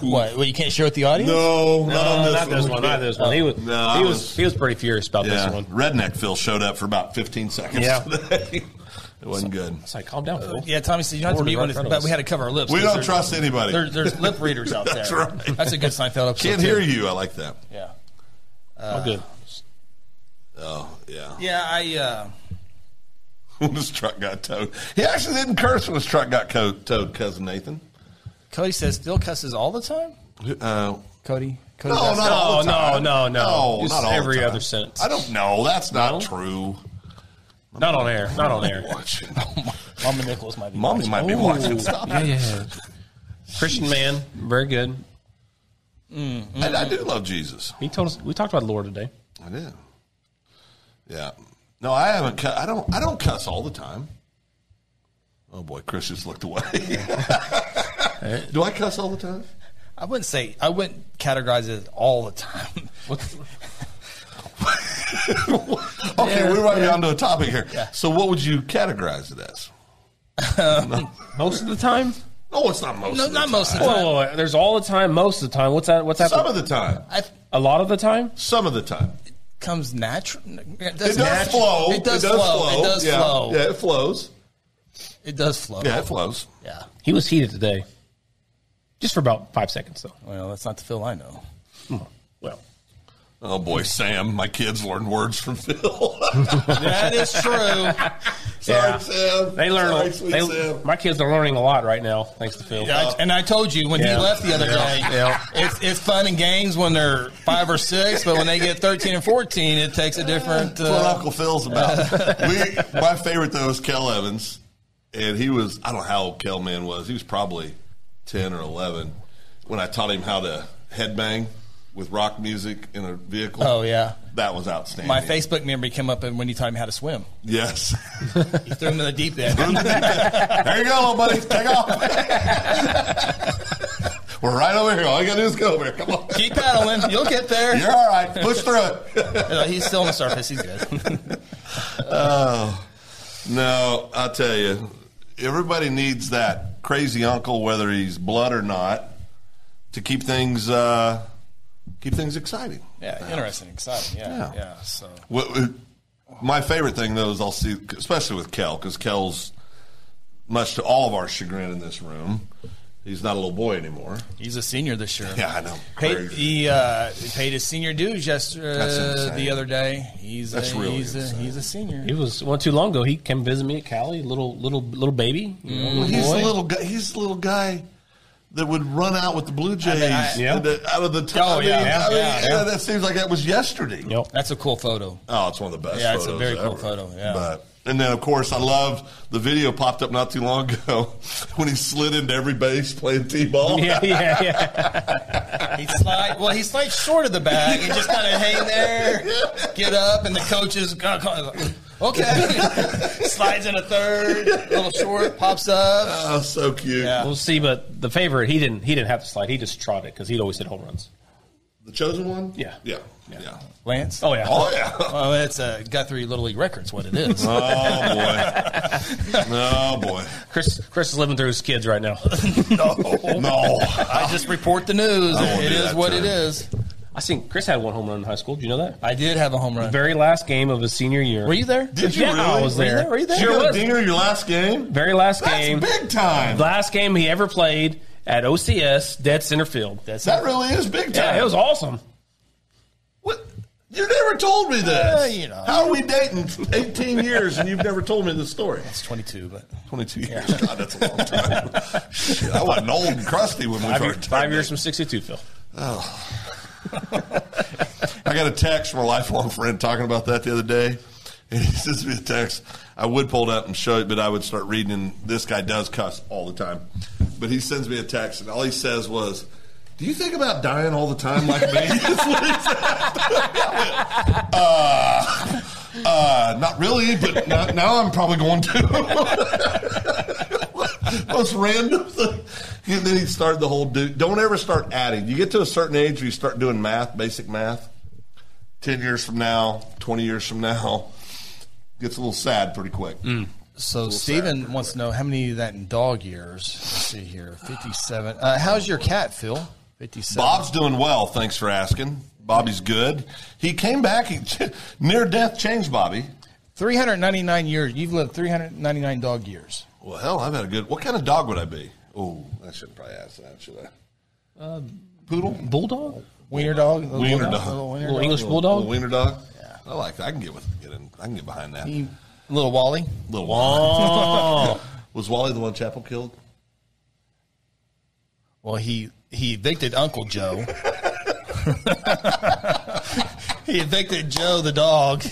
A: What? Well, you can't share with the audience.
B: No, not on
C: No,
B: this
C: not this one. Not this one. He was
B: No, I
C: he was,
B: was-
C: he was pretty furious about
B: Yeah,
C: this one.
B: redneck Phil showed up for about 15 seconds.
C: Yeah.
B: today. <laughs> it wasn't good.
C: It's like calm down, Phil.
A: Yeah, Tommy said you don't have to
C: Lord,
A: mute
C: right
A: on
C: in
A: this,
C: front of
A: but
C: us.
A: we had to cover our lips.
B: We
A: 'cause
B: don't
A: there's-
B: trust anybody.
A: There, there's lip readers out
B: <laughs> That's
A: there.
B: right.
A: That's a good Seinfeld episode.
B: Can't
A: too.
B: hear you. I like that.
A: Yeah.
C: All good.
B: Oh yeah. <laughs>
A: Yeah, I. Uh,
B: when his truck got towed, he actually didn't curse when his truck got co- towed. Cousin Nathan.
A: Cody says Phil cusses all the time.
B: Uh,
A: Cody. Cody
B: no, not all the
C: No,
B: time.
C: no, no, no.
B: no
C: Just
B: not all the
C: every
B: time.
C: other sentence.
B: I don't know. That's not true.
C: Not on air. Not on <laughs> air.
B: Watch it.
A: Mama Nichols might be.
B: Mommy might be watching. Stop it.
C: Christian man, very good.
B: And I do love Jesus.
C: He told us we talked about the Lord today.
B: I do. Yeah. No, I haven't. Cu- I don't. I don't cuss all the time. Oh boy, Chris just looked <laughs> away. do I cuss all the time? <laughs>
A: I wouldn't say. I wouldn't categorize it all the time. <laughs>
B: Okay, we're right down to a topic here. So, what would you categorize it as?
C: Most of the time.
B: No, it's not most.
A: no,
B: of the
A: not
B: time.
A: most of the
C: Whoa,
A: time.
C: whoa, whoa. There's all the time. Most of the time. What's that? What's
B: Some
C: happening?
B: of the time.
A: I
C: A lot of the time.
B: Some of the time.
A: comes natural. It
B: It
A: does,
B: does flow.
A: It does, flow. It does
B: yeah.
A: flow.
B: Yeah, it flows.
A: It does flow.
B: Yeah, it flows.
A: Yeah.
C: He was heated today. Just for about five seconds, though.
A: Well, that's not the Phil I know.
C: Well,
B: Oh boy, Sam, my kids learned words from Phil. <laughs>
A: That is <laughs> true.
B: Sorry,
C: Yeah.
B: Sam.
C: They learn.
B: Sorry, sweet
C: they-
B: Sam.
C: my kids are learning a lot right now, thanks to Phil.
A: I- and I told you when
C: Yeah.
A: he left the other day,
E: Yeah.
A: it's it's fun and games when they're five or six, but when they get thirteen and fourteen, it takes a different.
B: That's what
A: Uh,
B: Uncle
A: <laughs>
B: Phil's about. we, my favorite though is Kel Evans, and he was I don't know how old Kel man was. He was probably ten or eleven when I taught him how to headbang with rock music in a vehicle.
A: oh yeah,
B: that was outstanding.
A: my Facebook memory came up when you taught him how to swim. <laughs>
B: Yes.
A: You threw him in the deep end.
B: there you go, little buddy. Take off. We're right over here. All you gotta do is go over here. Come on.
A: Keep paddling, you'll get there.
B: You're all right. Push through it.
A: Uh, He's still on the surface. He's
B: <laughs>
A: good.
B: Oh no, I tell you, everybody needs that crazy uncle, whether he's blood or not, to keep things uh, keep things exciting.
A: Yeah, interesting, exciting. Yeah,
B: Yeah.
A: yeah. so
B: What, what- my favorite thing though is I'll see, especially with Kel, because Kel's much to all of our chagrin in this room. He's not a little boy anymore.
A: he's a senior this year.
B: Yeah, I know.
A: Paid,
B: Crazy.
A: he uh, paid his senior dues
B: That's
A: yesterday.
B: insane.
A: The other day, he's
B: That's
A: a,
B: really
A: he's, a,
B: insane.
A: he's a senior.
C: He was one too long ago. He came visit me at Cali, little little little baby, you know, little
B: He's the
C: boy.
B: little guy. He's the little guy that would run out with the Blue Jays
A: I-
C: Yeah.
B: the- out of the time.
A: Oh, yeah, yeah, yeah.
B: That seems like that was yesterday.
C: Yep.
A: That's a cool photo.
B: Oh, it's one of the best.
A: Yeah, it's a
B: photos
A: very cool
B: ever.
A: photo, yeah.
B: But and then of course I loved the video popped up not too long <laughs> ago when he slid into every base playing t-ball.
C: <laughs> Yeah, yeah, yeah.
A: He slide well. He slides short of the bag and just kind of hang there, get up, and the coaches okay. <laughs> Slides in a third, a little short, pops up.
B: Oh, <laughs> so cute.
A: Yeah.
C: We'll see, but the favorite he didn't he didn't have to slide. He just trotted because he'd always hit home runs.
B: The chosen one.
C: Yeah.
B: Yeah. Yeah.
A: Lance.
C: Oh yeah,
B: Oh
A: <laughs>
B: yeah.
A: Oh, that's a Guthrie Little League Records. What it is?
B: Oh boy. Oh
A: <laughs>
B: boy.
C: Chris Chris is living through his kids right now. <laughs>
B: No.
A: I just report the news.
B: I won't
A: It
B: do
A: is
B: that
A: what
B: to
A: it
B: him.
A: is.
C: I seen Chris had one home run in high school. Do you know that?
A: I did have a home run.
C: Very last game of his senior year.
A: Were you there?
B: Did you
C: Yeah,
B: really?
C: I was
B: Were you
C: there.
A: Were you there?
B: You
C: Sure
B: got a
C: was.
B: dinger your last game.
C: Very last
B: That's
C: game.
B: big time.
C: Last game he ever played at OCS, dead center field. That's
B: That really is big time.
C: yeah, it was awesome.
B: What? You never told me this.
A: Uh, you know.
B: How are we dating 18 years and you've never told me this story?
A: It's twenty-two, but
B: 22 years. God, that's a long time. <laughs> Shit, I wasn't old and crusty when we
C: Five, year-
B: started
C: five
B: dating.
C: years from '62, Phil.
B: I got a text from a lifelong friend talking about that the other day. <laughs> And he sends me a text. I would pull it up and show it, but I would start reading. And this guy does cuss all the time. But he sends me a text, and all he says was, do you think about dying all the time like me? <laughs> That's what he said. <laughs> uh, uh, not really, but now, now I'm probably going <laughs> to. Most Oh, random <laughs> thing. And then he started the whole dude. Don't ever start adding. You get to a certain age where you start doing math, basic math. 10 years from now, 20 years from now, <laughs> gets a little sad pretty
C: Mm,
B: quick.
A: so Steven wants to know how many of that in dog years. Let's see here, fifty-seven. Uh, how's your cat, Phil? Fifty-seven.
B: Bob's doing well. Thanks for asking. Bobby's good. He came back. He, <laughs> near death changed Bobby.
A: 399 years. You've lived 399 dog years.
B: Well, hell, I've had a good. What kind of dog would I be? Oh, I shouldn't probably ask that, should I? Poodle,
C: Bulldog,
A: Wiener dog. little
B: Wiener
A: dog,
B: dog.
A: Little, wiener
C: little
A: dog.
C: English
B: little
C: bulldog.
B: wiener dog. Yeah, I like that. I can get with, get in. I can get behind that.
A: You- little Wally.
B: Little Wally. <laughs>
C: Oh,
B: was Wally the one Chapel killed?
A: Well, he, he evicted Uncle
B: <laughs>
A: Joe. <laughs> he evicted Joe the dog.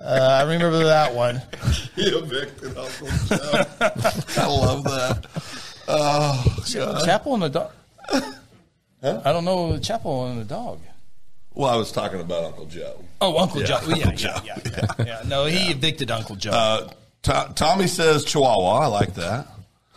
A: Uh, I remember that one.
B: He evicted Uncle Joe. <laughs> I love that. Oh, God.
A: Chapel and the
B: <laughs>
A: dog. I don't know Chapel and the dog.
B: Well, I was talking about Uncle Joe.
A: Oh, Uncle
B: Yeah,
A: Joe. Yeah, yeah,
B: <laughs> Uncle Joe.
A: yeah, yeah,
B: <laughs>
A: yeah. No, he evicted Uncle Joe.
B: Uh, To- Tommy says Chihuahua. I like that.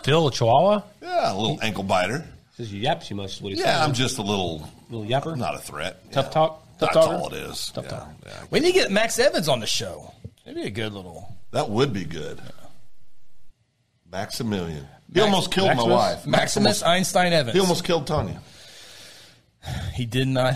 C: Phil a Chihuahua.
B: Yeah, a little ankle biter.
C: Says you yap too much. Is what he
B: Yeah,
C: said.
B: I'm just a little,
C: little yapper.
B: not a threat.
C: Tough
B: Yeah.
C: talk. Tough
B: That's
C: talker?
B: all it is.
C: Tough
B: Yeah,
C: talker.
B: yeah.
A: we need to get Max Evans on the show. That'd be a good little.
B: That would be good. Maximilian. He almost killed my
C: Maximus?
B: wife.
A: Maximus Einstein Evans.
B: He almost killed Tanya.
A: He did not.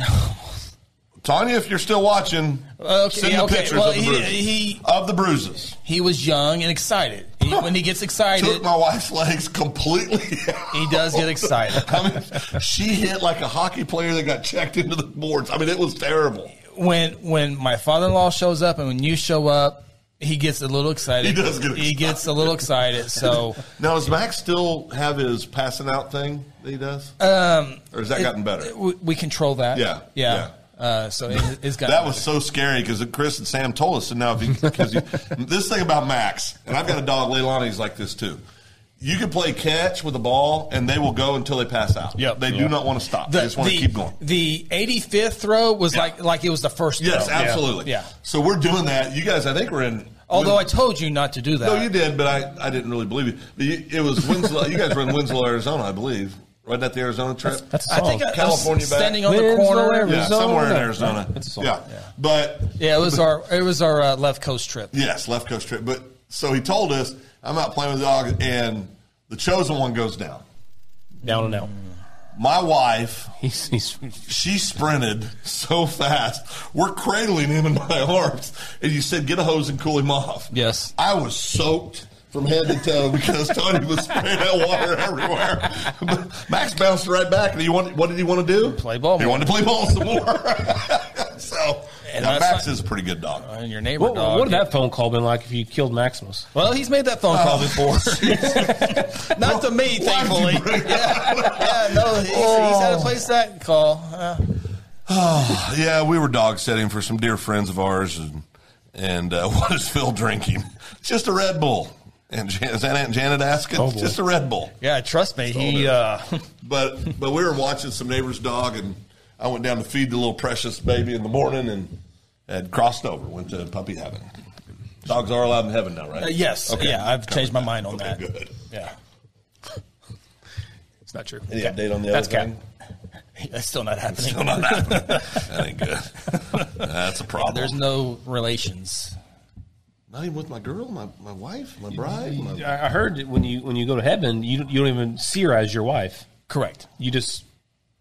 B: Tanya, if you're still watching,
A: Uh, Okay,
B: send the
A: okay,
B: pictures
A: well,
B: of, the
A: he-
B: bruises.
A: he-
B: of the bruises.
A: <laughs> He was young and excited. He, when he gets
B: Took
A: excited,
B: my wife's legs completely out.
A: <laughs> he does get
B: <laughs>
A: excited.
B: I mean, she hit like a hockey player that got checked into the boards. I mean, it was terrible.
A: when when my father in law shows up and when you show up, he gets a little excited.
B: He does get
A: He gets a little excited.
B: <laughs>
A: So
B: Now, does Max still have his passing out thing that he does?
A: um,
B: or has that gotten better?
A: we, we control that.
B: Yeah,
A: yeah. Uh, so it, it's got
B: that was so scary because Chris and Sam told us. And now, if you, cause you, this thing about Max, and I've got a dog, Leilani's like this too. You can play catch with the ball, and they will go until they pass out.
A: Yep.
B: They do not want to stop. they just want to keep going.
A: The 85th throw was like like it was the first.
B: Yes,
A: throw.
B: absolutely.
A: Yeah.
B: So we're doing that. You guys, I think we're in.
A: Although I
B: Win-
A: told you not to do that.
B: no, you did, but I, I didn't really believe you. But you. It was Winslow. you guys were in Winslow, Arizona, I believe. Right at the Arizona trip.
C: That's a
A: I
C: song.
A: think I, California
B: California
A: was
B: back.
A: standing on the
C: Winslow,
A: corner.
B: yeah,
C: Arizona.
B: somewhere in Arizona.
C: That's a song.
B: Yeah. but
A: Yeah, it was our it was our uh, left coast trip.
B: yes, left coast trip. But so he told us, I'm out playing with the dog, and the chosen one goes down.
C: Down and out.
B: My wife,
C: He's, he's
B: she sprinted so fast. We're cradling him in my <laughs> arms. And you said, get a hose and cool him off.
A: Yes.
B: I was soaked from head to toe <laughs> because Tony was spraying out water everywhere. But Max bounced right back. And he wanted, what did he want to do?
A: Play ball
B: He
A: more.
B: wanted to play ball some more. <laughs> so,
A: And
B: now
A: that's
B: Max
A: not-
B: is a pretty good dog.
A: And your neighbor
C: what,
A: dog.
C: what would that phone call been like if you killed Maximus?
A: Well, he's made that phone call before. Not to me,
B: Oh. <laughs> Why'd you
A: thankfully.
B: bring that
A: <laughs> Yeah, yeah, no, he's, he's had to place that call. Uh,
B: Yeah, we were dog sitting for some dear friends of ours, and and uh, <laughs> what is Phil drinking? Just a Red Bull. And Jan- is that Aunt Janet asking?
C: Oh, boy.
B: Just a Red Bull.
A: yeah, trust me, he. Uh,
B: But but we were watching some neighbor's dog, and I went down to feed the little precious baby in the morning, and had crossed over, went to puppy heaven. Dogs are allowed in heaven now, right?
A: yes, Uh, yeah, I've changed my mind on
B: Okay,
A: that.
B: good.
A: Yeah,
C: It's not true.
B: Any update on the
C: That's
B: other
C: cat.
B: thing?
A: <laughs> that's still not happening.
B: No, not that. one. <laughs> that ain't good. That's a
A: <laughs>
B: problem.
A: There's no relations.
B: not even with my girl, my, my wife, my bride. My,
C: I I heard that when you when you go to heaven, you don't, you don't even see her as your wife.
A: Correct.
C: You just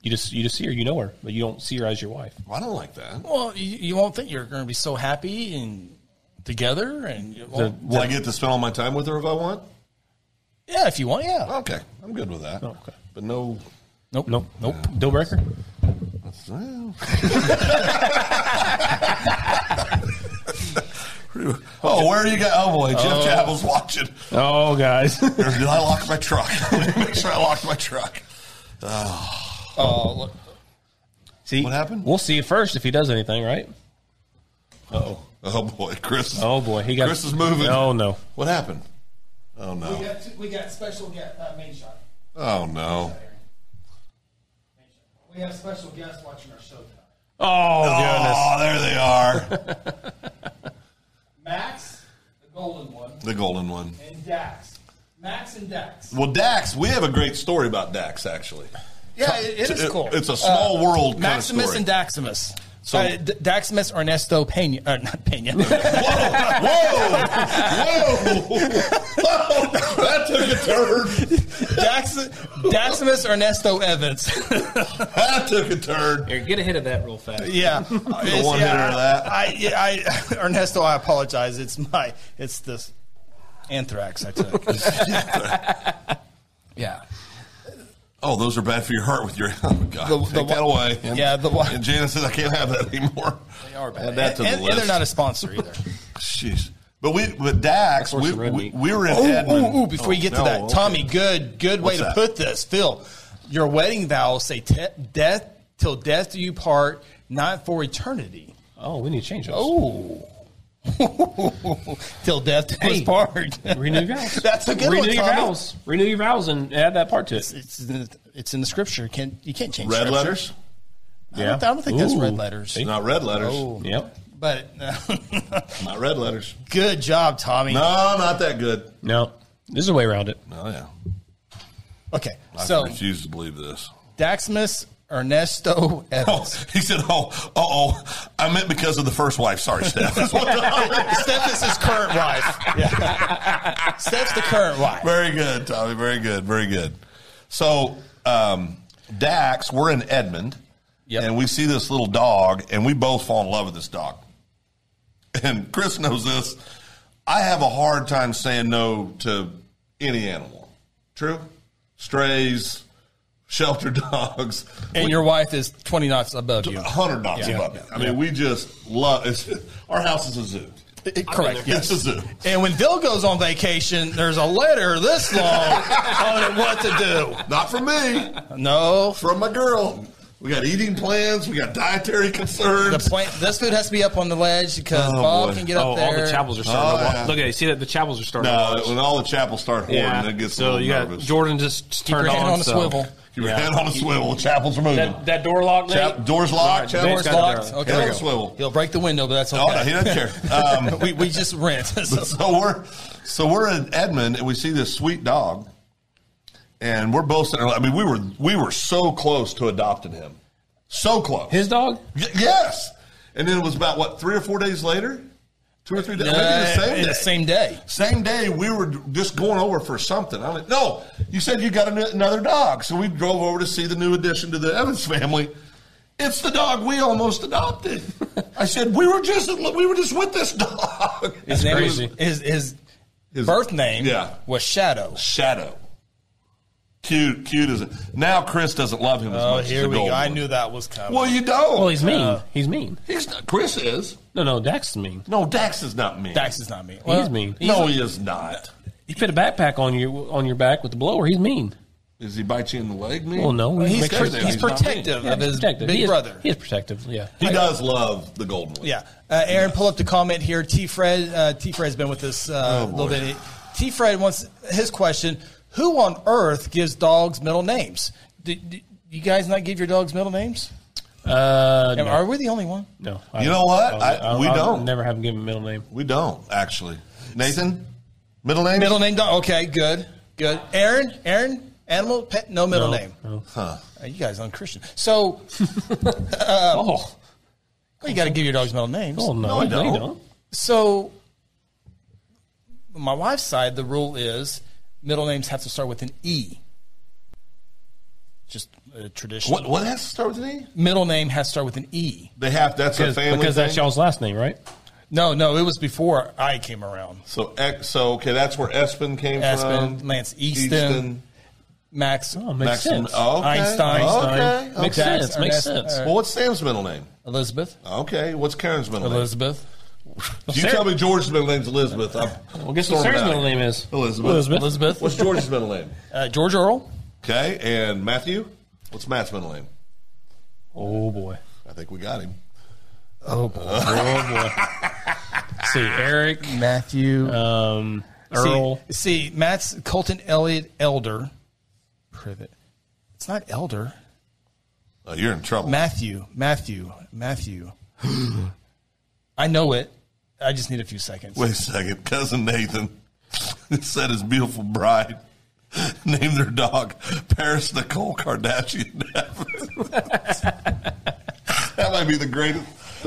C: you just you just see her. You know her, but you don't see her as your wife.
B: Well, I don't like that.
A: Well, you, you won't think you're going to be so happy and together, and you
C: The-
A: won't-
B: Will I get to spend all my time with her if I want?
A: yeah, if you want, yeah.
B: Okay, I'm good with that.
C: Okay.
B: But no.
A: Nope,
C: nope, nope. Deal breaker. <laughs>
B: Well. oh, where are you going? Oh boy, Jeff Chappell's watching.
C: Oh, guys.
B: Or Did I lock my truck? <laughs> Let me Make sure I locked my truck.
A: Oh, look.
C: <laughs> see
B: What happened?
C: We'll see it first if he does anything, right?
B: Oh, oh boy, Chris. Is,
C: Oh boy, he got
B: Chris is moving.
C: Oh no,
B: What happened? Oh no.
A: got, we got special guest, uh, main shot.
B: Oh no.
A: We have special guests watching our show tonight.
B: Oh,
C: oh
B: there they are.
A: Max, the golden one,
B: The golden one.
A: and Dax. Max and Dax.
B: Well, Dax, we have a great story about Dax actually.
A: Yeah, it, it is
B: It-
A: cool. Uh,
B: it's a small world kind of
A: Maximus
B: story.
A: and Daximus.
B: So-
A: So uh, D- Daximus Ernesto Pena, uh, not Pena. <laughs>
B: Whoa! Whoa! <laughs> Whoa! <laughs> that took a turn.
A: Dax, Daximus Ernesto Evans. <laughs>
B: That took a turn.
C: goodness. Get a hit of that real fast.
A: yeah, It's-
B: one hitter of that.
A: I, yeah, I, <laughs> Ernesto, I apologize. It's my, it's this anthrax I took. yeah,
B: Oh, those are bad for your heart with your. <laughs> Oh, God.
A: The-
B: Take
A: the
B: that
A: one-
B: away. And,
A: yeah, the one-
B: And Janice says, I can't have that anymore.
A: they are bad.
B: Add that to the
A: and,
B: list.
A: and they're not a sponsor either.
B: Jeez. But we, with Dax,
C: Of
B: we,
C: course, the red
B: we,
C: meat.
B: we were in
A: Oh,
B: Edmond.
A: ooh, ooh, before you get to
B: Oh,
A: that,
B: no,
A: Tommy, good, good way
B: What's
A: to
B: that?
A: put this. Phil, your wedding vows say te- death till death do you part, not for eternity.
C: Oh, we need to change those.
A: Oh. <laughs> till death do us
C: Hey.
A: part. <laughs>
C: Renew your <laughs> vows.
A: That's a good
C: Renew
A: one,
C: your
A: Tommy.
C: vows. Renew your vows and add that part to it.
A: It's, in the- it's in the scripture. Can you can't change
B: Red
A: scripture.
B: letters?
A: I don't, I don't think that's
C: Ooh.
A: red letters.
C: See?
B: Not red letters.
A: Oh.
C: Yep.
A: But <laughs>
B: Not red letters.
A: good job, Tommy.
B: No, not that good.
C: No, there's a way around it.
B: No, yeah.
A: Okay,
B: I
A: so
B: refuse to believe this.
A: Daximus Ernesto
B: Oh, <laughs>
A: Evans.
B: he said, "Oh, uh oh, I meant because of the first wife." Sorry, Steph. That's what the-
A: Steph is his current wife. Yeah.
B: Oh.
A: Steph's the current wife.
B: Very good, Tommy. Very good. Very good. So, um, Dax, we're in Edmond,
A: Yep.
B: and we see this little dog, and we both fall in love with this dog. And Chris knows this. I have a hard time saying no to any animal. True? Strays, shelter <laughs> dogs,
A: And your wife is 20 knots above you.
B: hundred dogs
A: Yeah.
B: above
A: Yeah.
B: it. I mean, we just love. It's, our house is a zoo.
A: Correct.
B: It's a zoo.
A: And when Bill goes on vacation, there's a letter this long
B: <laughs>
A: on what to
B: Not from me.
A: do. No,
B: From my girl. We got eating plans. We got dietary concerns.
A: the plant. This food has to be up on the ledge because
B: Oh,
A: Bob
B: boy.
A: can get
C: Oh,
A: up there.
C: all the chapels are starting.
B: Oh,
C: to walk.
B: yeah.
C: Look at it. See that the chapels are starting. to
B: no,
C: walk.
B: uh, when all the chapels start horning,
C: yeah.
B: it gets a
C: so
B: little
C: you got
B: nervous.
C: Jordan just just turned
A: your hand
C: on,
A: on the
C: so-
A: swivel.
B: Keep your
C: Yeah.
B: hand on a swivel. Chapels are moving.
C: That, that door lock.
B: Chap- doors locked.
C: Sorry,
B: chapels
A: Doors
C: It's got
A: locked.
C: the-
A: Okay.
B: Hand
A: there
B: on
A: you
B: a
A: go.
B: swivel.
A: He'll break the window, but that's okay.
B: Oh, no, he doesn't
A: <laughs>
B: care. Um,
A: we, we just
B: <laughs>
A: rent. So-
B: so we're so we're in Edmond and we see this sweet dog, and we're both sitting. there- I mean, we were we were so close to adopting him, so close.
C: His dog.
B: Y- yes, and then it was about what three or four days later, two or three days. maybe
A: Uh,
B: the same day.
A: the same day.
B: Same day, we were just going over for something. I'm like, no, you said you got an- another dog. So we drove over to see the new addition to the Evans family. It's the dog we
A: <laughs>
B: almost adopted. I said we were just we were just with this dog.
A: His name was,
C: crazy.
A: his, his
B: His-
A: birth name
B: yeah.
A: was Shadow.
B: Shadow. Cute, cute as it. Now Chris doesn't love him as
A: Oh,
B: much. as
A: here
B: the
A: we
B: gold
A: go. I
B: one.
A: knew that was coming.
B: Well, you don't.
C: Well, he's mean. he's mean.
B: He's not. Chris is.
C: No, no, Dax is mean.
B: No, Dax is not mean.
A: Dax is not me.
C: he's mean.
B: No, he is not.
C: You put a backpack on your on your back with the blower. He's mean.
B: Is he bite you in the leg? Mean?
C: Well, no,
A: He's,
C: Make sure
A: he's
B: that he's not mean.
A: protective of his big
C: he is,
A: brother.
C: He is protective. Yeah.
B: He does love the golden one.
A: Yeah. Uh, Aaron, pull up the comment here. T Fred, uh, T Fred's been with us
C: Oh,
A: uh, a little bit. T Fred wants his question Who on earth gives dogs middle names? Do, do you guys not give your dogs middle names?
C: Uh,
A: Am-
C: no,
A: Are we the only one?
C: no.
B: You know what? I- we don't.
C: never have him give him a middle name.
B: We don't actually. Nathan, middle name.
A: Middle name dog. Okay, good. Good. Aaron, Aaron, animal, pet, no middle
C: No,
A: name.
C: no.
A: Uh, you guys unchristian. So
C: Oh,
A: well, you got to give your dogs middle names.
C: oh no,
B: No, I
C: no, you
B: don't.
C: don't.
A: So, my wife's side, the rule is middle names have to start with an E. Just a tradition.
B: What, what has to start with an E?
A: Middle name has to start with an E.
B: They have. That's a
C: Because,
B: family.
C: because that's
B: thing.
C: y'all's last name, right?
A: No, no, it was before I came around.
B: So, X, so okay, that's where Espen came
A: Aspen,
B: from.
A: Lance Easton, Max,
C: Oh, makes
B: Maxim-
C: sense.
B: Oh, okay.
A: Einstein.
B: Okay. okay.
C: Makes
A: Dax,
C: sense.
A: Ernest,
C: Makes sense.
A: uh,
B: Well, what's Sam's middle name?
A: Elizabeth,
B: Okay. What's Karen's middle name?
A: Elizabeth,
B: You tell me George's middle name's Elizabeth. I'm
C: well, guess what
B: storming
C: Sarah's
B: out.
C: middle name is?
B: Elizabeth.
C: Elizabeth.
A: Elizabeth,
B: What's George's middle name?
A: uh, George Earl.
B: Okay. And Matthew? What's Matt's middle name?
C: Oh boy.
B: I think we got him.
A: Oh boy,
C: <laughs> See, Eric,
A: Matthew,
C: um, Earl.
A: Uh, See, see, Matt's Colton Elliott Elder. Privet. It's not Elder.
B: Oh, you're in trouble.
A: Matthew, Matthew, Matthew. <gasps> I know it. I just need a few seconds.
B: Wait a second. <laughs> Cousin Nathan said his beautiful bride <laughs> named their dog Paris Nicole Kardashian. <laughs> that might be the greatest.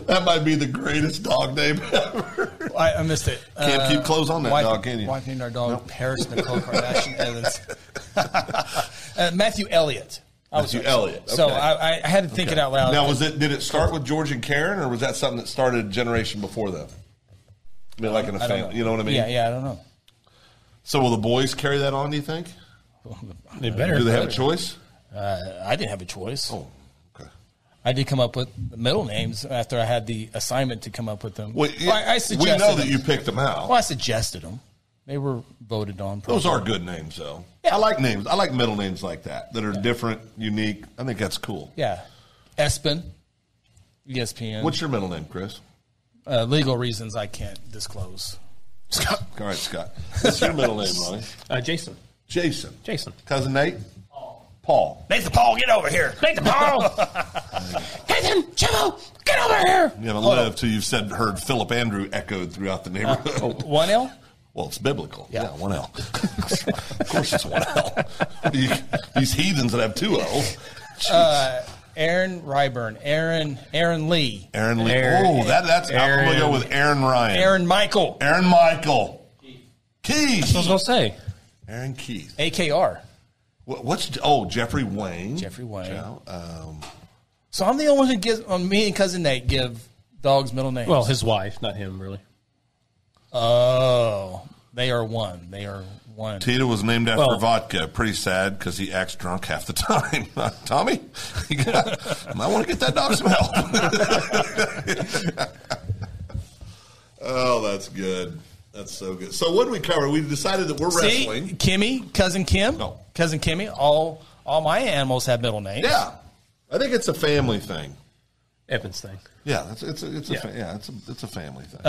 B: That might be the greatest dog name ever.
A: I, I missed it.
B: Can't keep clothes on that
A: wife,
B: dog, can you?
A: Wife named our dog Paris Nicole Kardashian Evans.
B: <laughs>
A: <laughs> uh, Matthew Elliott. I was
B: Matthew
A: right.
B: Elliott,
A: So
B: okay.
A: I, I- I had to think it out loud.
B: Now, was it? Did it start with George and Karen, or was that something that started a generation before them? I mean, like in a
A: I don't
B: family, you know what I mean?
A: Yeah, yeah. I don't know.
B: So, will the boys carry that on? Do you think?
C: They better.
B: Do they have a choice?
A: <laughs> Uh, I didn't have a choice.
B: Oh, okay.
A: I did come up with the middle names after I had the assignment to come up with them.
B: Well,
A: Well, I, I
B: we
A: suggested
B: know that
A: them.
B: you picked them out.
A: Well, I suggested them. They were voted on.
B: Those are good names, though. I like names. I like middle names like that that are different, unique. I think that's cool.
A: Yeah. Espen, E ESPN.
B: What's your middle name, Chris?
A: uh, legal reasons I can't disclose.
B: Scott. All right, Scott. What's your middle name,
A: <laughs>
B: Ronnie?
C: Uh, Jason.
B: Jason.
C: Jason.
B: Cousin Nate. Paul.
A: Nathan Paul, get over here.
C: Make
A: <laughs>
C: the ball. Nathan, Chavo, get over here.
B: You haven't lived till you've said heard Philip Andrew echoed throughout
A: <laughs>
B: the neighborhood.
A: Oh, One L?
B: Well, it's biblical.
A: Yeah.
B: Yeah, one L. <laughs> of course, it's one L. You- These heathens that have two L's.
A: Uh, Aaron Ryburn. Aaron Aaron Lee.
B: Aaron Lee.
C: Aaron-
B: oh, that, that's. I'm going to go
C: Aaron-
B: with Aaron Ryan.
A: Aaron Michael.
B: Aaron Michael.
C: I was
B: Keith.
C: going to say.
B: Aaron Keith.
A: AKR.
B: What, what's oh Jeffrey Wayne?
A: Jeffrey Wayne.
B: Yeah, um,
A: So I'm the only one who gives um, me and cousin Nate give dogs middle names.
C: Well, his wife, not him, really.
A: oh, they are one. They are one.
B: Tito was named after
C: Well-
B: vodka. Pretty sad because he acts drunk half the <laughs> time. Uh, Tommy, you gotta, I might want to get that dog some help. <laughs> oh, that's good. That's so good. So what did we cover? We decided that we're
A: See,
B: wrestling.
A: Kimmy, cousin Kim,
B: No.
A: cousin Kimmy. All all my animals have middle names.
B: Yeah, I think it's a family thing.
C: Evans thing.
B: Yeah, it's it's a, it's a
C: Yeah.
B: yeah. yeah it's a it's a family thing.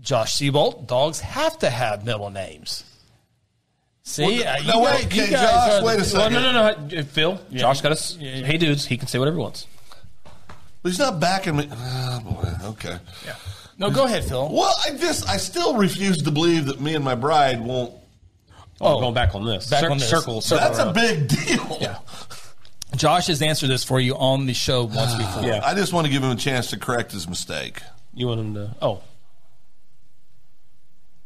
A: Josh Seabolt, dogs have to have middle names. See,
B: Well,
A: uh, you
B: no,
A: guys,
B: wait,
A: you
B: okay,
A: guys
B: Josh,
A: are the-
B: wait a
C: Well,
B: second.
C: no, no, no. uh, Phil, Josh got us.
A: Yeah, yeah.
C: Hey, dudes, he can say whatever he wants.
B: But he's not backing me. Oh, boy. Okay. Yeah.
A: No, go ahead, Phil.
B: Well, I just I still refuse to believe that me and my bride won't.
C: Oh, we're going back on this.
A: Back on this.
C: Circle, circle.
B: That's a
C: around.
B: big deal. <laughs> Yeah.
A: Josh has answered this for you on the show once before.
C: Yeah.
B: I just want to give him a chance to correct his mistake.
C: You want him to? Oh,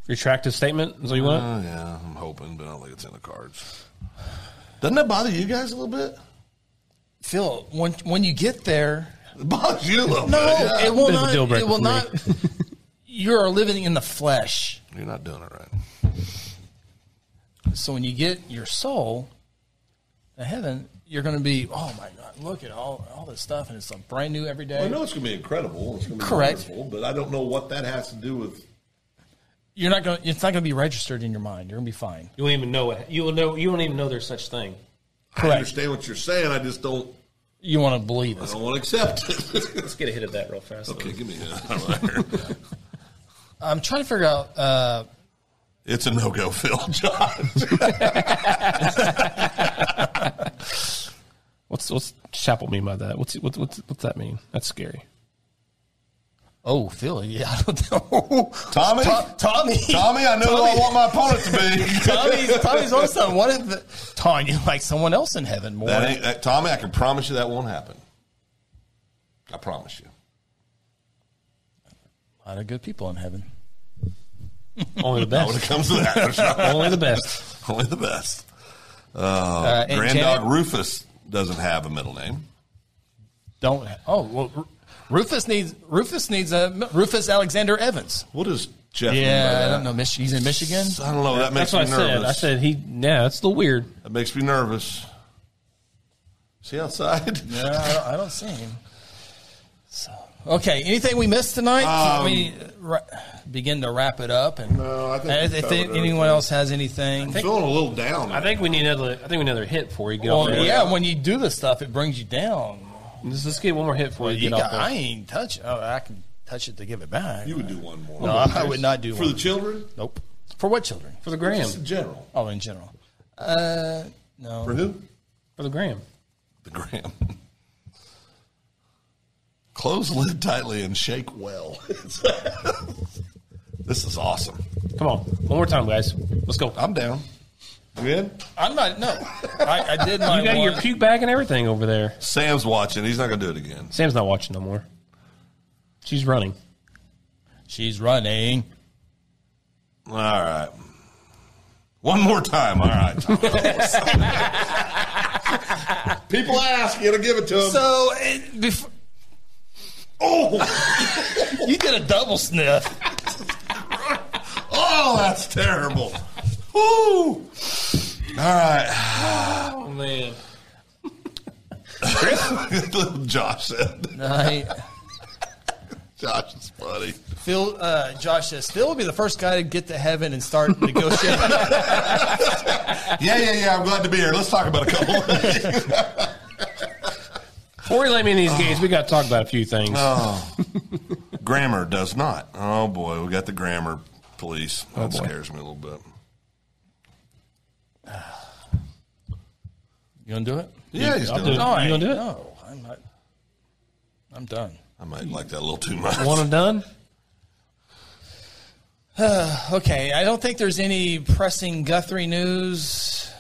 C: retract his statement. Is what you want?
B: Oh yeah, I'm hoping, but I don't think it's in the cards. Doesn't that bother you guys a little bit?
A: <sighs> Phil, when when you get there,
B: It bothers you a little
A: no,
B: bit. yeah.
A: it will
C: Bit of a
A: not.
C: deal breaker
A: It will
C: for
A: not. <laughs> you are living in the flesh,
B: You're not doing it right.
A: so when you get your soul to heaven, you're going to be. Oh my God! Look at all all this stuff, and it's like brand new every day.
B: I know it's going to be incredible. It's going to be
A: Correct.
B: wonderful, but I don't know what that has to do with.
A: You're not going. It's not going to be registered in your mind. You're going to be fine.
C: You won't even know it. You will know. You won't even know there's such thing.
B: I understand what you're saying. I just don't.
A: You want to believe
B: I
A: it.
B: don't want to accept it. <laughs>
C: Let's get a hit of that real fast.
B: okay, give me a.
A: I'm trying to figure out. Uh,
B: <laughs> It's a no go, Phil. <laughs> John.
C: What's what's chapel mean by that? What's what's what's what's that mean? That's scary.
A: oh, Phil. <laughs> Yeah, I don't know.
B: Tommy?
A: To- Tommy.
B: Tommy, I know who I want my opponent to be.
A: <laughs> Tommy's, Tommy's on something. What if Tom, you like someone else in heaven more?
B: That ain't, that, Tommy, I can promise you that won't happen. I promise you.
A: a lot of good people in heaven.
C: Only <laughs> the
B: When it
C: best.
B: comes to that, there's not-
C: <laughs> Only the best.
B: only the best.
A: uh, and
B: Grand
A: Janet,
B: Dog Rufus doesn't have a middle name.
A: don't. Oh well, Ru- Rufus needs Rufus needs a Rufus Alexander Evans.
B: What is Jeff? mean by
A: Yeah, I
B: that?
A: don't know. Mich- He's in Michigan.
B: I don't know. That makes
C: That's what I
B: me
C: said.
B: nervous.
C: I said he. Yeah, that's a little weird.
B: that makes me nervous. Is he outside?
A: Yeah, I don't, I don't see him. So okay, anything we missed tonight? Can we ra- begin to wrap it up, and
B: Um, No, I think
A: and
B: we
A: if, if
B: covered
A: anyone
B: everything.
A: else has anything,
B: I'm <laughs> feeling a little down.
C: I think we need another. I think we need another hit for you. Get off
A: well,
C: the-
A: yeah, when you do this stuff, it brings you down.
C: Let's, let's get one more hit for you.
A: You
C: Get off.
A: got, I
C: the-
A: ain't touch. Oh, I can touch it to give it back.
B: you would do one more.
A: No, I would not do
B: For
A: one.
B: the children?
A: Nope. For what children?
C: For the
B: Just
C: gram.
B: in general.
A: Oh, in general. Uh, no.
B: For who?
C: For the gram.
B: The gram. <laughs> Close lid tightly and shake well. <laughs> this is awesome.
C: Come on, one more time, guys. Let's go.
B: I'm down. You in?
A: I'm not.
B: <laughs>
A: No, I, I did my.
C: You got your
A: one.
C: puke bag and everything over there.
B: Sam's watching. He's not going to do it again.
C: Sam's not watching no more. She's running.
A: She's running.
B: All right. One more time. All right. <laughs> Tom. People ask. You got to give it to them.
A: So it, before,
B: oh,
A: <laughs> you did a double sniff.
B: oh, that's terrible. Woo. All right. <laughs>
C: Oh man.
B: Josh said.
A: I,
B: Josh is funny.
A: Phil, uh, Josh says Phil will be the first guy to get to heaven and start <laughs> negotiating.
B: Yeah, yeah, yeah. I'm glad to be here. Let's talk about a couple
C: <laughs>
B: of things.
C: Before we let me in these games, we got to talk about a few things.
B: grammar does not. Oh, boy. We got the grammar police.
C: Oh,
B: That scares me a little bit.
A: You gonna do it?
B: Yeah, he's
C: I'll
B: doing
C: do
B: it.
A: No,
C: You gonna
A: I-
C: do it?
A: No, I'm not. I'm done.
B: I might like that a little too much.
C: One and done.
A: Okay, I don't think there's any pressing Guthrie news.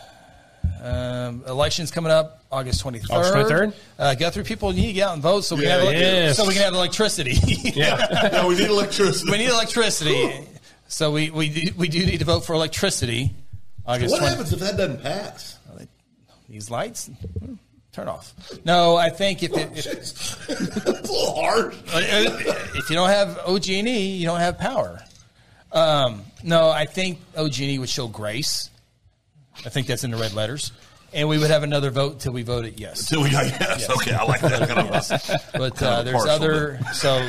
A: Um, elections coming up August 23rd.
C: August 23rd?
A: Uh, Guthrie people need to get out and vote so we,
B: Yeah,
A: can, have elec-
C: yes.
A: so we can have electricity. <laughs>
C: Yeah.
B: <laughs> yeah, we need electricity.
A: we need electricity. so we, we, do, we do need to vote for electricity August
B: <laughs> What
A: 23rd.
B: happens if that doesn't pass? <laughs>
A: These lights? Hmm, Turn off. No, I think if, it, if, uh,
B: It's a little hard.
A: if you don't have E, OG&E, you don't have power. Um, no, I think OG&E would E show grace I think that's in the red letters. And we would have another vote until we voted
B: <laughs>
A: yes.
B: Till we got yes. Okay, I like that.
C: <laughs>
B: Kind of a-
A: But
B: kind of
A: uh,
B: a
A: there's
B: partial,
A: other. So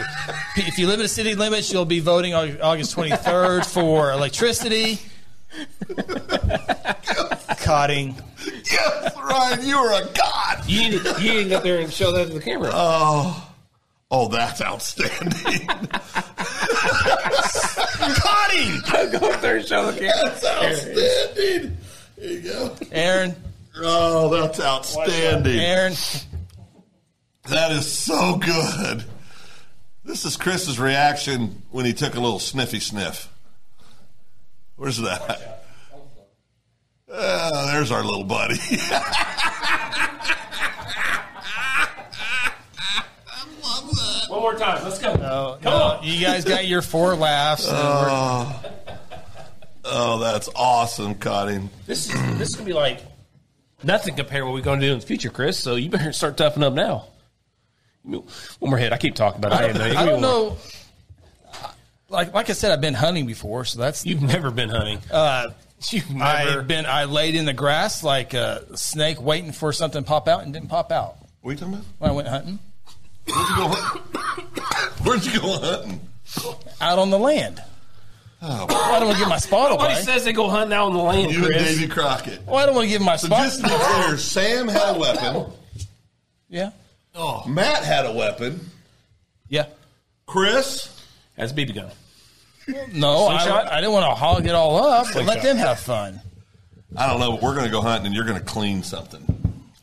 A: p- if you live in the city limits, you'll be voting on August 23rd for electricity. Cotting.
B: but- Yes, Ryan, you are a god.
C: You need to, you need to get up there and show that to the camera.
B: Oh, that's outstanding. <laughs>
A: Cotting!
C: go up there and show the camera.
B: that's outstanding. There you go.
A: Aaron,
B: Oh, that's outstanding.
A: Aaron,
B: That is so good. This is Chris's reaction when he took a little sniffy sniff. Where's that? Ah, there's our little buddy. <laughs> I love that.
C: One more time. Let's go. Come on.
A: you guys got your four laughs. and we're-
B: Oh, that's awesome, Cotting.
C: This is this is gonna be like nothing compared to what we're gonna do in the future, Chris. So you better start toughing up now. One more hit. I keep talking about it.
A: I don't, I don't know. Like like I said, I've been hunting before, so that's
C: You've never been hunting.
A: uh,
C: <laughs> You've never.
A: I've been I laid in the grass like a snake, waiting for something to pop out, and didn't pop out
B: What are you talking about?
A: when I went hunting
B: Where'd you go hunting? <coughs> Where'd you go hunting?
A: out on the land.
C: Oh.
A: I don't want to give my spot
C: Nobody
A: away.
C: says they go hunting out on the land,
B: You and
C: Chris.
B: Davy Crockett.
A: Well, I don't want to give my
B: So
A: spot.
B: just to be clear, Sam had a weapon.
A: yeah,
B: Matt had a weapon.
A: yeah.
B: Chris,
C: That's a BB gun.
A: No,
C: Slingshot?
A: I, I didn't want to hog it all up. But let
C: Slingshot.
A: them have fun.
B: I don't know, but we're going to go hunting and you're going to clean something.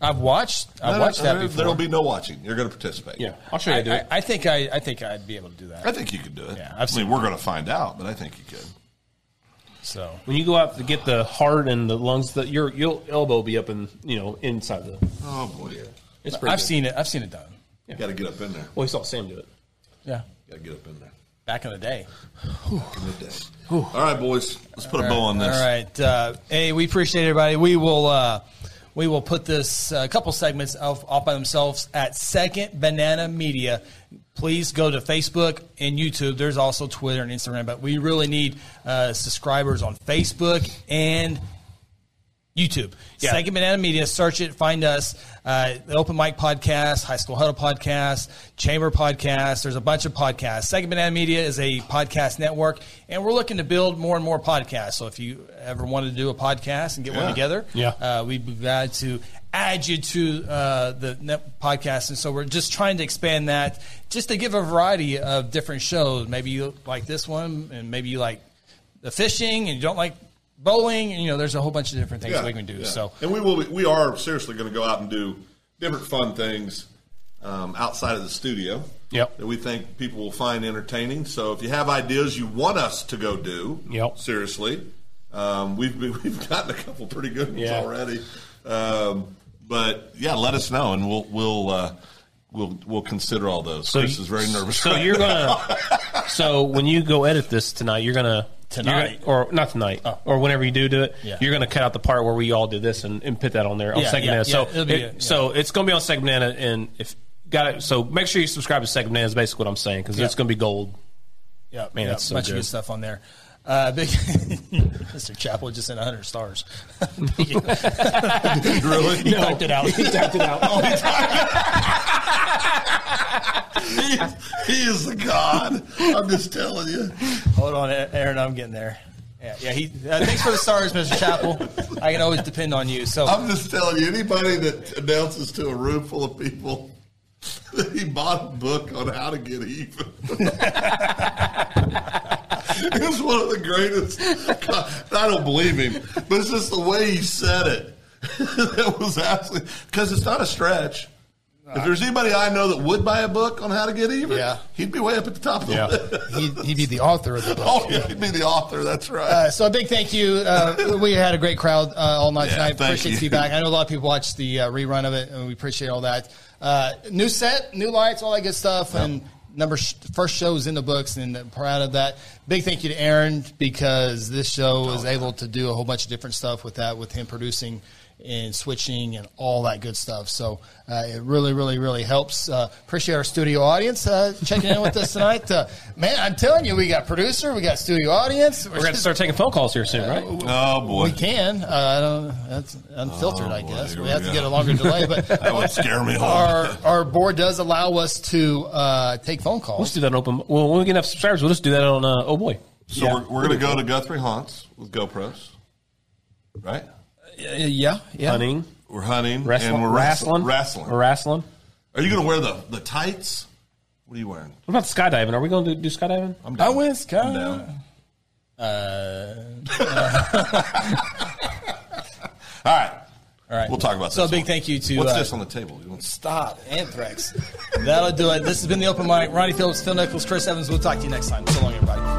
A: I've watched. I've watched that
B: there,
A: before.
B: will be no watching. You're going to participate.
C: Yeah, I'll show you
A: I,
C: how to do
A: I,
C: it.
A: I think I, I think I'd be able to do
B: I
A: that.
B: think you could do it.
A: Yeah, I've
B: I
A: seen
B: mean, we're going to find out, but I think you could.
A: So
C: When you go out to get the heart and the lungs, that your your elbow will be up in you know inside the.
B: Oh, boy.
C: It's pretty.
A: I've
C: good.
A: seen it. I've seen it done.
B: Got to get up in there.
C: Well, we saw Sam do it.
A: Yeah,
B: Got to get up in there.
A: back in the day.
B: Give me a day. All right, boys. Let's put a bow on this.
A: All right. Uh, hey, we appreciate everybody. We will uh, we will put this uh, couple segments off, off by themselves at Second Banana Media. Please go to Facebook and YouTube. There's also Twitter and Instagram, but we really need uh, subscribers on Facebook and YouTube.
C: Yeah.
A: Second Banana Media. Search it. Find us. Uh, the Open Mic Podcast, High School Huddle Podcast, Chamber Podcast. There's a bunch of podcasts. Second Banana Media is a podcast network, and we're looking to build more and more podcasts. So if you ever want to do a podcast and get one
B: Yeah.
A: together,
C: Yeah.
A: uh, we'd be glad to add you to uh, the net podcast. And so we're just trying to expand that just to give a variety of different shows. Maybe you like this one, and maybe you like the fishing, and you don't like bowling. And, you know, there's a whole bunch of different things
B: Yeah,
A: we can do.
B: yeah.
A: So
B: and we will. Be, we are seriously going to go out and do different fun things um, outside of the studio.
C: Yep.
B: That we think people will find entertaining. So if you have ideas you want us to go do,
C: Yep.
B: Seriously, um, we've been, <laughs> we've gotten a couple pretty good ones
C: Yeah.
B: already. Um, but yeah, let us know, and we'll we'll. Uh, We'll, we'll consider all those. Chris
C: you-
B: is very nervous.
C: So
B: right
C: you're
B: now. <laughs>
C: gonna. so when you go edit this tonight, you're gonna
A: Tonight?
C: you're gonna- or not tonight,
B: Oh.
C: or whenever you do do it,
A: Yeah.
C: you're gonna cut out the part where we all did this and, and put that on there on
A: Yeah,
C: Second
A: yeah,
C: Banana. so
A: yeah, it'll be
C: it-
A: good, yeah.
C: so it's gonna be on Second Banana, and if got it, so make sure you subscribe to Second Banana. Is basically what I'm saying because it's gonna be gold.
A: yeah,
C: Man,
A: yeah,
C: that's so
A: bunch of
C: good.
A: good stuff on there. Uh, <laughs> big Mr. Chapel just sent 100 stars. he
B: really?
A: typed it out.
C: typed it out.
B: <laughs> He, he is the god. I'm just telling you.
A: Hold on, Aaron. I'm getting there. Yeah, yeah. He uh, thanks for the stars, Mr. Chapel. I can always depend on you. So
B: I'm just telling you, anybody that announces to a room full of people that he bought a book on how to get even. <laughs> it's one of the greatest. I don't believe him, but it's just the way he said it. <laughs> that was absolutely because it's not a stretch. If there's anybody I know that would buy a book on how to get even,
A: Yeah.
B: he'd be way up at the top of the
C: Yeah.
B: list.
A: he'd, he'd be the author of the book.
B: <laughs> Oh, yeah, he'd be the author. That's right.
A: Uh, so a big thank you. Uh, we had a great crowd uh, all night
B: Yeah,
A: tonight.
B: thank
A: Appreciate
B: you.
A: the feedback. I know a lot of people watched the uh, rerun of it, and we appreciate all that. Uh, new set, new lights, all that good stuff, and number sh- first show is in the books, and I'm proud of that. Big thank you
B: Oh,
A: to Aaron because this show was able to do a whole bunch of different stuff with that, with him producing
E: and switching and all that good stuff. So uh, it really, really, really helps. Uh, appreciate our studio audience uh, checking in with us tonight. Uh, man, I'm telling you, we got producer, we got studio audience.
C: We're going to start taking phone calls here soon,
A: Uh,
C: right?
B: Oh boy,
E: We can. Uh, I don't. That's unfiltered, I
B: Oh, boy,
E: guess.
B: here
E: We
B: we
E: have to
B: go.
E: get a longer delay, but
B: <laughs>
E: <laughs>
B: that would scare me. All.
E: our our board does allow us to uh, take phone calls.
C: Let's do that on open. Well, when we get enough subscribers, we'll just do that on. Uh, oh boy,
B: So we're, we're going to go to Guthrie Haunts with GoPros, right?
A: yeah, yeah.
C: hunting,
B: We're hunting
C: wrestling,
B: and we're wrestling.
C: wrestling,
B: Wrestling.
C: We're wrestling.
B: Are you going to wear the, the tights? What are you wearing?
C: What about skydiving? Are we going to do, do skydiving?
B: I'm
A: I
B: down.
A: went
B: I'm
A: sky.
B: down.
A: Uh,
B: <laughs> All right.
A: All right,
B: We'll talk about
A: So a
B: this
A: big
B: one.
A: thank you to
B: What's
A: uh,
B: this on the table? You want-
A: Stop Anthrax. That'll do it. This has been the open mic. Ronnie Phillips, Phil Nichols, Chris Evans. We'll talk to you next time. So long, everybody.